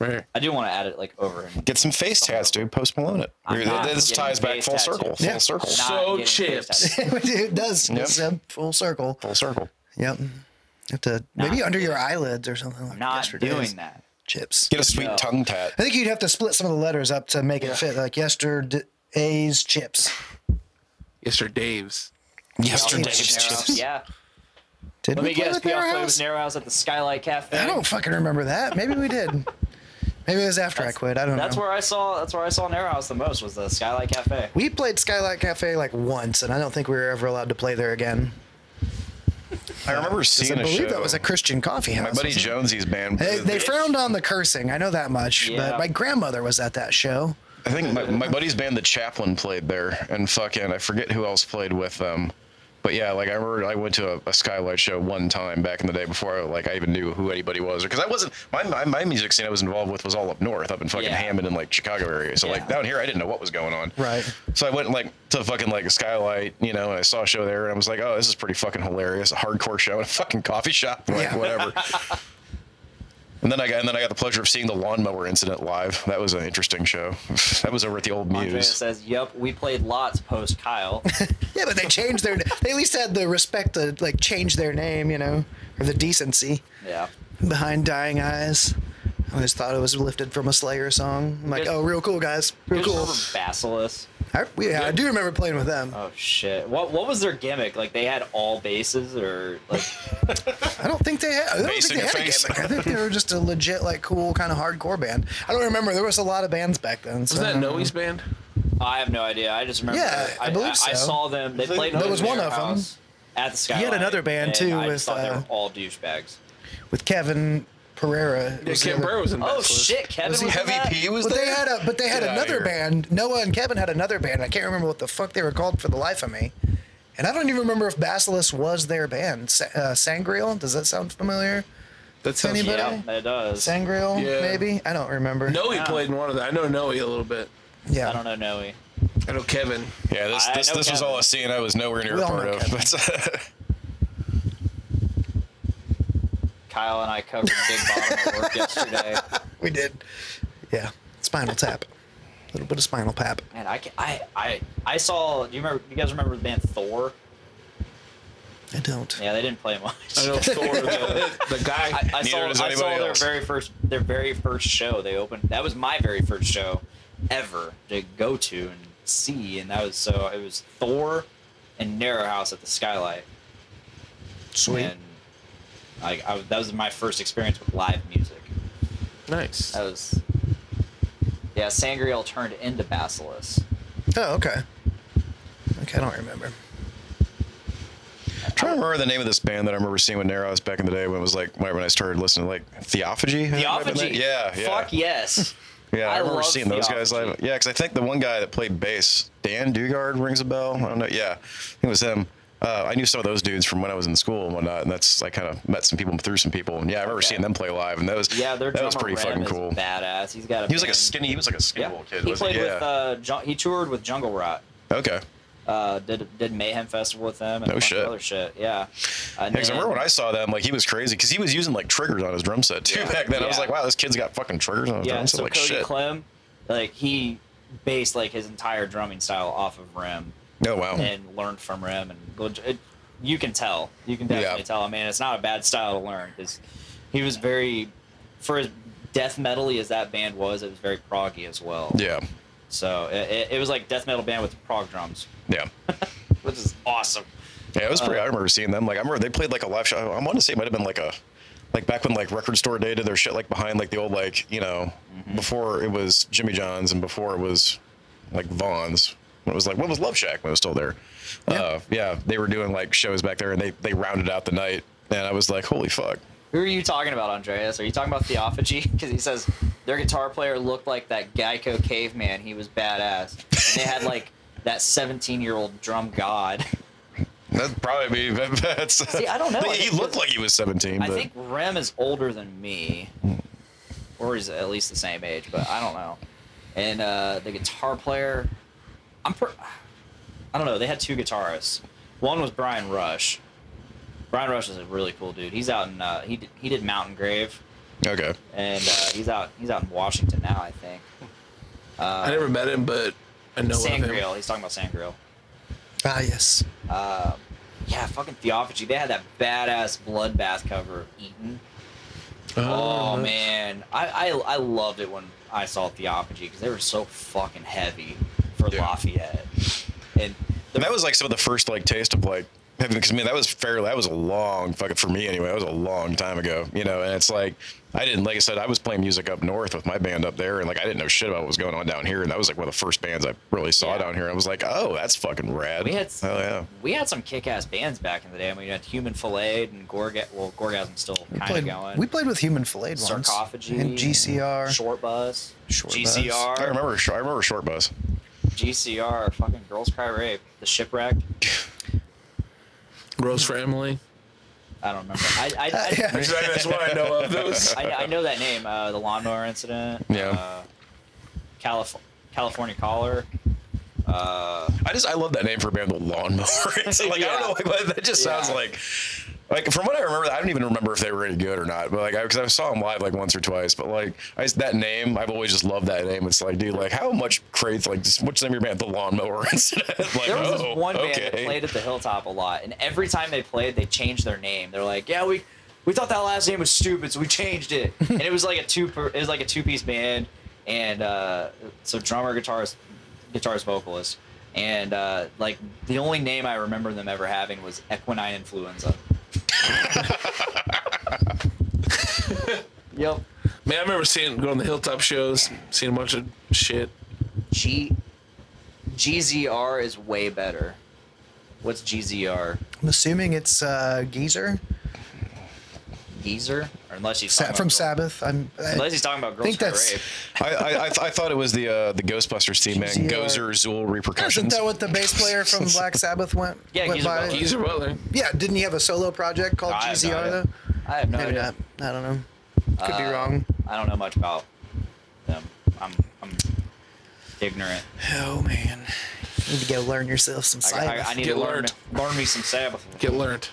Right here.
I do want to add it like over. And
Get some face tats, dude. Post Malone it.
I'm not
This
getting
ties back
face
full
tattoo.
circle.
Yeah.
Full circle.
not
So
getting face
chips.
tattoos.
it does. It's a full circle.
Full circle.
Yep. You have to maybe under your eyelids or something. Like
I'm not
yesterday's
doing that.
Chips.
Get a sweet
No.
tongue tat.
I think you'd have to split some of the letters up to make it fit. Like yesterday's chips.
Yes, sir, Dave's.
Yesterday's
Narrow
chips.
house. Yeah.
Did
Let
we
me
play
guess.
with
We all
Narrow
played with
House?
Narrow House at the Skylight Cafe.
I don't fucking remember that. Maybe we did. Maybe it was after I quit. I don't
That's
know.
where I saw. That's where I saw Narrow House the most was the Skylight Cafe.
we played Skylight Cafe like once, and I don't think we were ever allowed to play there again.
I remember
'Cause
seeing
I
a
believe
show.
that was a Christian coffee house.
My buddy
wasn't it?
Jonesy's band.
They, they frowned on the cursing. I know that much.
Yeah.
But my grandmother was at that show.
I think my, my buddy's band, the Chaplain, played there, and fucking I forget who else played with them. But yeah, like I remember I went to a, a Skylight show one time back in the day before I, like I even knew who anybody was, because I wasn't my, my my music scene I was involved with was all up north, up in fucking
Yeah.
Hammond and like Chicago area. So
Yeah.
like down here I didn't know what was going on.
Right.
So I went like to fucking like a skylight, you know, and I saw a show there, and I was like, oh, this is pretty fucking hilarious, a hardcore show in a fucking coffee shop, like
Yeah.
whatever. and then I got and then I got the pleasure of seeing the lawnmower incident live. That was an interesting show. that was over at the old
Andrea
Muse.
says, "Yep, we played lots post Kyle."
Yeah, but they changed their. They at least had the respect to like change their name, you know, or the decency
yeah.
behind Dying Eyes. I always thought it was lifted from a Slayer song. I'm like,
Just-
oh, real cool guys,
You
real
just
cool.
remember Basilisk?
I, yeah, I do remember playing with them.
Oh shit! What what was their gimmick? Like they had all bases, or like
I don't think they had. I don't
Bass
think
in
they
your
had a
face.
gimmick. I think they were just a legit, like, cool kind of hardcore band. I don't remember. There was a lot of bands back then. So
Was
I
that
don't know.
Noe's band?
I have no idea. I just remember.
Yeah, I believe
I,
so.
saw them. They played.
There was
over
one
their
of 'em.
house At the sky.
had another band, too,
I
with,
just thought they
uh,
were all douchebags.
With Kevin Pereira.
Yeah,
was the
Ken
other-
Burr was in
Oh
Basilisk.
shit! Kevin was,
he
in
Heavy
that?
P was
But
there.
they had a, but they had
Get outta
another
here.
band. Noah and Kevin had another band. I can't remember what the fuck they were called for the life of me. And I don't even remember if Basilisk was their band. Sa- uh, Sangreal, does that sound familiar?
That sounds
Anybody?
Yeah, it does.
Sangreal,
Yeah.
maybe. I don't remember.
Noe
Yeah.
played in one of the. I know Noe a little bit.
Yeah.
I don't know, Noe.
I know Kevin.
Yeah, this
I
this,
know
this was all
Kevin.
a scene I was nowhere near
We
a
all
part
know
of.
Kevin.
That's-
Kyle and I covered Big Bottom at work yesterday.
We did. Yeah. Spinal Tap. A little bit of Spinal Pap.
Man, I, ca- I I I saw. Do you remember? You guys remember the band Thor?
I don't.
Yeah, they didn't play much.
I know Thor, the, the guy.
I, I saw,
Neither does
I saw
anybody
their
else.
very first their very first show they opened. That was my very first show ever to go to and see, and that was so it was Thor and Narrow House at the Skylight,
Sweet.
and I, I that was my first experience with live music.
nice.
That was yeah, Sangreal turned into Basilisk.
Oh, okay. Okay, I don't remember.
I'm trying to remember the name of this band that I remember seeing when Narrow was back in the day when it was like when I started listening to like Theophagy.
Theophagy,
Yeah, yeah.
fuck yes.
Yeah, I,
I
remember
love
seeing those guys
Theology.
live. Yeah, because I think the one guy that played bass, Dan Dugard, rings a bell. I don't know. Yeah, I think it was him. Uh, I knew some of those dudes from when I was in school and whatnot, and that's I kind of met some people through some people. And yeah, I remember
Okay.
seeing them play live, and that was
Yeah, their
that was
drummer
pretty
Rem
fucking
is
cool.
badass. He's got a
He was like
band.
a skinny, he was like a skinny
Yeah,
little kid.
he
wasn't
played
he?
with
yeah.
uh, Jun- he toured with Jungle Rot.
okay.
uh, did did Mayhem Fest with them and
No
a bunch
shit.
of other shit. Yeah. And
Yeah, 'cause I remember when I saw them, like he was crazy because he was using like triggers on his drum set too
Yeah.
back then. I was
Yeah.
like, wow, this kid's got fucking triggers on his
yeah,
drum set,
so
like
Cody
shit.
Clem, like he based like his entire drumming style off of Rim
oh wow,
and learned from Rim, and leg- it, you can tell, you can definitely
Yeah.
tell. I mean, it's not a bad style to learn because he was very, for as death metally as that band was, it was very proggy as well.
yeah,
So it, it, it was like death metal band with prog drums,
yeah.
which is awesome.
Yeah, it was pretty.
Uh,
I remember seeing them. Like I remember they played like a live show. I want to say it might have been like a, like back when like record store day did their shit like behind like the old
Mm-hmm.
like you know before it was Jimmy John's and before it was like Vaughn's. when it was like, what was Love Shack when it was still there? Yeah, uh, yeah they were doing like shows back there, and they they rounded out the night, and I was like, holy fuck.
Who are you talking about, Andreas? Are you talking about Theophagy? Because he says their guitar player looked like that Geico caveman. He was badass. And they had like that 17 year old drum god.
That'd probably be that's.
See, I don't know. I
He
think-
looked like he was 17.
I
but
think Rem is older than me, or is at least the same age, but I don't know. And uh, the guitar player, I'm, per- I don't know. They had two guitarists. One was Brian Rush. Brian Rush is a really cool dude. He's out in uh, he did, he did Mountain Grave,
okay.
and uh, he's out he's out in Washington now, I think.
I never met him, but I know of him.
Sangreal. He's talking about Sangreal.
Ah, yes.
Yeah, fucking Theophagy. They had that badass bloodbath cover of Eaton.
Uh,
Oh, man, I, I I loved it when I saw Theophagy because they were so fucking heavy for
Yeah.
Lafayette. And the,
And that was like some of the first like taste of like having because man that was fairly that was a long fucking for me anyway that was a long time ago you know and it's like I didn't like I said I was playing music up north with my band up there and like I didn't know shit about what was going on down here and that was like one of the first bands I really saw
Yeah.
down here I was like oh that's fucking rad
we had
oh yeah
we had some kick-ass bands back in the day. I mean, you had Human Fillet and Gorga. Well, Gorgasm's still kind of
Played,
going.
we played with Human Fillet once.
Sarcophagy
And GCR.
Short Bus,
Short Bus.
GCR,
I remember I remember Short Bus
GCR, fucking Girls Cry Rape, The Shipwreck.
Gross Family.
I don't remember. I, I, I,
yeah.
Exactly, that's what I know of those.
I, I know that name. Uh, the lawnmower incident.
Yeah.
Uh, Calif- California Caller. Uh,
I just I love that name for a band, the Lawnmower. It's like I
Yeah.
don't know, like, what- that just sounds
Yeah.
like like from what I remember, I don't even remember if they were any good or not. But like because I, saw them live like once or twice, but like I, that name, I've always just loved that name. It's like, dude, like how much crates like just, what's the name of your band, the Lawnmower Incident? like,
there was this
oh,
one band that played at the Hilltop a lot, and every time they played, they changed their name. They're like, "Yeah, we we thought that last name was stupid, so we changed it." and it was like a two per, it was like a two piece band, and uh, so drummer, guitarist, guitarist, vocalist, and uh, like the only name I remember them ever having was Equinine Influenza. yep.
Man, I remember seeing going to hilltop shows, seeing a bunch of shit.
G GZR is way better. What's GZR?
I'm assuming it's uh, Geezer
Geezer? Or unless he's
Sa-
talking
from
about girl-
Sabbath. I'm, uh, I,
Unless he's talking about girls
think
Cry
that's-
rape.
I, I I th- I thought it was the uh, the Ghostbusters theme man,
GZR.
Gozer Zool
isn't
repercussions.
that what the bass player from Black Sabbath went?
Yeah,
went
Geezer Butler.
Geezer Butler.
Yeah, didn't he have a solo project called
I have no
GZR
idea.
though?
I have no
Maybe
idea.
not. I don't know. Could be
Uh,
wrong.
I don't know much about them. I'm I'm ignorant.
Oh man, you need to go learn yourself some
I, I,
Sabbath.
I need
Get
to learn
learned.
me, learn me some Sabbath.
Get learned.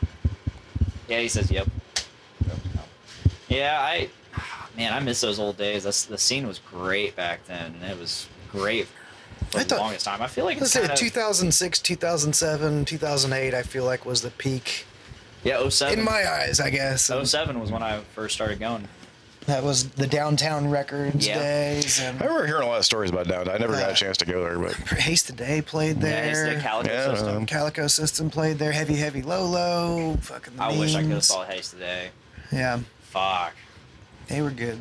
Yeah, he says yep. Yep, no. Yeah, I man, I miss those old days. That's the scene was great back then, and it was great for
I
the
thought-
longest time. I feel like
Let's
it's
say
kind of,
2006, 2007, 2008. I feel like was the peak
yeah, 07.
in my eyes. I guess And
07 was when I first started going.
that was the downtown records
Yeah.
days
I
and
remember hearing a lot of stories about down. I never got a chance to go there, but
Haste Today played
Yeah, it's the
there.
Calico
Yeah,
system.
um,
Calico System played there. Heavy Heavy Lolo. Fucking. the
I wish I could have
Means.
saw Hayes today.
Yeah,
Fuck.
they were good.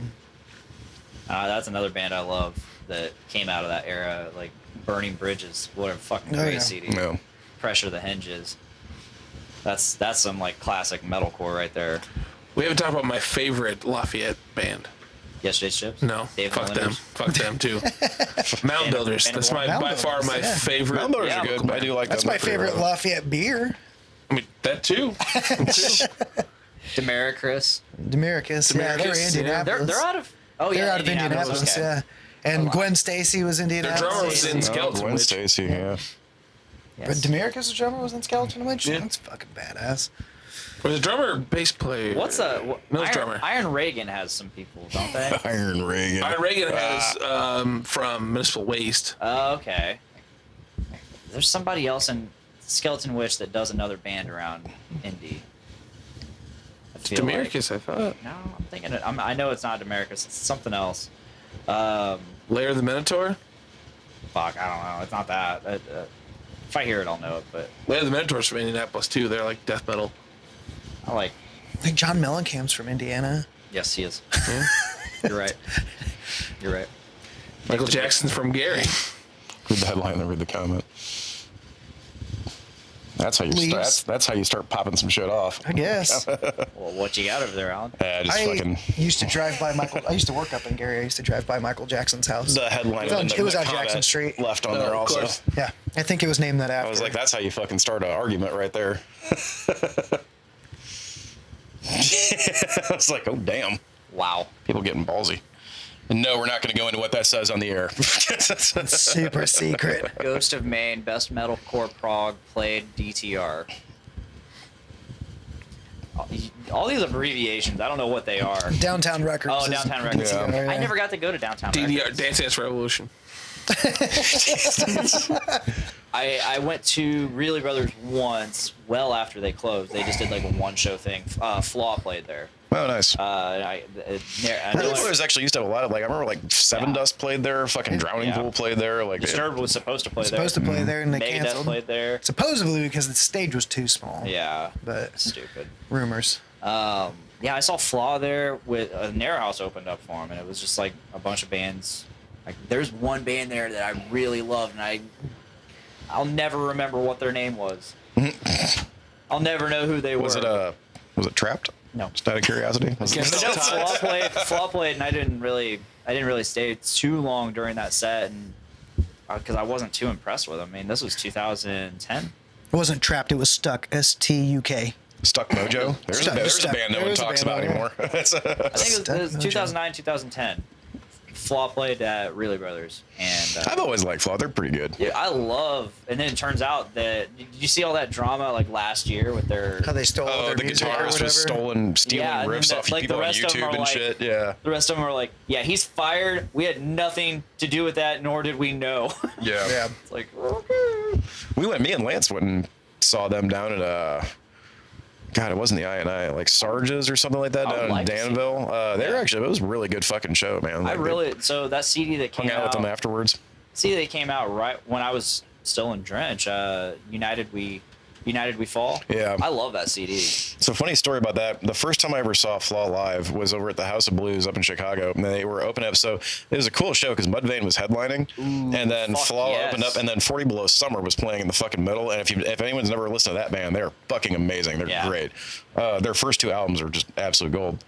Uh, that's another band I love that came out of that era, like Burning Bridges, what a fucking
Oh,
great
yeah.
CD.
no.
Pressure the Hinges. That's that's some like classic metalcore right there.
We haven't talked about my favorite Lafayette band.
Yesterday's Chips.
No,
Dave
fuck them.
Melenders.
Fuck them too. Mound
Band-
Builders.
Band of
That's my
Mound
by far
Builders,
my
yeah.
favorite.
Mound Builders
Yeah.
are good. I do like
That's
them.
my
They're pretty
favorite
rad.
Lafayette beer.
I mean, that too.
Demericus.
Demericus. Yeah, they were
Demericus, yeah.
Indianapolis.
They're they're out of oh yeah
They're out of Indianapolis,
okay. Oh,
yeah. And Gwen Stacy was
Their
Indianapolis.
drummer was in Skeleton
Gwen
Witch.
Stacy, Oh, yeah.
But
Yes.
Demericus, the drummer, was in Skeleton Witch.
Yeah.
That's fucking badass.
Was a drummer, or bass player.
What's a wh-
Mills
Iron,
drummer.
Iron Reagan has some people, don't they?
Iron Reagan.
Iron Reagan has um, from Municipal Waste.
Oh, okay. There's somebody else in Skeleton Witch that does another band around indie. I feel
Demericus, I thought.
Like. No, I'm thinking it. I'm, I know it's not Demericus. It's something else. Um,
Layer of the Minotaur.
fuck, I don't know. It's not that. Uh, uh, if I hear it, I'll know it. But
Layer of the Minotaur's from Indianapolis too. They're like death metal.
I like.
Like John Mellencamp's from Indiana.
Yes, he is. You're right. You're right.
Michael Jackson's from Gary.
Read the headline and read the comment. That's how you
Leaves.
start. That's, that's how you start popping some shit off.
I guess.
Well, what you got over there, Alan?
Yeah, just
I
fucking
used to drive by Michael. I used to work up in Gary. I used to drive by Michael Jackson's house.
the headline.
It was on-
and then the
it was on
comment
Jackson Street.
Left on
Oh,
there
of
also.
course.
yeah, I think it was named that after.
I was like, that's how you fucking start an argument right there. I was like, oh damn,
Wow.
people getting ballsy. And no, we're not going to go into what that says on the air.
super secret.
Ghost of Maine, best metalcore prog played DTR. All- All these abbreviations, I don't know what they are.
Downtown Records.
Oh,
is-
Downtown Records.
Yeah.
I never got to go to Downtown
DDR,
Records.
Dance Dance Revolution.
I, I went to Really Brothers once, well after they closed. They just did like a one show thing. Uh, Flaw played there.
oh, nice.
Uh, I, it, I
Really
know it-
Brothers actually used to have a lot of like I remember like Seven
Yeah.
Dust played there, fucking Drowning
Yeah.
Pool played there, like
Disturbed was supposed to play there.
supposed to play there and they
Megadeth
canceled.
played there.
Supposedly because the stage was too small.
Yeah.
But
Stupid.
rumors.
Um, yeah, I saw Flaw there with uh, Nair House opened up for him, and it was just like a bunch of bands. Like, there's one band there that I really loved, and I, I'll never remember what their name was. I'll never know who they were.
was it uh was it Trapped?
No.
Just out of curiosity. Was it-
No, Flaw played, Flaw played, and I didn't really, I didn't really stay too long during that set, and because I wasn't too impressed with him. I mean, this was 2010.
It wasn't trapped. It was stuck. S T U K.
Stuck Mojo. There's,
Stuck-
a, there's
Stuck-
a band no one
there's a
talks about
band,
anymore. That's a-
I think it was, it
Stuck
was 2009, 2010. Flaw played at Really Brothers, and uh,
I've always liked Flaw. They're pretty good.
Dude, I love, and then it turns out that did you see all that drama like last year with their
How they stole all
Oh,
their
the
music or
guitarist
whatever.
was stolen, stealing
Yeah, and then
riffs
the-
off
like, the
people on
rest of 'em
YouTube
are
and
like-
shit. Yeah,
the rest of them were like, yeah, he's fired. We had nothing to do with that, nor did we know.
yeah,
Yeah.
it's like okay.
We went. Me and Lance went and saw them down at uh, God, it wasn't the I and I, like Sarge's or something like that
I would
down
like to
in
see
Danville. Uh, they were
Yeah.
actually it was a really good fucking show, man.
I
Like, they
really so that CD that came
hung out
out
with them afterwards.
CD that came out right when I was still in Drench. Uh, United we United we fall.
Yeah.
I love that CD.
So funny story about that. The first time I ever saw Flaw live was over at the House of Blues up in Chicago, and they were open up. So it was a cool show because Mudvayne was headlining, and then
fuck
Flaw
yes.
opened up, and then Forty Below Summer was playing in the fucking middle. And if you, if anyone's never listened to that band, they're fucking amazing. They're
Yeah.
great. Uh, their first two albums are just absolute gold.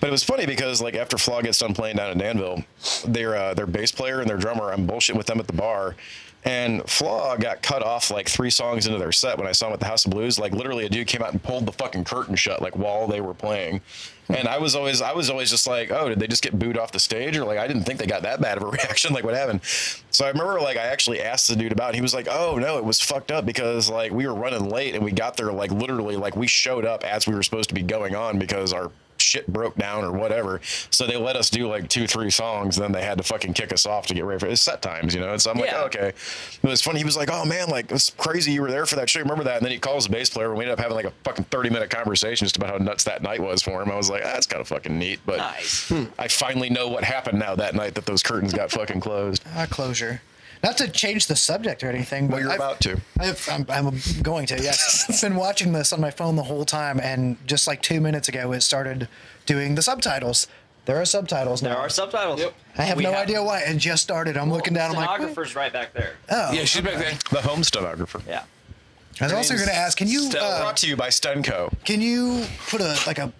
But it was funny because like after Flaw gets done playing down in Danville, their uh, their bass player and their drummer, I'm bullshit with them at the bar. And Flaw got cut off like three songs into their set when I saw him at the House of Blues. Like literally, a dude came out and pulled the fucking curtain shut like while they were playing. And I was always I was always just like, oh, did they just get booed off the stage? Or like I didn't think they got that bad of a reaction. Like what happened? So I remember like I actually asked the dude about. It. He was like, oh no, it was fucked up because like we were running late and we got there like literally like we showed up as we were supposed to be going on because our shit broke down or whatever. So they let us do like two, three songs. Then they had to fucking kick us off to get ready for it's set times, you know? And so I'm like,
Yeah.
"Oh, okay. It was funny. He was like, oh man, like it's crazy you were there for that show. Remember that? And then he calls the bass player and we ended up having like a fucking 30 minute conversation just about how nuts that night was for him. I was like, ah, that's kind of fucking neat. But
Nice.
I finally know what happened now that night that those curtains got fucking closed.
Ah, closure. Not to change the subject or anything, but
Well, you're
I've-
about to.
I've, I'm, I'm going to, yes. I've been watching this on my phone the whole time, and just like two minutes ago, it started doing the subtitles. There are subtitles now.
There are subtitles.
I have
We
no idea why. It just started. I'm looking down. I'm like, wait.
Stenographer's right back there.
oh.
yeah, she's back there.
The home stenographer.
Yeah.
I was also going to ask, can you
Stella.
uh,
Brought to you by Stenco.
can you put a like a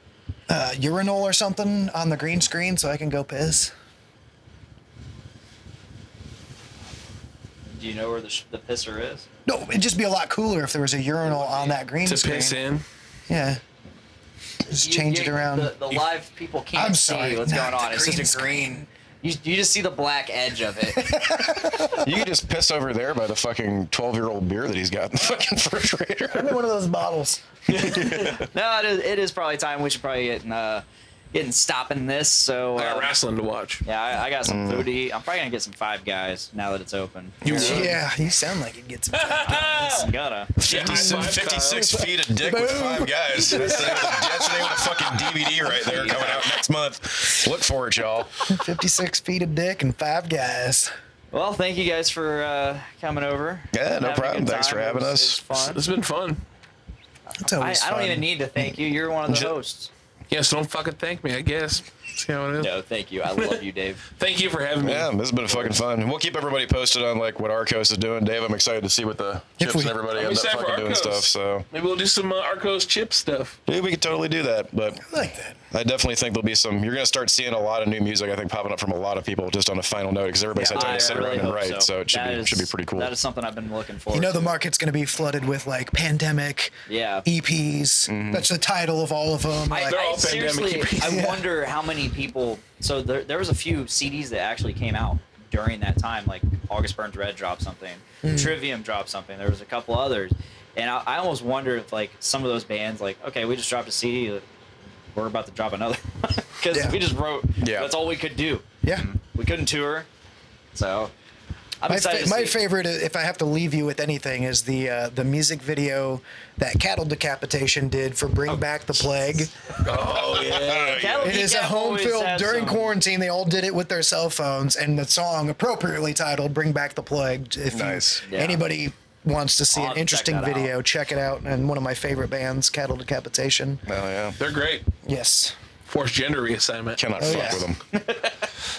uh, urinal or something on the green screen so I can go piss?
Do you know where the, sh- the pisser is?
No, it'd just be a lot cooler if there was a urinal on that green
To
screen.
piss in.
Yeah. Just
You-
change
you-
it around.
The, the live people can't
I'm
see
sorry,
what's
not
going on.
the
It's
green
just a green. You, you just see the black edge of it.
You could just piss over there by the fucking 12 year old beer that he's got in the fucking refrigerator.
Give me one of those bottles.
no, it is, it is probably time we should probably get in, uh, getting stopping this. So uh,
I got wrestling to watch.
yeah, I, I got some
Mm.
food to eat. I'm probably gonna get some Five Guys now that it's open.
You would.
Yeah, you sound like it gets. Ah!
I'm gonna.
Yeah, high five, Kyle.
56 feet of dick with five guys. That's the, name of the- that's the name of the fucking DVD right there coming out next month. Look for it, y'all.
56 feet of dick and five guys.
Well, thank you guys for uh, coming over.
Yeah, no
Having a
problem.
good
Thanks
time.
for
It
having
was-
us.
it was fun.
It's
I,
always
I don't
fun.
even need to thank you. You're one of the
Ju-
hosts.
Yeah, so don't fucking thank me, I guess. See how it is.
No, thank you. I love you, Dave.
Thank you for having me.
Yeah, this has been fucking fun. And We'll keep everybody posted on like what Arcos is doing. Dave, I'm excited to see what the
If
chips
we-
and everybody end
I'm
up
excited for
fucking doing
Arcos.
stuff. So,
Maybe we'll do some uh, Arcos chip stuff.
dude, we could totally do that. But
I like that.
I definitely think there'll be some. You're gonna start seeing a lot of new music. I think popping up from a lot of people just on a final note because everybody's had time
I
to sit
really
around and
hope
write. So. it should
That
be
is-
should be pretty cool.
That is something I've been looking for.
You know, the market's going to be flooded with like pandemic
Yeah.
EPs.
Mm-hmm.
That's the title of all of them.
I,
like,
They're
I
all pandemic
seriously,
EPs.
I wonder how many people. So there, there was a few CDs that actually came out during that time. Like August Burns Red dropped something,
Hmm.
Trivium dropped something. There was a couple others, and I, I almost wonder if like some of those bands, like okay, we just dropped a CD, like, we're about to drop another because
Yeah.
we just wrote.
Yeah.
that's all we could do. Mm.
yeah.
We couldn't tour, so I'm
My,
excited.
fa-
to
my
see-
favorite, uh, if I have to leave you with anything, is the uh, the music video that Cattle Decapitation did for Bring Back the Plague.
Oh, yeah.
Cattle
It is a
Decap
home
always
film
has
during
some-
quarantine. They all did it with their cell phones, and the song appropriately titled "Bring Back the Plague." If you-
Nice.
Yeah.
anybody wants to see
I'll have
an
to check
interesting
that out.
video, check it out. And one of my favorite bands, Cattle Decapitation.
oh yeah,
They're great.
Yes,
Forced gender reassignment.
cannot
Oh,
fuck
yeah.
with them.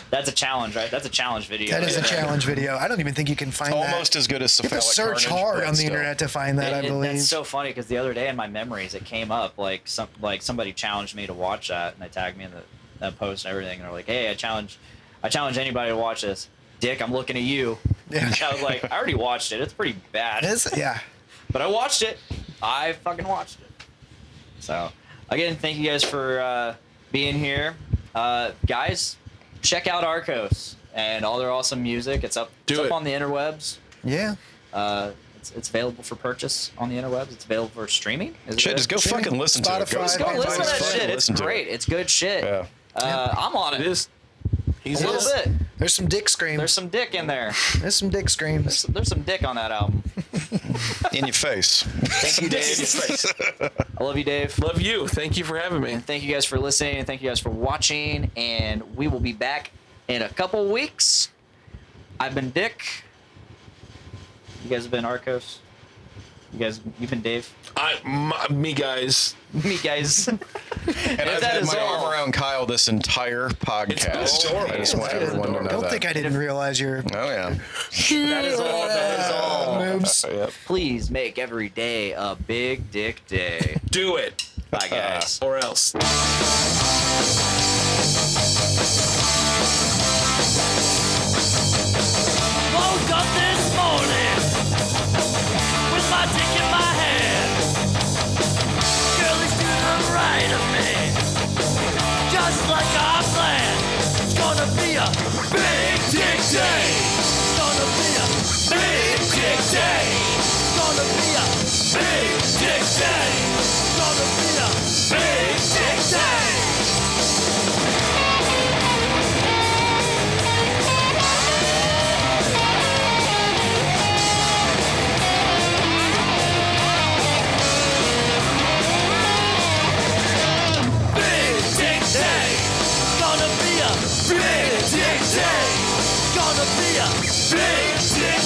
That's a challenge, right? That's a challenge video.
that is
right
a
there.
challenge video. I don't even think you can find
Almost
that.
as good as
You
cephalic
have to
Carnage,
search hard
but
on the
still.
internet to find that.
It-
I
it-
believe.
that's so funny because the other day in my memories it came up like some like somebody challenged me to watch that and they tagged me in the that post and everything and they're like, hey, I challenge, I challenge anybody to watch this. Dick, I'm looking at you.
Yeah.
I was like, I already watched it. It's pretty bad.
It is- yeah.
But I watched it. I fucking watched it. So, again, thank you guys for uh, being here, uh, guys. Check out Arcos and all their awesome music. It's up,
Do
it's up
it.
on the interwebs.
Yeah.
Uh, it's, it's available for purchase on the interwebs. It's available for streaming. Is
Shit,
it?
just go fucking listen to it.
Spotify, Just
Go
Find
listen
it.
to that
fucking
shit. It's
listen to it.
great. It's good shit.
Yeah.
Uh, I'm on it.
It is.
A little
Yes.
bit.
There's some dick screams.
There's some dick in there.
There's some dick
There's
screams.
some, there's some dick on that album.
In your face.
Thank you, Dave. I love you, Dave.
Love you. Thank you for having me.
Thank you guys for listening. and Thank you guys for watching. And we will be back in a couple weeks. I've been Dick. You guys have been Arcos. You guys, you've been Dave.
I, my, me guys.
Me, guys.
And
If
I've
that
had
is
my
all-
arm around Kyle this entire podcast.
adorable.
I just want
That is
everyone to know
adorable. Don't
that.
think I didn't realize your
oh yeah.
that is all. That is all.
moves.
Yep.
Please make every day a big dick day.
Do it.
Bye, guys.
Or else.
woke up this morning with my dick in my hand. Girl is to the right of me, just like I planned. It's gonna be a big dick day. It's gonna be a big dick day. It's gonna be a big dick day. It's gonna be a big dick day. Big Dick Day. It's gonna be a Big Dick Day. It's gonna be a Big Dick